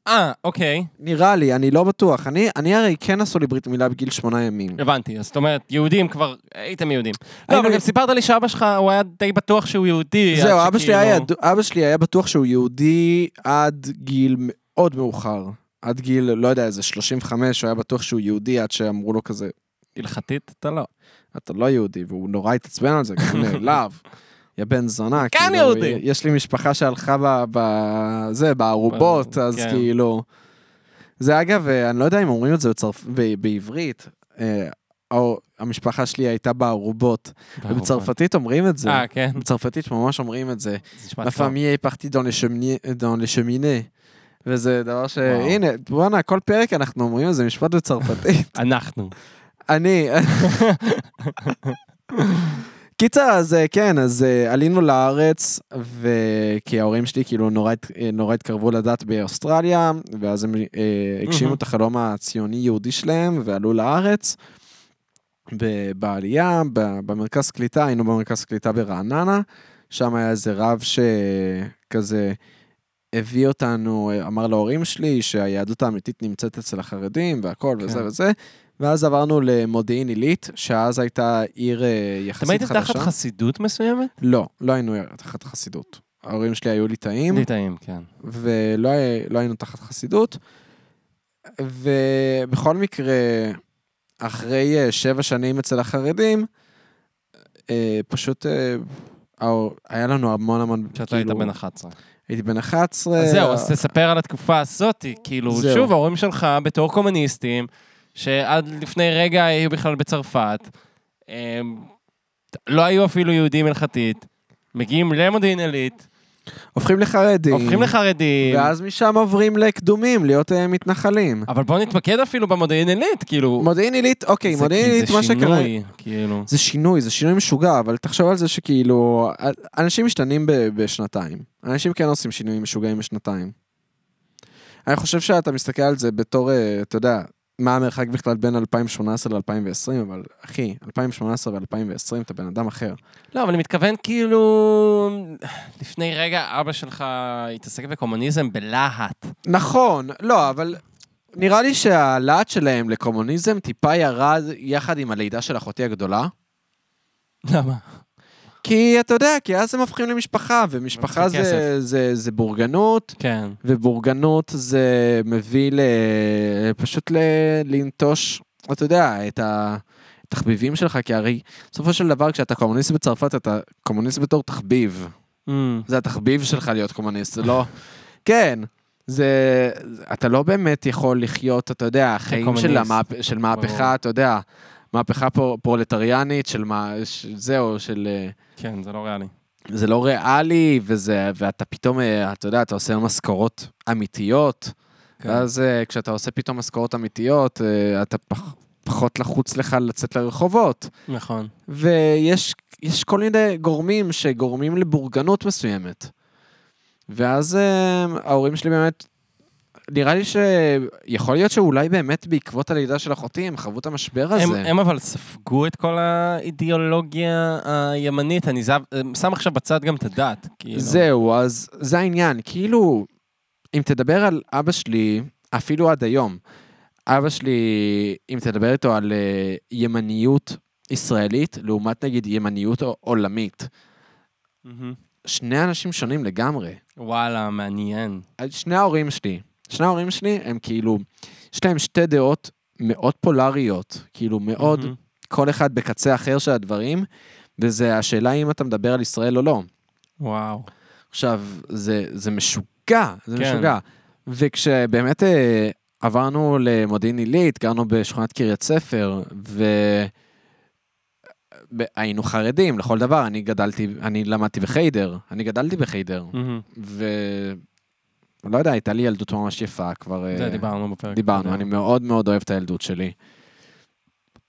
Speaker 3: אה, אוקיי,
Speaker 2: נראה לי, אני לא בטוח. אני, אני הרי כן עשו לי ברית מילה בגיל שמונה ימים.
Speaker 3: הבנתי. אז זאת אומרת, יהודים כבר, הייתם יהודים. לא,
Speaker 2: היינו-
Speaker 3: אבל גם סיפרת לי שאבא שלך, הוא היה די בטוח שהוא יהודי. עד
Speaker 2: זהו, אבא שלי,
Speaker 3: שכאילו-
Speaker 2: היה, ידוע- אבא שלי היה בטוח שהוא יהודי עד גיל מאוד מאוחר. עד גיל, לא יודע, איזה 35, הוא היה בטוח שהוא יהודי עד שאמרו לו כזה,
Speaker 3: הלכתית אתה לא.
Speaker 2: אתה לא יהודי, והוא נורא התעצבן על זה, גם
Speaker 3: <laughs>
Speaker 2: נעלב. יא בן זונה,
Speaker 3: כן
Speaker 2: כאילו,
Speaker 3: יהודי.
Speaker 2: יש לי משפחה שהלכה ב... ב- זה, בערובות,
Speaker 3: ב-
Speaker 2: אז
Speaker 3: כן.
Speaker 2: כאילו... זה אגב, אה, אני לא יודע אם אומרים את זה בצרפ... ב- בעברית, אה, או המשפחה שלי הייתה בערובות, ובצרפתית אומרים את זה.
Speaker 3: אה,
Speaker 2: <laughs>
Speaker 3: כן.
Speaker 2: בצרפתית ממש אומרים את זה.
Speaker 3: זה נשמע
Speaker 2: La
Speaker 3: טוב.
Speaker 2: famille est partie dans les chemini- dans les cheminées. וזה דבר ש...
Speaker 3: וואו.
Speaker 2: הנה, בואנה, כל פרק אנחנו אומרים איזה משפט בצרפתית.
Speaker 3: אנחנו.
Speaker 2: אני... קיצר, אז אה, כן, אז אה, עלינו לארץ, וכי ההורים שלי כאילו נורא, הת- אה, נורא התקרבו לדת באוסטרליה, ואז הם אה, הגשימו
Speaker 3: מהמם.
Speaker 2: את החלום הציוני-יהודי שלהם, ועלו לארץ. ב- בעלייה, ב- במרכז קליטה, היינו במרכז קליטה ברעננה, שם היה איזה רב שכזה הביא אותנו, אה, אמר להורים שלי שהיהדות האמיתית נמצאת אצל החרדים והכל כן. וזה
Speaker 3: כן.
Speaker 2: וזה, ואז עברנו למודיעין עילית, שאז הייתה עיר אה,
Speaker 3: אתם
Speaker 2: יחסית
Speaker 3: הייתם
Speaker 2: חדשה.
Speaker 3: תחת חסידות מסוימת?
Speaker 2: לא, לא היינו תחת חסידות. ההורים שלי היו ליטאים,
Speaker 3: ליטאים, כן.
Speaker 2: ולא הי- לא היינו תחת חסידות. ובכל מקרה, אחרי אה, שבע שנים אצל החרדים, אה, פשוט אה, ההור- היה לנו המון המון, כאילו,
Speaker 3: כשאתה היית בן 11.
Speaker 2: הייתי בן 11.
Speaker 3: אז זהו, אז תספר על התקופה הזאתי. כאילו,
Speaker 2: אה, זהו.
Speaker 3: שוב, ההורים שלך בתור קומוניסטים, שעד לפני רגע היו בכלל בצרפת, הם לא היו אפילו יהודים הלכתית, מגיעים למודיעין עילית,
Speaker 2: הופכים לחרדים.
Speaker 3: הופכים לחרדים,
Speaker 2: ואז משם עוברים לקדומים, להיות אה, מתנחלים.
Speaker 3: אבל בואו נתמקד אפילו במודיעין עילית, כאילו...
Speaker 2: מודיעין עילית, אוקיי,
Speaker 3: זה-
Speaker 2: מודיעין
Speaker 3: כי
Speaker 2: עילית, מה
Speaker 3: זה
Speaker 2: שקרה...
Speaker 3: שינוי, כאילו.
Speaker 2: זה שינוי, זה שינוי משוגע, אבל תחשוב על זה שכאילו, אנשים משתנים ב- בשנתיים. אנשים כן עושים שינויים משוגעים בשנתיים. אני חושב שאתה מסתכל על זה בתור, אה, אתה יודע, מה המרחק בכלל בין 2018 ל-2020, אבל אחי, 2018 ו-2020 אתה בן אדם אחר.
Speaker 3: לא, אבל אני מתכוון כאילו... לפני רגע אבא שלך התעסק בקומוניזם בלהט.
Speaker 2: נכון, לא, אבל נראה לי שהלהט שלהם לקומוניזם טיפה ירד יחד עם הלידה של אחותי הגדולה.
Speaker 3: למה?
Speaker 2: כי אתה יודע, כי אז הם הופכים למשפחה, ומשפחה
Speaker 3: צריכים
Speaker 2: זה, זה, זה בורגנות,
Speaker 3: כן.
Speaker 2: ובורגנות זה מביא ל... פשוט ל... לנטוש, אתה יודע, את התחביבים שלך, כי הרי בסופו של דבר כשאתה קומוניסט בצרפת, אתה קומוניסט בתור תחביב. זה התחביב שלך להיות קומוניסט, זה
Speaker 3: <laughs>
Speaker 2: לא... כן. זה, אתה לא באמת יכול לחיות, אתה יודע, חיים של,
Speaker 3: כקומוניסט.
Speaker 2: המהפ, של מהפכה,
Speaker 3: ברור.
Speaker 2: אתה יודע, מהפכה פרו, פרולטריאנית, של מה, ש- זהו, של... אה,
Speaker 3: כן, זה לא ריאלי.
Speaker 2: זה לא ריאלי, וזה, ואתה פתאום, אה, אתה יודע, אתה עושה משכורות אמיתיות,
Speaker 3: כן.
Speaker 2: ואז אה, כשאתה עושה פתאום משכורות אמיתיות, אה, אתה פח, פחות לחוץ לך לצאת לרחובות.
Speaker 3: נכון.
Speaker 2: ויש יש כל מיני גורמים שגורמים לבורגנות מסוימת. ואז אה, ההורים שלי באמת, נראה לי שיכול להיות שאולי באמת בעקבות הלידה של אחותי הם חוו את המשבר הזה.
Speaker 3: הם, הם אבל ספגו את כל האידיאולוגיה הימנית, אני זב, אה, שם עכשיו בצד גם את הדת. כאילו.
Speaker 2: זהו, אז זה העניין. כאילו, אם תדבר על אבא שלי, אפילו עד היום, אבא שלי, אם תדבר איתו על אה, ימניות ישראלית, לעומת נגיד ימניות ע- עולמית,
Speaker 3: מהמם.
Speaker 2: שני אנשים שונים לגמרי.
Speaker 3: וואלה, מעניין.
Speaker 2: על שני ההורים שלי, שני ההורים שלי הם כאילו, יש להם שתי דעות מאוד פולריות, כאילו מאוד,
Speaker 3: מהמם.
Speaker 2: כל אחד בקצה אחר של הדברים, וזה השאלה אם אתה מדבר על ישראל או לא.
Speaker 3: וואו.
Speaker 2: עכשיו, זה, זה משוגע, זה
Speaker 3: כן.
Speaker 2: כן. משוגע. וכשבאמת אה, עברנו למודיעין עילית, גרנו בשכונת קריית ספר, והיינו חרדים לכל דבר. אני גדלתי, אני למדתי בחיידר, אני גדלתי בחיידר,
Speaker 3: מהמם.
Speaker 2: ו... לא יודע, הייתה לי ילדות ממש יפה כבר. אה,
Speaker 3: זה דיברנו בפרק.
Speaker 2: דיברנו,
Speaker 3: הקודם.
Speaker 2: אני מאוד מאוד אוהב את הילדות שלי.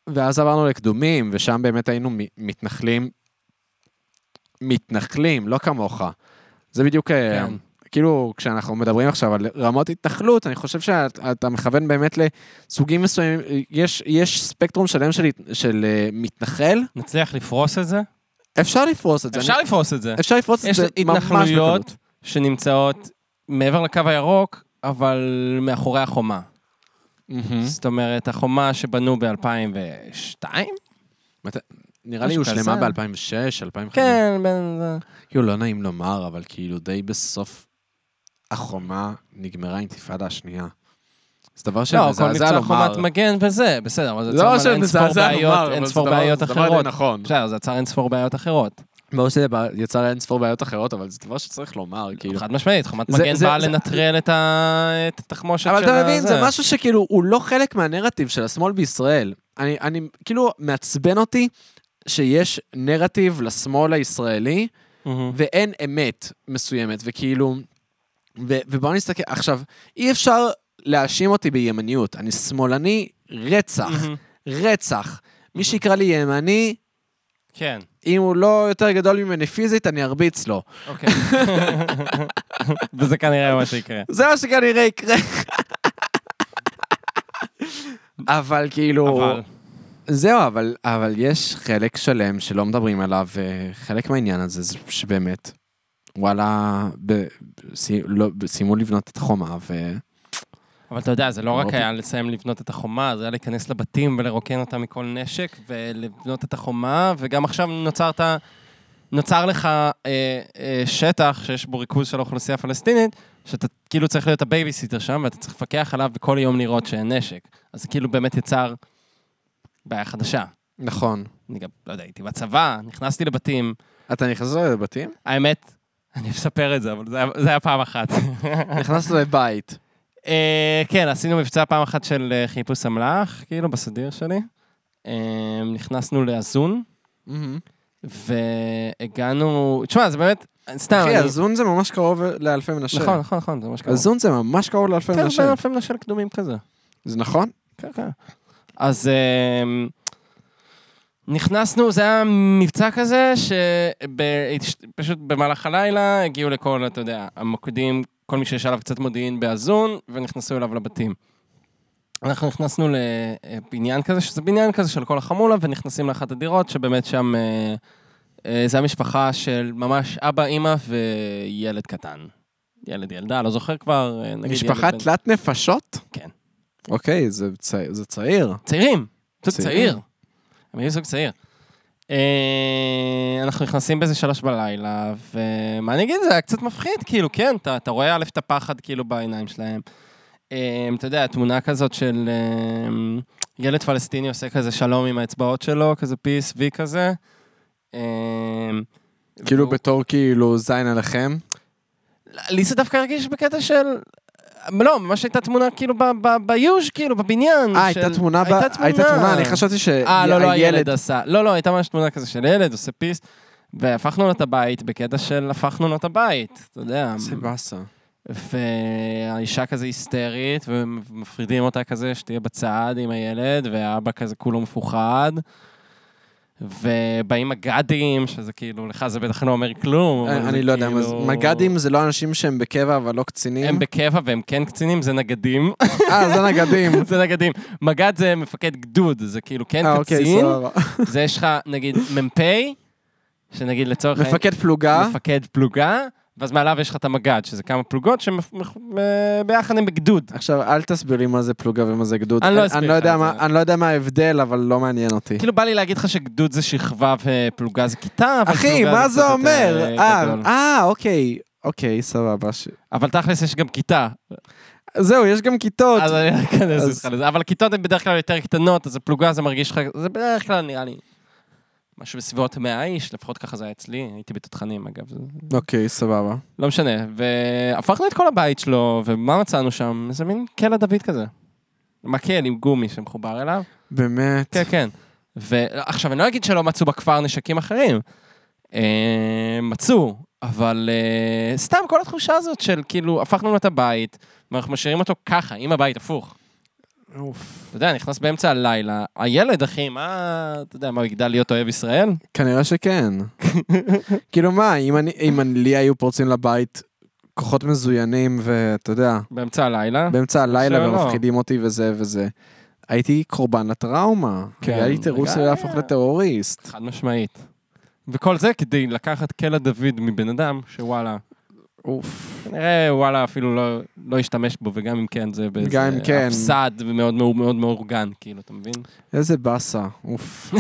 Speaker 2: ואז עברנו לקדומים, ושם באמת היינו מ- מתנחלים. מתנחלים, לא כמוך. זה בדיוק... אה,
Speaker 3: כן.
Speaker 2: כאילו, כשאנחנו מדברים עכשיו על רמות התנחלות, אני חושב שאתה מכוון באמת לסוגים מסוימים. יש, יש ספקטרום שלם של, הת- של אה, מתנחל,
Speaker 3: נצליח לפרוס את זה?
Speaker 2: אפשר לפרוס את זה.
Speaker 3: אפשר
Speaker 2: אני,
Speaker 3: לפרוס את זה.
Speaker 2: אפשר לפרוס את
Speaker 3: יש
Speaker 2: זה ממש בקלות.
Speaker 3: התנחלויות שנמצאות מעבר לקו הירוק, אבל מאחורי החומה.
Speaker 2: מהמם.
Speaker 3: זאת אומרת, החומה שבנו ב-2002?
Speaker 2: נראה לי
Speaker 3: משהו
Speaker 2: הושלמה
Speaker 3: כזה.
Speaker 2: ב-2006, 2005.
Speaker 3: כן, בין... זה.
Speaker 2: כאילו, לא נעים לומר, אבל כאילו די בסוף החומה נגמרה האינתיפאדה השנייה. זה דבר
Speaker 3: לא, כל
Speaker 2: שמזעזע
Speaker 3: מקצוע חומת
Speaker 2: לומר.
Speaker 3: מגן וזה, בסדר, אבל זה
Speaker 2: לא
Speaker 3: יצר אין ספור
Speaker 2: שמזעזע
Speaker 3: בעיות,
Speaker 2: לומר,
Speaker 3: אין
Speaker 2: אבל זה
Speaker 3: ספור
Speaker 2: דבר
Speaker 3: בעיות
Speaker 2: זה דבר
Speaker 3: אחרות.
Speaker 2: די נכון.
Speaker 3: בסדר, זה יצר אין ספור בעיות אחרות.
Speaker 2: ברור שזה בע- יצר אין ספור בעיות אחרות, אבל זה דבר שצריך לומר, כאילו.
Speaker 3: חד משמעית, חומת
Speaker 2: זה-
Speaker 3: מגן
Speaker 2: זה-
Speaker 3: באה
Speaker 2: זה-
Speaker 3: לנטרל את ה- את התחמושת של
Speaker 2: אבל אתה מבין, זה
Speaker 3: הזה.
Speaker 2: משהו שכאילו, הוא לא חלק מהנרטיב של השמאל בישראל. אני, אני, כאילו, מעצבן אותי שיש נרטיב לשמאל הישראלי,
Speaker 3: מהמם.
Speaker 2: ואין אמת מסוימת, וכאילו... ו- ובואו נסתכל, עכשיו, אי אפשר להאשים אותי בימניות, אני שמאלני רצח,
Speaker 3: מהמם.
Speaker 2: רצח. מי שיקרא לי ימני,
Speaker 3: כן,
Speaker 2: אם הוא לא יותר גדול ממני פיזית, אני ארביץ לו. <laughs>
Speaker 3: אוקיי. <laughs> וזה כנראה מה שיקרה.
Speaker 2: זה מה שכנראה יקרה. אבל כאילו...
Speaker 3: אבל...
Speaker 2: זהו, אבל, אבל יש חלק שלם שלא מדברים עליו, וחלק מהעניין הזה זה שבאמת, וואלה, ב, סי, לא, סיימו לבנות את החומה, ו...
Speaker 3: אבל אתה יודע, זה לא רק
Speaker 2: אוקיי.
Speaker 3: היה לסיים לבנות את החומה, זה היה להיכנס לבתים ולרוקן אותה מכל נשק, ולבנות את החומה, וגם עכשיו נוצרת, נוצר לך אה, אה, שטח שיש בו ריכוז של האוכלוסייה הפלסטינית, שאתה כאילו צריך להיות הבייביסיטר שם, ואתה צריך לפקח עליו וכל יום לראות שאין נשק. אז זה כאילו באמת יצר בעיה חדשה.
Speaker 2: נכון.
Speaker 3: אני גם, לא יודע, הייתי בצבא, נכנסתי לבתים.
Speaker 2: אתה נכנס <laughs> לבתים?
Speaker 3: האמת, אני מספר את זה, אבל זה היה, זה היה פעם <laughs> אחת.
Speaker 2: נכנסת לבית.
Speaker 3: אה, כן, עשינו מבצע פעם אחת של אה, חיפוש אמל"ח, כאילו, בסדיר שלי. אה, נכנסנו לאזון, והגענו... תשמע, זה באמת... סתם,
Speaker 2: אחי,
Speaker 3: אני...
Speaker 2: הזון זה ממש קרוב לאלפי מנשה.
Speaker 3: נכון, נכון, נכון, זה מה שקרה.
Speaker 2: הזון זה ממש קרוב לאלפי
Speaker 3: כן, בין
Speaker 2: מנשה.
Speaker 3: אלפי מנשה לקדומים כזה.
Speaker 2: זה נכון?
Speaker 3: כן, כן. אז אמ, נכנסנו, זה היה מבצע כזה, שפשוט במהלך הלילה הגיעו לכל, אתה יודע, המוקדים, כל מי שיש עליו קצת מודיעין באזון, ונכנסו אליו לבתים. אנחנו נכנסנו לבניין כזה, שזה בניין כזה של כל החמולה, ונכנסים לאחת הדירות, שבאמת שם... אה, אה, זה המשפחה של ממש אבא, אימא וילד קטן. ילד, ילדה, לא זוכר כבר, אה, נגיד... ילד
Speaker 2: משפחה
Speaker 3: בן-
Speaker 2: תלת נפשות?
Speaker 3: כן.
Speaker 2: אוקיי, זה צע- זה צעיר.
Speaker 3: צעירים, זוג
Speaker 2: צעירים.
Speaker 3: צעיר. הם היו זוג צעיר. אה, אנחנו נכנסים באיזה שלוש בלילה, ומה אני אגיד, זה היה קצת מפחיד, כאילו, כן, אתה, אתה רואה א' את הפחד כאילו בעיניים שלהם. אה, אתה יודע, תמונה כזאת של אה, ילד פלסטיני עושה כזה שלום עם האצבעות שלו, כזה peace v כזה. אה,
Speaker 2: כאילו
Speaker 3: והוא-
Speaker 2: בתור כאילו זין עליכם.
Speaker 3: לי זה דווקא הרגיש בקטע של... לא, ממש הייתה תמונה כאילו ב- ב- ביוש, כאילו בבניין.
Speaker 2: אה, הייתה
Speaker 3: של-
Speaker 2: תמונה, ב- הייתה תמונה, אני חשבתי שהילד...
Speaker 3: אה, לא, לא, הילד עשה. לא, לא, הייתה ממש תמונה כזה של ילד עושה פיס, והפכנו לו את הבית בקטע של הפכנו לו את הבית, אתה יודע.
Speaker 2: איזה באסה.
Speaker 3: והאישה כזה היסטרית, ומפרידים אותה כזה שתהיה בצד עם הילד, והאבא כזה כולו מפוחד. ובאים מג"דים, שזה כאילו, לך זה בטח לא אומר כלום. אבל
Speaker 2: אני
Speaker 3: זה
Speaker 2: אני לא יודע מה זה.
Speaker 3: כאילו-
Speaker 2: מג"דים זה לא אנשים שהם בקבע אבל לא קצינים?
Speaker 3: הם בקבע והם כן קצינים, זה נגדים. <laughs>
Speaker 2: אה, זה נגדים.
Speaker 3: זה נגדים. מג"ד זה מפקד גדוד, זה כאילו כן
Speaker 2: אה, אוקיי,
Speaker 3: קצין,
Speaker 2: סבבה.
Speaker 3: זה יש לך, נגיד, מ"פ, שנגיד לצורך העניין-
Speaker 2: מפקד פלוגה?
Speaker 3: מפקד פלוגה, ואז מעליו יש לך את המג"ד, שזה כמה פלוגות שביחד הם בגדוד.
Speaker 2: עכשיו, אל תסביר לי מה זה פלוגה ומה זה גדוד.
Speaker 3: אני לא אסביר לך
Speaker 2: יודע
Speaker 3: את
Speaker 2: מה-
Speaker 3: זה.
Speaker 2: אני לא יודע מה ההבדל, אבל לא מעניין אותי.
Speaker 3: כאילו בא לי להגיד לך שגדוד זה שכבה ופלוגה זה כיתה, אבל
Speaker 2: אחי,
Speaker 3: פלוגה
Speaker 2: מה
Speaker 3: קצת
Speaker 2: זה אומר?
Speaker 3: יותר, אה,
Speaker 2: אה,
Speaker 3: גדול.
Speaker 2: אה, אוקיי. אוקיי, סבבה. ש-
Speaker 3: אבל תכלס יש גם כיתה,
Speaker 2: זהו, יש גם כיתות.
Speaker 3: אז אני לא אכנס
Speaker 2: אז-
Speaker 3: איתך לזה. אבל כיתות הן בדרך כלל יותר קטנות, אז הפלוגה זה מרגיש לך, זה בדרך כלל נראה לי משהו בסביבות 100 איש, לפחות ככה זה היה אצלי, הייתי בתותחנים אגב, זה-
Speaker 2: אוקיי, סבבה.
Speaker 3: לא משנה, והפכנו את כל הבית שלו, ומה מצאנו שם? איזה מין קלע דוד כזה. מקל עם גומי שמחובר אליו.
Speaker 2: באמת.
Speaker 3: כן, כן. ועכשיו, אני לא אגיד שלא מצאו בכפר נשקים אחרים. אה, מצאו, אבל אה, סתם כל התחושה הזאת של כאילו, הפכנו לו את הבית, ואנחנו משאירים אותו ככה, עם הבית הפוך.
Speaker 2: אוף.
Speaker 3: אתה יודע, נכנס באמצע הלילה, הילד, אחי, מה, אתה יודע, מה, הוא יגדל להיות אוהב ישראל?
Speaker 2: כנראה שכן. <laughs> כאילו מה, אם אני- אם אני- לי היו פורצים לבית כוחות מזוינים ואתה יודע,
Speaker 3: באמצע הלילה?
Speaker 2: באמצע הלילה
Speaker 3: שלא.
Speaker 2: ומפחידים אותי וזה וזה, הייתי קורבן לטראומה.
Speaker 3: כן.
Speaker 2: היה לי תירוץ
Speaker 3: רגע.
Speaker 2: להפוך לטרוריסט.
Speaker 3: חד משמעית. וכל זה כדי לקחת קלע דוד מבן אדם, שוואלה,
Speaker 2: אוף.
Speaker 3: כנראה וואלה אפילו לא, לא ישתמש בו, וגם אם כן זה באיזה...
Speaker 2: גם אם כן.
Speaker 3: הפסד ומאוד מאוד, מאוד מאורגן, כאילו, אתה מבין?
Speaker 2: איזה באסה,
Speaker 3: <laughs>
Speaker 2: אוף.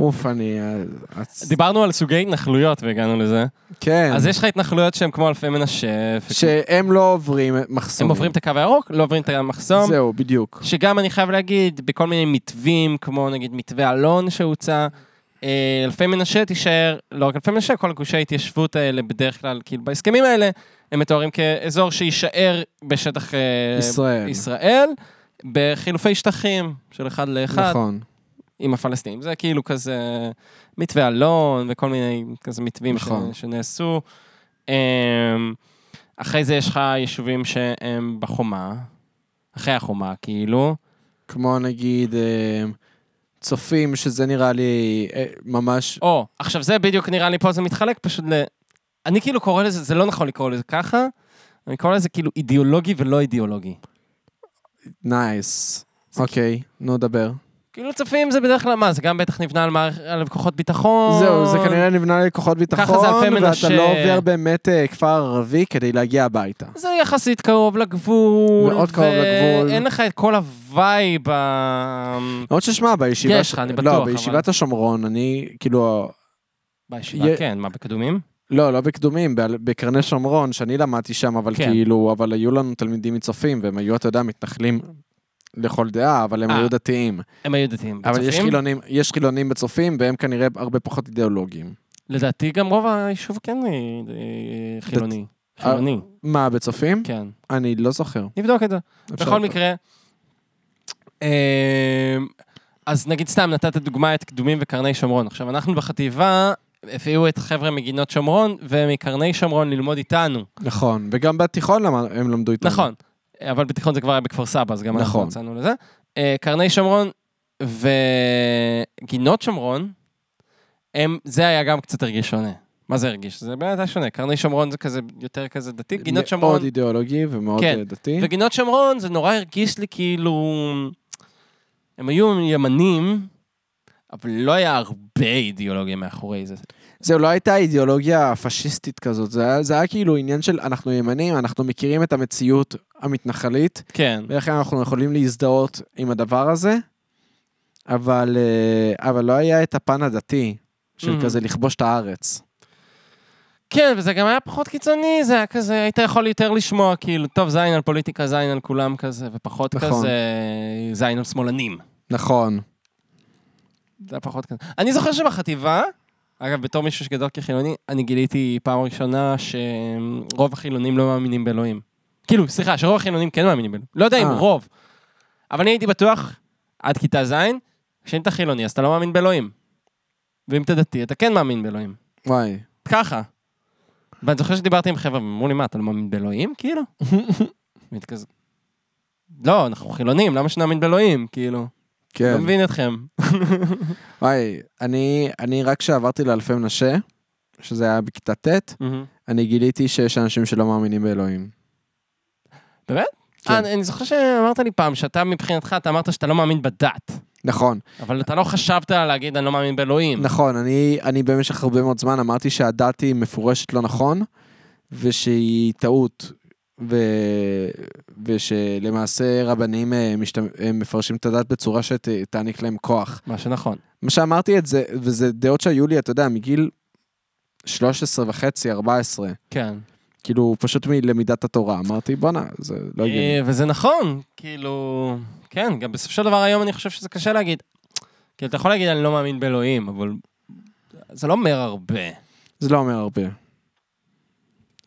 Speaker 2: אוף, אני... אה, עצ-
Speaker 3: דיברנו על סוגי התנחלויות והגענו לזה.
Speaker 2: כן.
Speaker 3: אז יש לך התנחלויות שהן כמו אלפי מנשה, וכאילו,
Speaker 2: שהם לא עוברים מחסומים.
Speaker 3: הם עוברים את הקו הירוק, לא עוברים את המחסום.
Speaker 2: זהו, בדיוק.
Speaker 3: שגם אני חייב להגיד, בכל מיני מתווים, כמו נגיד מתווה אלון שהוצע, אה, אלפי מנשה תישאר, לא רק אלפי מנשה, כל גושי ההתיישבות האלה בדרך כלל, כאילו בהסכמים האלה, הם מתוארים כאזור שיישאר בשטח אה,
Speaker 2: ישראל.
Speaker 3: ישראל, בחילופי שטחים של אחד לאחד
Speaker 2: נכון.
Speaker 3: עם הפלסטינים. זה כאילו כזה מתווה אלון וכל מיני כזה מתווים ש-
Speaker 2: נכון.
Speaker 3: שנעשו. אה, אחרי זה יש לך יישובים שהם בחומה, אחרי החומה כאילו.
Speaker 2: כמו נגיד אה, צופים, שזה נראה לי אה, ממש...
Speaker 3: או, עכשיו זה בדיוק נראה לי פה זה מתחלק פשוט ל... אני כאילו קורא לזה, זה לא נכון לקרוא לזה ככה, אני קורא לזה כאילו אידיאולוגי ולא אידיאולוגי.
Speaker 2: נייס. אוקיי, נו, דבר.
Speaker 3: כאילו צופים זה בדרך כלל מה, זה גם בטח נבנה על, מערכ... על כוחות ביטחון.
Speaker 2: זהו, זה כנראה נבנה לכוחות ביטחון,
Speaker 3: ככה זה אלפי מנשה.
Speaker 2: ואתה לא עובר באמת אה, כפר ערבי כדי להגיע הביתה.
Speaker 3: זה יחסית קרוב לגבול.
Speaker 2: מאוד קרוב לגבול.
Speaker 3: ואין לך את כל הווייב ה...
Speaker 2: למרות ששמע, בישיבה...
Speaker 3: יש
Speaker 2: ש-
Speaker 3: לך, אני
Speaker 2: לא,
Speaker 3: בטוח,
Speaker 2: בישיבת השומרון, אני, כאילו...
Speaker 3: בישיבה,
Speaker 2: יה-
Speaker 3: כן, מה, בקדומים?
Speaker 2: לא, לא בקדומים, בעל- בקרני שומרון, שאני למדתי שם, אבל
Speaker 3: כן.
Speaker 2: כאילו, אבל היו לנו תלמידים מצופים, והם היו, אתה יודע, מתנחלים לכל דעה, אבל הם
Speaker 3: אה.
Speaker 2: היו דתיים.
Speaker 3: הם היו דתיים.
Speaker 2: אבל יש
Speaker 3: צופים?
Speaker 2: חילונים, יש חילונים בצופים, והם כנראה הרבה פחות אידיאולוגיים.
Speaker 3: לדעתי גם רוב היישוב כן אה, אה, חילוני.
Speaker 2: אה,
Speaker 3: חילוני,
Speaker 2: מה, בצופים?
Speaker 3: כן.
Speaker 2: אני לא זוכר.
Speaker 3: נבדוק את זה.
Speaker 2: אפשר-
Speaker 3: בכל מקרה, אמ, אז נגיד סתם נתת דוגמה את קדומים וקרני שומרון. עכשיו, אנחנו בחטיבה הביאו את חבר'ה מגינות שומרון ומקרני שומרון ללמוד איתנו.
Speaker 2: נכון, וגם בתיכון למד- הם למדו איתנו.
Speaker 3: נכון, אבל בתיכון זה כבר היה בכפר סבא, אז גם אנחנו
Speaker 2: נכון.
Speaker 3: יצאנו לזה. אה, קרני שומרון וגינות שומרון, הם, זה היה גם קצת הרגיש שונה. מה זה הרגיש? זה באמת היה שונה. קרני שומרון זה כזה, יותר כזה דתי, גינות שומרון...
Speaker 2: מאוד אידיאולוגי ומאוד
Speaker 3: כן.
Speaker 2: אה, דתי.
Speaker 3: וגינות שומרון זה נורא הרגיש לי כאילו... הם היו ימנים, אבל לא היה הרבה אידיאולוגיה מאחורי זה.
Speaker 2: זהו, לא הייתה אידיאולוגיה פשיסטית כזאת, זה היה- זה היה כאילו עניין של אנחנו ימנים, אנחנו מכירים את המציאות המתנחלית,
Speaker 3: כן.
Speaker 2: ולכן אנחנו יכולים להזדהות עם הדבר הזה, אבל, אה, אבל לא היה את הפן הדתי, של
Speaker 3: Mhm.
Speaker 2: כזה לכבוש את הארץ.
Speaker 3: כן, וזה גם היה פחות קיצוני, זה היה כזה, היית יכול יותר לשמוע כאילו, טוב, זין על פוליטיקה, זין על כולם כזה, ופחות
Speaker 2: נכון.
Speaker 3: כזה, זין על שמאלנים.
Speaker 2: נכון.
Speaker 3: זה היה פחות כזה. אני זוכר שבחטיבה, אגב, בתור מישהו שגדול כחילוני, אני גיליתי פעם ראשונה שרוב החילונים לא מאמינים באלוהים. כאילו, סליחה, שרוב החילונים כן מאמינים באלוהים. לא יודע אם
Speaker 2: אה.
Speaker 3: רוב. אבל אני הייתי בטוח, עד כיתה ז', שאם אתה חילוני אז אתה לא מאמין באלוהים. ואם אתה דתי, אתה כן מאמין באלוהים.
Speaker 2: וואי.
Speaker 3: ככה. ואני זוכר שדיברתי עם חבר'ה, והם אמרו לי, מה, אתה לא מאמין באלוהים?
Speaker 2: <laughs>
Speaker 3: כאילו. והייתי כזה... לא, אנחנו חילונים, למה שנאמין באלוהים? כאילו,
Speaker 2: כן.
Speaker 3: לא מבין אתכם.
Speaker 2: וואי, אני, אני רק כשעברתי לאלפי מנשה, שזה היה בכיתה ט', אני גיליתי שיש אנשים שלא מאמינים באלוהים. כן.
Speaker 3: אה, אני אני זוכר שאמרת לי פעם שאתה מבחינתך, אתה אמרת שאתה לא מאמין בדת,
Speaker 2: נכון,
Speaker 3: אבל אתה לא חשבת להגיד אני לא מאמין באלוהים.
Speaker 2: נכון, אני, אני במשך הרבה מאוד זמן אמרתי שהדת היא מפורשת לא נכון, ושהיא טעות, ו, ושלמעשה רבנים אה, משת, אה, מפרשים את הדת בצורה שתעניק להם כוח.
Speaker 3: מה שנכון.
Speaker 2: מה שאמרתי את זה, וזה דעות שהיו לי, אתה יודע, מגיל 13 וחצי, 14,
Speaker 3: כן.
Speaker 2: כאילו פשוט מלמידת התורה, אמרתי, בואנה, זה לא הגיוני.
Speaker 3: אה, וזה נכון, כאילו... כן, גם בסופו של דבר היום אני חושב שזה קשה להגיד. כאילו, אתה יכול להגיד אני לא מאמין באלוהים, אבל... זה לא אומר הרבה.
Speaker 2: זה לא אומר הרבה.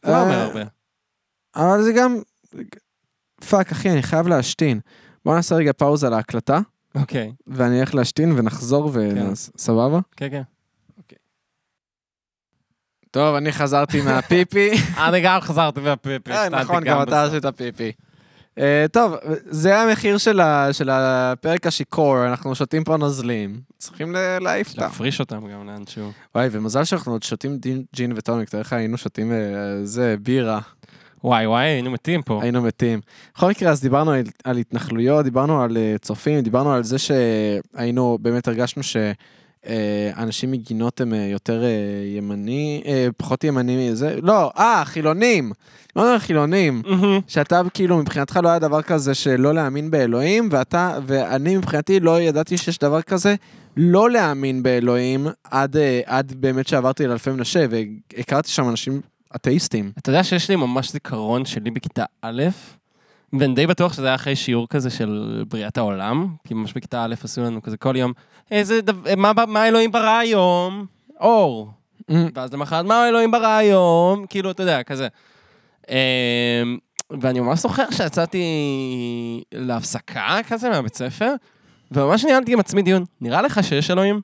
Speaker 3: זה לא אומר
Speaker 2: אה,
Speaker 3: הרבה.
Speaker 2: אבל זה גם... פאק, אחי, אני חייב להשתין. בוא נעשה רגע פאוזה להקלטה,
Speaker 3: אוקיי,
Speaker 2: ואני אלך להשתין ונחזור ונעש... סבבה?
Speaker 3: כן, כן.
Speaker 2: טוב, אני חזרתי <laughs> מהפיפי.
Speaker 3: אני גם חזרתי מהפפס,
Speaker 2: אה, נכון, גם אתה עשית פיפי. אה, טוב, זה המחיר של ה- של הפרק השיכור, אנחנו שותים פה נוזלים. צריכים ל- להעיף אותם.
Speaker 3: להפריש אותם גם לאנשהו.
Speaker 2: וואי, ומזל שאנחנו עוד שותים דין- ג'ין וטוניק, תאר לך, היינו שותים אה, זה, בירה.
Speaker 3: וואי וואי, היינו מתים פה.
Speaker 2: היינו מתים. בכל מקרה, אז דיברנו על, על התנחלויות, דיברנו על אה, צופים, דיברנו על זה שהיינו, באמת הרגשנו ש... אה, אנשים מגינות הם אה, יותר אה, ימני, אה, פחות ימני מזה, לא, אה, חילונים. מאוד מאוד חילונים. שאתה כאילו מבחינתך לא היה דבר כזה שלא להאמין באלוהים, ואתה, ואני מבחינתי לא ידעתי שיש דבר כזה לא להאמין באלוהים עד, אה, עד באמת שעברתי לאלפי מנשה, והכרתי שם אנשים אתאיסטים.
Speaker 3: אתה יודע שיש לי ממש זיכרון שלי בכיתה א', ואני די בטוח שזה היה אחרי שיעור כזה של בריאת העולם, כי ממש בכיתה א' עשו לנו כזה כל יום, איזה דבר, מה, ב- מה אלוהים ברא היום? אור.
Speaker 2: Mm,
Speaker 3: ואז למחרת, מה אלוהים ברא היום? כאילו, אתה יודע, כזה. אמ, ואני ממש זוכר שיצאתי להפסקה כזה מהבית ספר, וממש ניהלתי עם עצמי דיון, נראה לך
Speaker 2: <laughs>
Speaker 3: שיש אלוהים?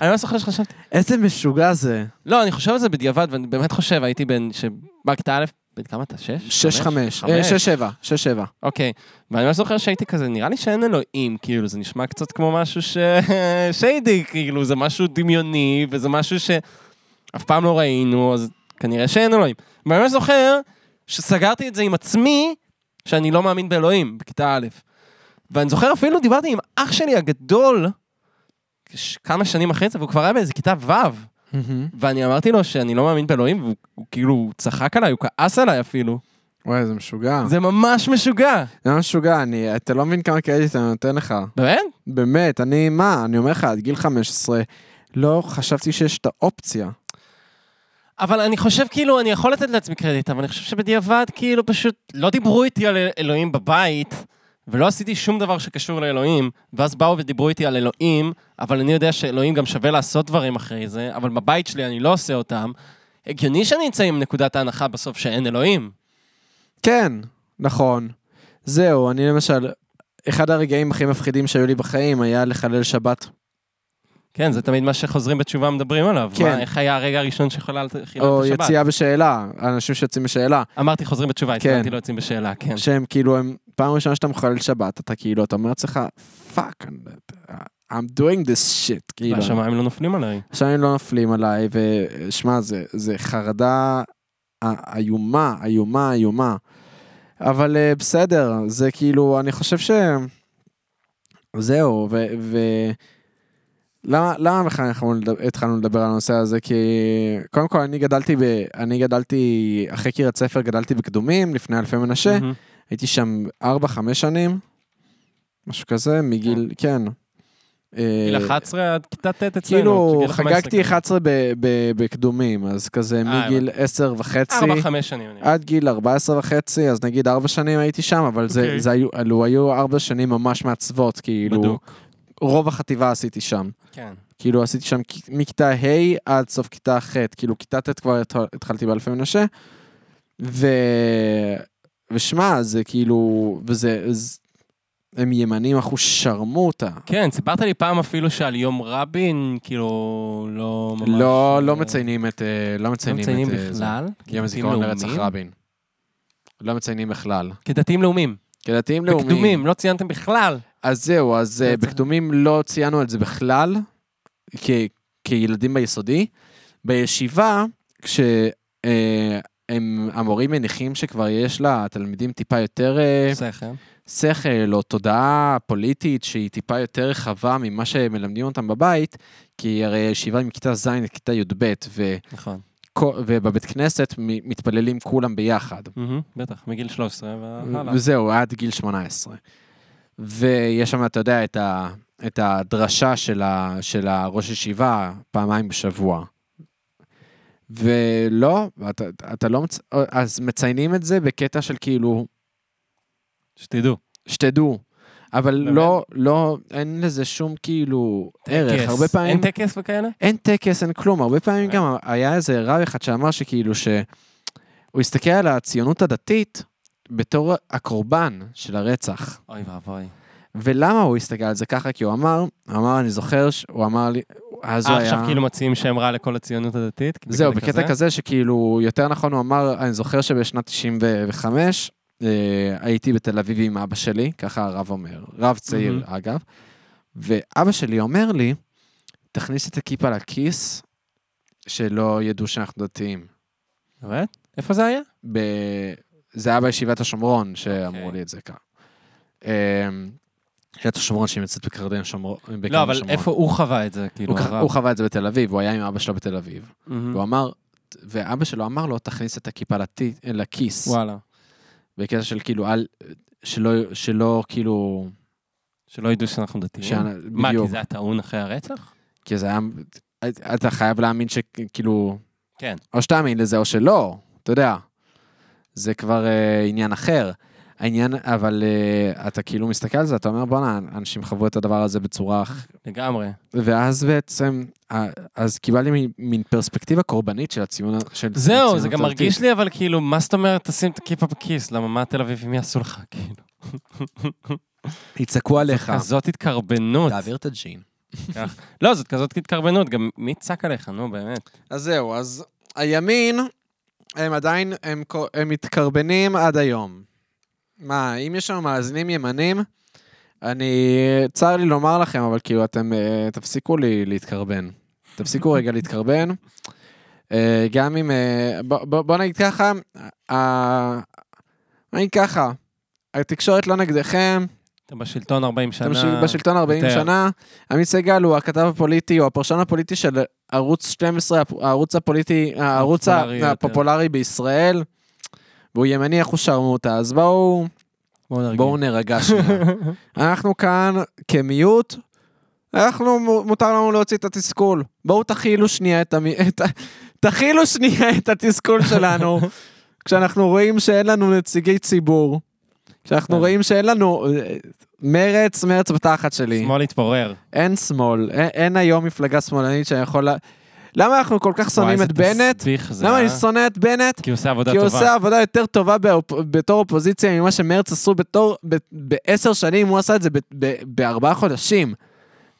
Speaker 3: אני לא זוכר שחשבתי.
Speaker 2: איזה משוגע זה.
Speaker 3: לא, אני חושב על זה בדיעבד, ואני באמת חושב, הייתי בן, ש... בכיתה א', בן כמה אתה? שש?
Speaker 2: שש חמש. אה, שש שבע. שש שבע.
Speaker 3: אוקיי. ואני ממש זוכר שהייתי כזה, נראה לי שאין אלוהים, כאילו, זה נשמע קצת כמו משהו ש... <laughs> שיידי, כאילו, זה משהו דמיוני, וזה משהו שאף פעם לא ראינו, אז כנראה שאין אלוהים. ואני ממש זוכר שסגרתי את זה עם עצמי, שאני לא מאמין באלוהים, בכיתה א'. ואני זוכר אפילו דיברתי עם אח שלי הגדול, כש- כמה שנים אחרי זה, והוא כבר היה באיזה כיתה ו'. ואני אמרתי לו שאני לא מאמין באלוהים, והוא הוא כאילו הוא צחק עליי, הוא כעס עליי אפילו.
Speaker 2: וואי, זה משוגע.
Speaker 3: זה ממש משוגע.
Speaker 2: זה ממש משוגע, אני, אתה לא מבין כמה קרדיט אני נותן לך.
Speaker 3: באמת?
Speaker 2: באמת, אני, מה, אני אומר לך, עד גיל 15, לא חשבתי שיש את האופציה.
Speaker 3: אבל אני חושב כאילו, אני יכול לתת לעצמי קרדיט, אבל אני חושב שבדיעבד כאילו פשוט לא דיברו איתי על אלוהים בבית, ולא עשיתי שום דבר שקשור לאלוהים, ואז באו ודיברו איתי על אלוהים, אבל אני יודע שאלוהים גם שווה לעשות דברים אחרי זה, אבל בבית שלי אני לא עושה אותם. הגיוני שאני אצא עם נקודת ההנחה בסוף שאין אלוהים.
Speaker 2: כן, נכון. זהו, אני למשל, אחד הרגעים הכי מפחידים שהיו לי בחיים היה לחלל שבת.
Speaker 3: כן, זה תמיד מה שחוזרים בתשובה מדברים עליו.
Speaker 2: כן.
Speaker 3: מה, איך היה הרגע הראשון שחוללת חיללת
Speaker 2: או
Speaker 3: שבת?
Speaker 2: יציאה בשאלה, אנשים שיוצאים בשאלה,
Speaker 3: אמרתי חוזרים בתשובה,
Speaker 2: כן.
Speaker 3: התכוונתי לא יוצאים בשאלה, כן.
Speaker 2: שהם כאילו, הם, פעם ראשונה שאתה מחלל שבת, אתה כאילו, אתה אומר לעצמך, פאק, I'm doing this shit, כאילו.
Speaker 3: והשמיים לא נופלים עליי.
Speaker 2: השמים לא נופלים עליי, ושמע, זה, זה חרדה א- איומה, איומה, איומה. אבל אה, בסדר, זה כאילו, אני חושב ש... זהו, ו... ו... למה, למה בכלל אנחנו לד- התחלנו לדבר על הנושא הזה? כי קודם כל אני גדלתי, ב, אני גדלתי, אחרי קריית ספר גדלתי בקדומים, לפני אלפי מנשה,
Speaker 3: מהמם.
Speaker 2: הייתי שם 4-5 שנים, משהו כזה, מגיל, כן.
Speaker 3: גיל
Speaker 2: אה,
Speaker 3: 11 עד כיתה ט' אצלנו.
Speaker 2: כאילו,
Speaker 3: גיל 15
Speaker 2: חגגתי
Speaker 3: כזה. אה,
Speaker 2: 11 ב- ב- בקדומים, אז כזה
Speaker 3: הבנתי.
Speaker 2: מגיל 10 וחצי.
Speaker 3: ארבע, חמש שנים. אני-
Speaker 2: עד גיל 14 וחצי, אז נגיד 4 שנים הייתי שם, אבל זה,
Speaker 3: אוקיי.
Speaker 2: זה היו, אלו היו 4 שנים ממש מעצבות, כאילו,
Speaker 3: בדוק.
Speaker 2: רוב החטיבה עשיתי שם.
Speaker 3: כן.
Speaker 2: כאילו עשיתי שם כ- מכיתה ה' עד סוף כיתה ח', כאילו כיתה ט' כבר הת- התחלתי באלפי מנשה. ו... ושמע, זה כאילו, וזה, ז... הם ימנים אחוז שרמוטה.
Speaker 3: כן, סיפרת לי פעם אפילו שעל יום רבין, כאילו, לא ממש...
Speaker 2: לא, לא
Speaker 3: אה,
Speaker 2: מציינים את, אה, לא
Speaker 3: לא
Speaker 2: מציינים את,
Speaker 3: מציינים
Speaker 2: אה, זה.
Speaker 3: בכלל.
Speaker 2: יום הזיכרון לרצח רבין. לא מציינים בכלל.
Speaker 3: כדתיים לאומיים.
Speaker 2: כדתיים לאומיים.
Speaker 3: בקדומים, לא ציינתם בכלל.
Speaker 2: אז זהו, אז אה,
Speaker 3: רצח.
Speaker 2: בקדומים לא ציינו את זה בכלל, כ- כילדים ביסודי. בישיבה, כשהמורים מניחים שכבר יש לתלמידים טיפה יותר אה,
Speaker 3: בסדר.
Speaker 2: שכל או תודעה פוליטית שהיא טיפה יותר רחבה ממה שמלמדים אותם בבית, כי הרי הישיבה היא מכיתה ז' לכיתה י"ב, ו-
Speaker 3: נכון.
Speaker 2: ובבית כנסת מ- מתפללים כולם ביחד.
Speaker 3: מהמם, בטח, מגיל 13 והלאה.
Speaker 2: וזהו, עד גיל 18. ויש שם, אתה יודע, את, ה, את הדרשה של, ה, של הראש ישיבה פעמיים בשבוע. ולא, אתה, אתה לא מצ... אז מציינים את זה בקטע של כאילו,
Speaker 3: שתדעו.
Speaker 2: שתדעו. אבל
Speaker 3: באמת?
Speaker 2: לא, לא, אין לזה שום כאילו ערך.
Speaker 3: טקס.
Speaker 2: הרבה פעמים...
Speaker 3: אין טקס וכאלה?
Speaker 2: אין טקס, אין כלום. הרבה פעמים
Speaker 3: כן.
Speaker 2: גם היה איזה רב אחד שאמר שכאילו ש... הוא הסתכל על הציונות הדתית בתור הקורבן של הרצח.
Speaker 3: אוי ואבוי.
Speaker 2: ולמה הוא הסתכל על זה ככה? כי הוא אמר, הוא אמר, אני זוכר, ש... הוא אמר לי, אז הוא
Speaker 3: אה,
Speaker 2: היה...
Speaker 3: עכשיו כאילו מציעים שם רע לכל הציונות הדתית? כאילו,
Speaker 2: זהו, בקטע כזה שכאילו, יותר נכון, הוא אמר, אני זוכר שבשנת 95 אה, הייתי בתל אביב עם אבא שלי, ככה הרב אומר, רב צעיר
Speaker 3: מהמם.
Speaker 2: אגב, ואבא שלי אומר לי, תכניס את הכיפה לכיס, שלא ידעו שאנחנו דתיים.
Speaker 3: באמת? איפה זה היה?
Speaker 2: ב... זה היה בישיבת השומרון שאמרו
Speaker 3: אוקיי.
Speaker 2: לי את זה ככה. אה, עיריית השומרון שהיא נמצאת בקרדן שומרון.
Speaker 3: לא, אבל איפה הוא חווה את זה, כאילו,
Speaker 2: הוא, ח...
Speaker 3: הרב?
Speaker 2: הוא חווה את זה בתל אביב, הוא היה עם אבא שלו בתל אביב.
Speaker 3: מהמם.
Speaker 2: והוא אמר, ואבא שלו אמר לו, תכניס את הכיפה לתי- לכיס.
Speaker 3: וואלה.
Speaker 2: בקטע של כאילו, אל, שלא, שלא כאילו,
Speaker 3: שלא ידעו שאנחנו דתיים.
Speaker 2: שאנ-
Speaker 3: Mm-hmm. מה, כי
Speaker 2: בדיוק.
Speaker 3: זה היה טעון אחרי הרצח?
Speaker 2: כי זה היה, אתה חייב להאמין שכאילו,
Speaker 3: כן.
Speaker 2: או שתאמין לזה או שלא, אתה יודע. זה כבר אה, עניין אחר. העניין, אבל אה, אתה כאילו מסתכל על זה, אתה אומר, בואנה, אנשים חוו את הדבר הזה בצורה... אח-"
Speaker 3: לגמרי.
Speaker 2: ואז בעצם, אה, אז קיבלתי מין- מין פרספקטיבה קורבנית של הציון... של
Speaker 3: זהו,
Speaker 2: הציונות
Speaker 3: זה גם
Speaker 2: הדתית.
Speaker 3: מרגיש לי, אבל כאילו, מה זאת אומרת, תשים את הכיפה בכיס, למה מה התל אביבים יעשו לך, כאילו?
Speaker 2: יצעקו עליך.
Speaker 3: כזאת התקרבנות.
Speaker 2: תעביר את הג'ין.
Speaker 3: לא, זאת כזאת התקרבנות, גם מי צעק עליך, נו, באמת.
Speaker 2: אז זהו, אז הימין, הם עדיין, הם, כו- הם מתקרבנים עד היום. מה, אם יש לנו מאזינים ימנים, אני, צר לי לומר לכם, אבל כאילו אתם, אה, תפסיקו לי להתקרבן. תפסיקו <laughs> רגע להתקרבן. אה, גם אם, אה, בוא, בוא, בוא נגיד ככה, אה, בוא נגיד ככה, התקשורת לא נגדכם,
Speaker 3: אתה בשלטון 40 שנה.
Speaker 2: אתם של- בשלטון 40
Speaker 3: יותר.
Speaker 2: שנה. עמית סגל הוא הכתב הפוליטי, או הפרשן הפוליטי של ערוץ 12, הפ- הערוץ הפוליטי, הערוץ ה-
Speaker 3: הפופולרי יותר.
Speaker 2: הפופולרי בישראל. והוא ימני, איך הוא שרמוטה, אז בואו,
Speaker 3: בואו נרגיע.
Speaker 2: בואו נרגע
Speaker 3: <laughs>
Speaker 2: שנייה. אנחנו כאן כמיעוט, אנחנו, מ- מותר לנו להוציא את התסכול. בואו תכילו שנייה את המי... את ה- תכילו שנייה את התסכול
Speaker 3: <laughs>
Speaker 2: שלנו, כשאנחנו רואים שאין לנו נציגי ציבור, כשאנחנו
Speaker 3: כן.
Speaker 2: רואים שאין לנו... אה, מרץ, מרץ בתחת שלי.
Speaker 3: שמאל התפורר.
Speaker 2: אין שמאל, אין- אין היום מפלגה שמאלנית שאני יכול... לה- למה אנחנו כל כך
Speaker 3: וואי,
Speaker 2: שונאים
Speaker 3: איזה
Speaker 2: את בנט?
Speaker 3: תסביך זה,
Speaker 2: למה
Speaker 3: אה?
Speaker 2: אני שונא את בנט?
Speaker 3: כי הוא עושה עבודה
Speaker 2: כי הוא
Speaker 3: טובה.
Speaker 2: עושה עבודה יותר טובה באופ- בתור אופוזיציה ממה שמרץ עשו בתור- ב- בעשר שנים, הוא עשה את זה ב- ב- בארבעה חודשים.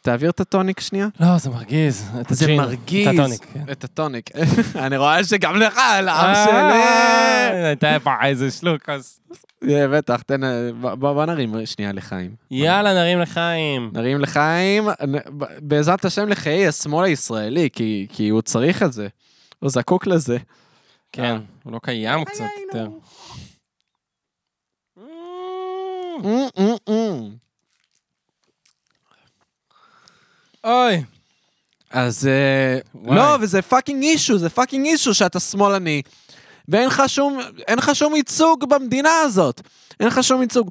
Speaker 2: תעביר את הטוניק שנייה.
Speaker 3: לא, זה מרגיז. את
Speaker 2: זה
Speaker 3: הג'ין,
Speaker 2: מרגיז.
Speaker 3: את הטוניק. כן.
Speaker 2: את הטוניק. <laughs> אני רואה שגם לך, על העם שלי.
Speaker 3: אה, הייתה פה איזה שלוק, אז...
Speaker 2: אה, בטח, תן... אה, בוא- בוא בוא נרים שנייה לחיים.
Speaker 3: יאללה, נרים לחיים.
Speaker 2: נרים לחיים, נ- ב- בעזרת השם לחיי השמאל הישראלי, כי, כי הוא צריך את זה. הוא זקוק לזה.
Speaker 3: כן, הוא לא קיים קצת יותר.
Speaker 2: Mm.
Speaker 3: אוי.
Speaker 2: אז... אה,
Speaker 3: וואי.
Speaker 2: לא, וזה פאקינג אישו, זה פאקינג אישו שאתה שמאלני. ואין לך שום, אין לך שום ייצוג במדינה הזאת. אין לך שום ייצוג.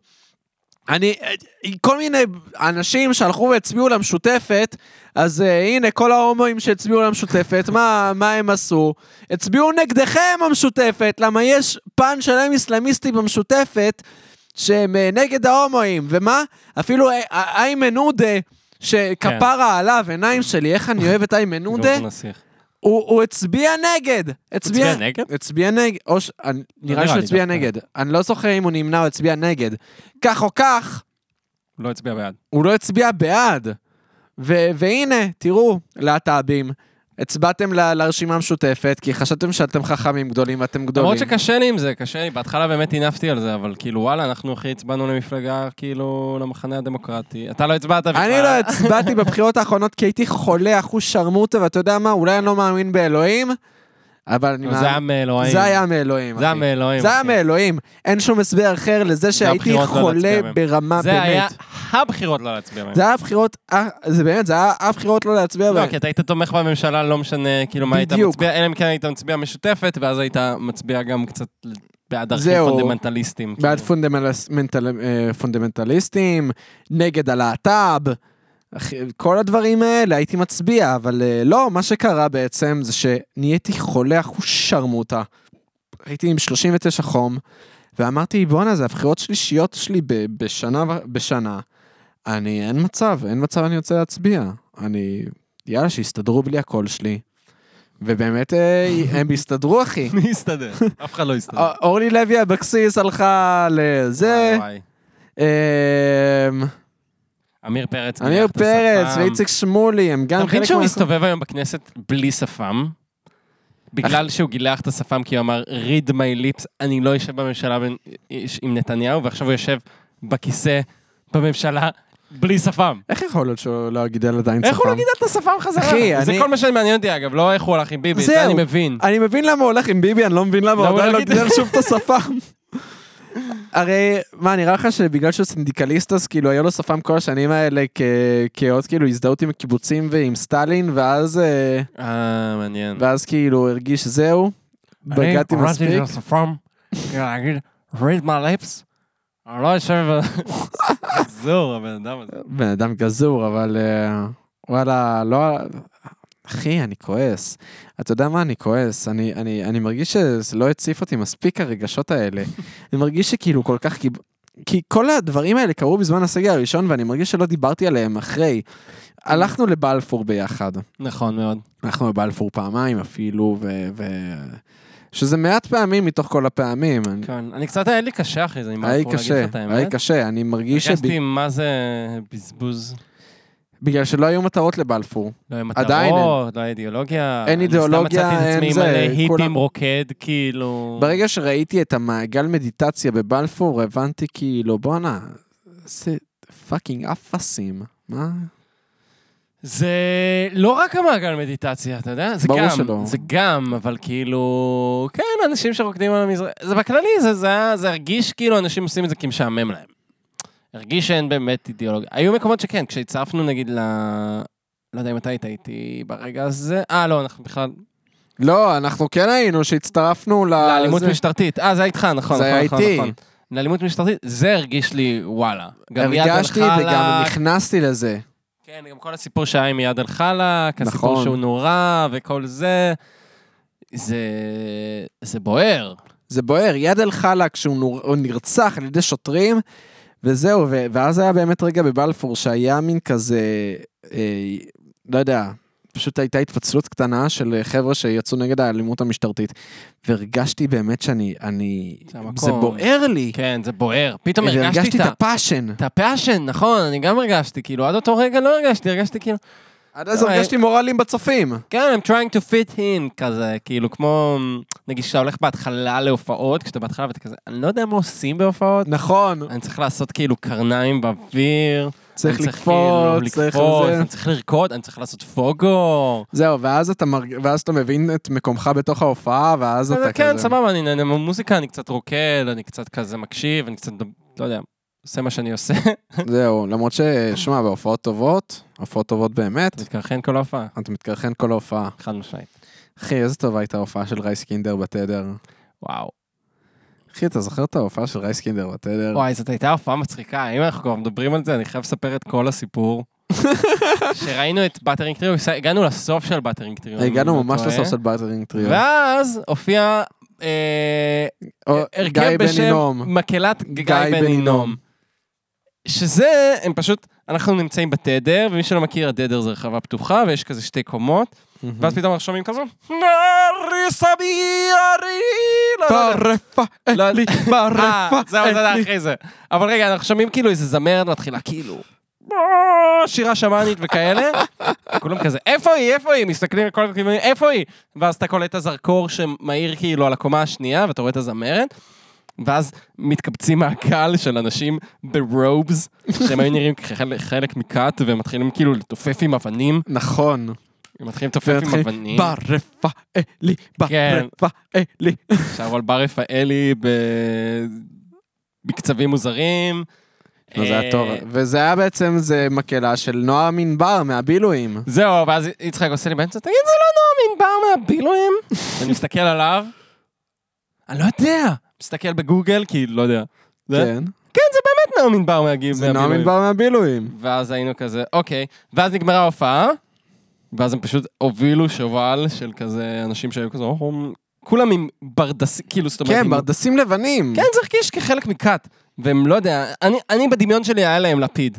Speaker 2: אני, אה, כל מיני אנשים שהלכו והצביעו למשותפת, אז אה, הנה כל ההומואים שהצביעו למשותפת, מה, מה הם עשו? הצביעו נגדכם המשותפת, למה יש פן שלם איסלאמיסטי במשותפת שהם אה, נגד ההומואים, ומה? אפילו אה, אה, איימן עודה,
Speaker 3: כן.
Speaker 2: שכפרה עליו, עיניים שלי, איך אני אוהב את איימן עודה,
Speaker 3: גור נסיך.
Speaker 2: הוא הוא הצביע נגד.
Speaker 3: לא. הצביע נגד? לא
Speaker 2: הצביע נגד, או ש... אני-
Speaker 3: נראה
Speaker 2: נראה
Speaker 3: לי
Speaker 2: שהוא הצביע
Speaker 3: דווקא.
Speaker 2: נגד. אני לא זוכר אם הוא נמנע או הצביע נגד. כך או כך,
Speaker 3: לא הצביע בעד.
Speaker 2: הוא לא הצביע בעד. ו- והנה, תראו, להט"בים, הצבעתם ל- לרשימה המשותפת, כי חשבתם שאתם חכמים גדולים ואתם
Speaker 3: למרות
Speaker 2: גדולים.
Speaker 3: שקשה לי עם זה, קשה לי. בהתחלה באמת הנפתי על זה, אבל כאילו, וואלה, אנחנו הכי הצבענו למפלגה, כאילו, למחנה הדמוקרטי. אתה לא הצבעת בכלל.
Speaker 2: אני לא הצבעתי בבחירות האחרונות כי הייתי חולה, אחוז שרמוטה, ואתה יודע מה, אולי אני לא מאמין באלוהים, אבל אני
Speaker 3: זה היה
Speaker 2: מאמין.
Speaker 3: מאלוהים.
Speaker 2: זה היה מאלוהים,
Speaker 3: זה היה
Speaker 2: אחי.
Speaker 3: מאלוהים.
Speaker 2: זה היה
Speaker 3: אחי.
Speaker 2: מאלוהים. אין שום הסבר אחר לזה שהייתי
Speaker 3: הבחירות לא
Speaker 2: חולה
Speaker 3: להצביע בהם.
Speaker 2: ברמה
Speaker 3: זה היה
Speaker 2: באמת.
Speaker 3: הבחירות לא להצביע בהם.
Speaker 2: זה היה הבחירות, אה, זה באמת, זה היה הבחירות לא להצביע
Speaker 3: לא,
Speaker 2: בהם.
Speaker 3: כי אתה היית תומך בממשלה, לא משנה כאילו מה היית
Speaker 2: בדיוק.
Speaker 3: מצביע, אלא אם כן היית מצביע משותפת, ואז היית מצביע גם קצת בעד ערכים
Speaker 2: זהו.
Speaker 3: פונדמנטליסטים.
Speaker 2: בעד
Speaker 3: כאילו.
Speaker 2: פונדמנטל- מנטל- אה, פונדמנטליסטים, נגד הלהט"ב, אחי, כל הדברים האלה הייתי מצביע, אבל אה, לא, מה שקרה בעצם זה שנהייתי חולה אחוז שרמוטה. הייתי עם 39 חום, ואמרתי, בואנה, זה הבחירות שלישיות שלי ב- בשנה, ו- בשנה. אני, אין מצב, אין מצב אני רוצה להצביע. אני, יאללה, שיסתדרו בלי הקול שלי. ובאמת, אה, הם הסתדרו,
Speaker 3: <laughs>
Speaker 2: אחי.
Speaker 3: מי יסתדר? אף אחד לא
Speaker 2: <laughs>
Speaker 3: יסתדר.
Speaker 2: א- אורלי לוי אבקסיס הלכה לזה.
Speaker 3: וואי, וואי.
Speaker 2: אמ,
Speaker 3: עמיר פרץ.
Speaker 2: עמיר
Speaker 3: בירך את
Speaker 2: פרץ
Speaker 3: השפם.
Speaker 2: ואיציק שמולי הם
Speaker 3: אתה
Speaker 2: גם
Speaker 3: מבין
Speaker 2: חלק
Speaker 3: שהוא
Speaker 2: מה...
Speaker 3: מסתובב היום בכנסת בלי שפם? בגלל שהוא גילח את השפם כי הוא אמר, read my lips, אני לא אשב בממשלה בין- עם נתניהו, ועכשיו הוא יושב בכיסא בממשלה בלי שפם.
Speaker 2: איך יכול להיות שהוא לא גידל עדיין
Speaker 3: איך הוא לא
Speaker 2: צפם?
Speaker 3: גידל את השפם חזרה?
Speaker 2: אחי,
Speaker 3: זה
Speaker 2: אני-
Speaker 3: כל מה שמעניין אותי, אגב, לא איך הוא הלך עם ביבי, את זה
Speaker 2: זהו.
Speaker 3: אני מבין.
Speaker 2: אני מבין למה הוא הולך עם ביבי, אני לא מבין למה
Speaker 3: למה
Speaker 2: הוא
Speaker 3: הוא
Speaker 2: עדיין
Speaker 3: לא
Speaker 2: לא
Speaker 3: גידל?
Speaker 2: גידל שוב את השפם. הרי, מה, נראה לך שבגלל שהוא סינדיקליסט, אז כאילו, היה לו שפם כל השנים האלה כ- כאות כאילו הזדהות עם הקיבוצים ועם סטלין, ואז, אה,
Speaker 3: אה, מעניין.
Speaker 2: ואז כאילו הרגיש זהו,
Speaker 4: אני קראתי
Speaker 2: בגדתי מספיק.
Speaker 4: את השפם, כאילו להגיד, read my lips, אני לא אשב...
Speaker 3: <laughs> זור, הבן אדם הזה.
Speaker 2: בן אדם גזור, אבל אה, וואלה, לא... אחי, אני כועס. אתה יודע מה? אני כועס. אני, אני, אני מרגיש שזה לא הציף אותי מספיק הרגשות
Speaker 3: <laughs>
Speaker 2: האלה. אני מרגיש שכאילו כל כך... קיב- כי כל הדברים האלה קרו בזמן הסגר הראשון, ואני מרגיש שלא דיברתי עליהם אחרי. הלכנו לבלפור ביחד.
Speaker 3: נכון מאוד.
Speaker 2: אנחנו בבלפור פעמיים אפילו, ו... ו... שזה מעט פעמים מתוך כל הפעמים. אני-
Speaker 3: כן. אני קצת, היה לי קשה אחרי זה, אני
Speaker 2: היה לי
Speaker 3: יכול
Speaker 2: קשה,
Speaker 3: להגיד לך את
Speaker 2: היה לי
Speaker 3: האמת.
Speaker 2: קשה. אני מרגיש
Speaker 3: הרגשתי מה זה בזבוז.
Speaker 2: שבגלל שלא היו מטרות לבלפור.
Speaker 3: לא היה
Speaker 2: עדיין אין.
Speaker 3: מטרות, לא היה אידיאולוגיה.
Speaker 2: אין אידיאולוגיה,
Speaker 3: אני סתם מצאתי את
Speaker 2: אין
Speaker 3: עצמי
Speaker 2: זה,
Speaker 3: מלא היפים
Speaker 2: כולם-
Speaker 3: רוקד, כאילו...
Speaker 2: ברגע שראיתי את המעגל מדיטציה בבלפור, הבנתי כאילו, בואנה, זה פאקינג אפסים. מה?
Speaker 3: זה לא רק המעגל מדיטציה, אתה יודע? זה
Speaker 2: ברור
Speaker 3: גם,
Speaker 2: שלא.
Speaker 3: זה גם, אבל כאילו... כן, אנשים שרוקדים על המזרח... זה בכללי, זה, זה, היה- זה הרגיש כאילו אנשים עושים את זה כי משעמם להם. הרגיש שאין באמת אידיאולוגיה. היו מקומות שכן, כשהצטרפנו נגיד ל... לא יודע אם אתה היית איתי ברגע הזה. אה, לא, אנחנו בכלל...
Speaker 2: לא, אנחנו כן היינו שהצטרפנו ל...
Speaker 3: לאלימות
Speaker 2: זה-
Speaker 3: משטרתית. אה, זה היה איתך, נכון,
Speaker 2: זה
Speaker 3: נכון,
Speaker 2: היה
Speaker 3: נכון,
Speaker 2: איתי.
Speaker 3: נכון. לאלימות משטרתית, זה הרגיש לי, וואלה. גם יד על
Speaker 2: הרגשתי וגם
Speaker 3: חלק,
Speaker 2: נכנסתי לזה.
Speaker 3: כן, גם כל הסיפור שהיה עם יד על חלק, הסיפור
Speaker 2: נכון.
Speaker 3: שהוא נורא וכל זה, זה... זה בוער.
Speaker 2: זה בוער, יד אל חלק שהוא נור... הוא נרצח על ידי שוטרים, וזהו, ו... ואז היה באמת רגע בבלפור שהיה מין כזה, אה, לא יודע, פשוט הייתה התפצלות קטנה של חבר'ה שיצאו נגד האלימות המשטרתית, והרגשתי באמת שאני, אני,
Speaker 3: זה המקום.
Speaker 2: זה בוער לי,
Speaker 3: כן, זה בוער. פתאום
Speaker 2: אה, הרגשתי
Speaker 3: הרגשתי
Speaker 2: את
Speaker 3: את ה...
Speaker 2: הפאשן.
Speaker 3: את הפאשן, נכון, אני גם הרגשתי, כאילו, עד אותו רגע לא הרגשתי, הרגשתי כאילו,
Speaker 2: עד אז
Speaker 3: לא,
Speaker 2: הרגשתי מורלים בצופים.
Speaker 3: כן, I'm trying to fit in, כזה, כאילו, כמו, נגיד, כשאתה הולך בהתחלה להופעות, כשאתה בהתחלה ואתה כזה, אני לא יודע מה עושים בהופעות,
Speaker 2: נכון,
Speaker 3: אני צריך לעשות כאילו קרניים באוויר,
Speaker 2: צריך
Speaker 3: אני
Speaker 2: לקפוץ,
Speaker 3: כאילו
Speaker 2: צריך
Speaker 3: לקפוץ,
Speaker 2: זה.
Speaker 3: אני צריך לרקוד, אני צריך לעשות פוגו.
Speaker 2: זהו, ואז אתה מרג- ואז אתה מבין את מקומך בתוך ההופעה, ואז אתה
Speaker 3: אז
Speaker 2: כזה...
Speaker 3: כן, סבבה, אני נהנה מהמוזיקה, אני קצת רוקד, אני קצת כזה מקשיב, אני קצת, לא יודע, עושה מה שאני <laughs> עושה.
Speaker 2: זהו, למרות ש... שמע, בהופעות טובות, הופעות טובות באמת,
Speaker 3: מתקרחן כל ההופעה,
Speaker 2: אתה מתקרחן כל ההופעה.
Speaker 3: חד משמעית.
Speaker 2: אחי, איזה טובה הייתה ההופעה של רייס קינדר בתדר.
Speaker 3: וואו.
Speaker 2: אחי, אתה זוכר את ההופעה של רייס קינדר בתדר?
Speaker 3: וואי, זאת הייתה הופעה מצחיקה, אם אנחנו כבר מדברים על זה, אני חייב לספר את
Speaker 2: <laughs>
Speaker 3: כל הסיפור. שראינו את באטרינג טריו, הגענו לסוף של באטרינג טריו. אם אני
Speaker 2: הגענו
Speaker 3: לא
Speaker 2: ממש
Speaker 3: טועה.
Speaker 2: לסוף של באטרינג טריו.
Speaker 3: ואז הופיע אה,
Speaker 2: או,
Speaker 3: הרכב בשם
Speaker 2: בנינום.
Speaker 3: מקהלת גיא
Speaker 2: גיא בן
Speaker 3: בנינום.
Speaker 2: הינום.
Speaker 3: שזה, הם פשוט, אנחנו נמצאים בתדר, ומי שלא מכיר, התדר זה רחבה פתוחה, ויש כזה שתי קומות, ואז פתאום אנחנו שומעים כזה, נארי סבי ארי, לא, לא
Speaker 2: ברפאלי,
Speaker 3: יודע. אה, זהו, זה היה
Speaker 2: ברפאלי.
Speaker 3: אחרי זה. אבל רגע, אנחנו שומעים כאילו איזה זמרת מתחילה, כאילו, "אה, שירה שמאנית וכאלה, כולם כזה, איפה היא, איפה היא? מסתכלים לכל הכיוונים, איפה היא? ואז אתה קולט את הזרקור שמאיר כאילו על הקומה השנייה, ואתה רואה את הזמרת, ואז מתקבצים מהקהל של אנשים ברובס, שהם היו נראים כחלק חלק מכת, והם מתחילים כאילו לתופף עם אבנים,
Speaker 2: נכון.
Speaker 3: הם מתחילים לתופף עם
Speaker 2: ונתחיל,
Speaker 3: אבנים.
Speaker 2: ברפאלי,
Speaker 3: כן.
Speaker 2: ברפאלי.
Speaker 3: שרו על בר רפאלי ב... בקצבים מוזרים.
Speaker 2: לא, זה היה
Speaker 3: אה,
Speaker 2: טוב. וזה היה בעצם, זה מקהלה של נועה מנבר מהבילויים.
Speaker 3: זהו, ואז יצחק עושה לי באמצע, תגיד, זה לא נעמי בר מהבילויים? <laughs> אני מסתכל עליו, אני לא יודע. מסתכל בגוגל, כי לא יודע. זה-
Speaker 2: כן.
Speaker 3: באמת נעמי בר מהגיב-
Speaker 2: זה נועה
Speaker 3: מהבילויים.
Speaker 2: מנבר מהבילויים.
Speaker 3: ואז היינו כזה, אוקיי. ואז נגמרה ההופעה, ואז הם פשוט הובילו שובל של כזה אנשים שהיו כזה, "אוהו", כולם עם ברדסים, כאילו, זאת אומרת,
Speaker 2: כן,
Speaker 3: עם-
Speaker 2: ברדסים לבנים.
Speaker 3: כן, זה הרגיש כחלק מכת. והם לא יודע, אני, אני בדמיון שלי היה להם <laughs> לפיד.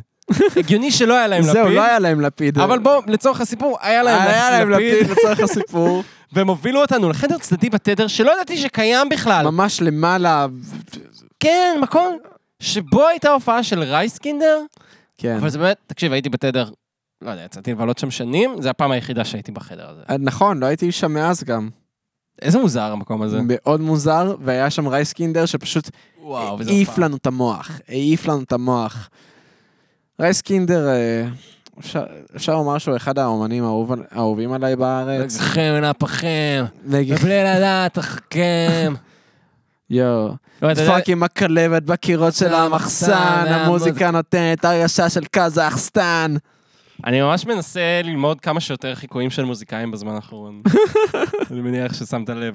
Speaker 3: הגיוני שלא היה להם
Speaker 2: זהו,
Speaker 3: לפיד,
Speaker 2: לא היה להם לפיד.
Speaker 3: אבל בוא, לצורך הסיפור, היה להם,
Speaker 2: היה להם לפיד לצורך <laughs> הסיפור.
Speaker 3: והם הובילו אותנו לחדר צדדי בתדר שלא ידעתי שקיים בכלל.
Speaker 2: ממש למעלה.
Speaker 3: כן, מקום שבו הייתה הופעה של רייסקינדר,
Speaker 2: כן.
Speaker 3: אבל זה באמת, תקשיב, הייתי בתדר, לא יודע, יצאתי לבלות שם שנים, זה הפעם היחידה שהייתי בחדר הזה.
Speaker 2: נכון, לא הייתי שם מאז גם.
Speaker 3: איזה מוזר המקום הזה.
Speaker 2: מאוד מוזר, והיה שם רייס קינדר שפשוט
Speaker 3: וואו, וזה
Speaker 2: העיף לנו את המוח. העיף לנו את המוח. רייס קינדר, אה, אפשר- אפשר לומר שהוא אחד האומנים האהוב- האהובים עליי בארץ.
Speaker 3: נגחם אל אפכם,
Speaker 2: נגיד, <laughs>
Speaker 3: ובלי לדעת אחכם.
Speaker 2: יואו.
Speaker 3: לא, אתה יודע-
Speaker 2: פאקינג הכלבת בקירות של המחסן, המוזיקה נותנת הרגשה של קזחסטן.
Speaker 3: אני ממש מנסה ללמוד כמה שיותר חיקויים של מוזיקאים בזמן
Speaker 2: <laughs>
Speaker 3: האחרון. אני מניח ששמת לב.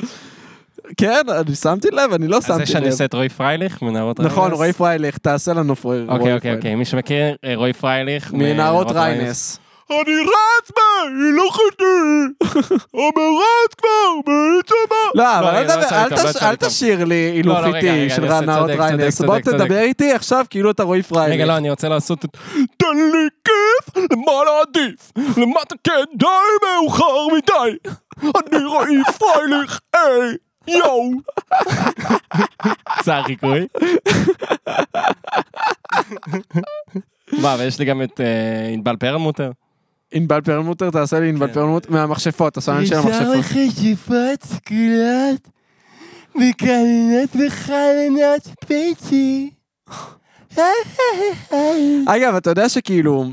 Speaker 2: כן, אני שמתי לב, אני לא
Speaker 3: אז זה
Speaker 2: שמתי
Speaker 3: שאני
Speaker 2: לב.
Speaker 3: עושה את רוי פרייליך מנערות ריינס.
Speaker 2: נכון, רועי פרייליך, תעשה לנו פרייליך.
Speaker 3: אוקיי, אוקיי, אוקיי. מי שמכיר, אה, רוי פרייליך.
Speaker 2: מנערות ריינס.
Speaker 3: אני רץ בה, היא לא חטאי. אומרת כבר, בעצם מה?
Speaker 2: לא, אבל
Speaker 3: לא,
Speaker 2: אל
Speaker 3: אני לא
Speaker 2: תדבר-
Speaker 3: יצא לי
Speaker 2: אל
Speaker 3: טוב,
Speaker 2: תש-
Speaker 3: לא יצא לי
Speaker 2: אל
Speaker 3: טוב.
Speaker 2: תשיר לי
Speaker 3: לא, לא, רגע,
Speaker 2: אילופיתי
Speaker 3: רגע,
Speaker 2: של
Speaker 3: אני עושה-
Speaker 2: נערות
Speaker 3: צודק,
Speaker 2: ריינס.
Speaker 3: צודק,
Speaker 2: בוא
Speaker 3: צודק, צודק.
Speaker 2: תדבר איתי עכשיו כאילו אתה רועי פרייליך.
Speaker 3: רגע, לא, אני רוצה לעשות את... תן לי כיף, למה לא עדיף? למטה כדאי מאוחר מדי. אני רועי פרייליך, היי, יואו. זה החיקוי. מה, ויש לי גם את אה, ענבל פרלמוטר.
Speaker 2: ענבל פרלמוטר, תעשה לי
Speaker 3: כן.
Speaker 2: ענבל פרלמוטר מהמכשפות, הסולן של המכשפות.
Speaker 4: חשיפת סגולות וקלנות וחלנות ביתי.
Speaker 3: אה,
Speaker 2: אגב, אתה יודע שכאילו,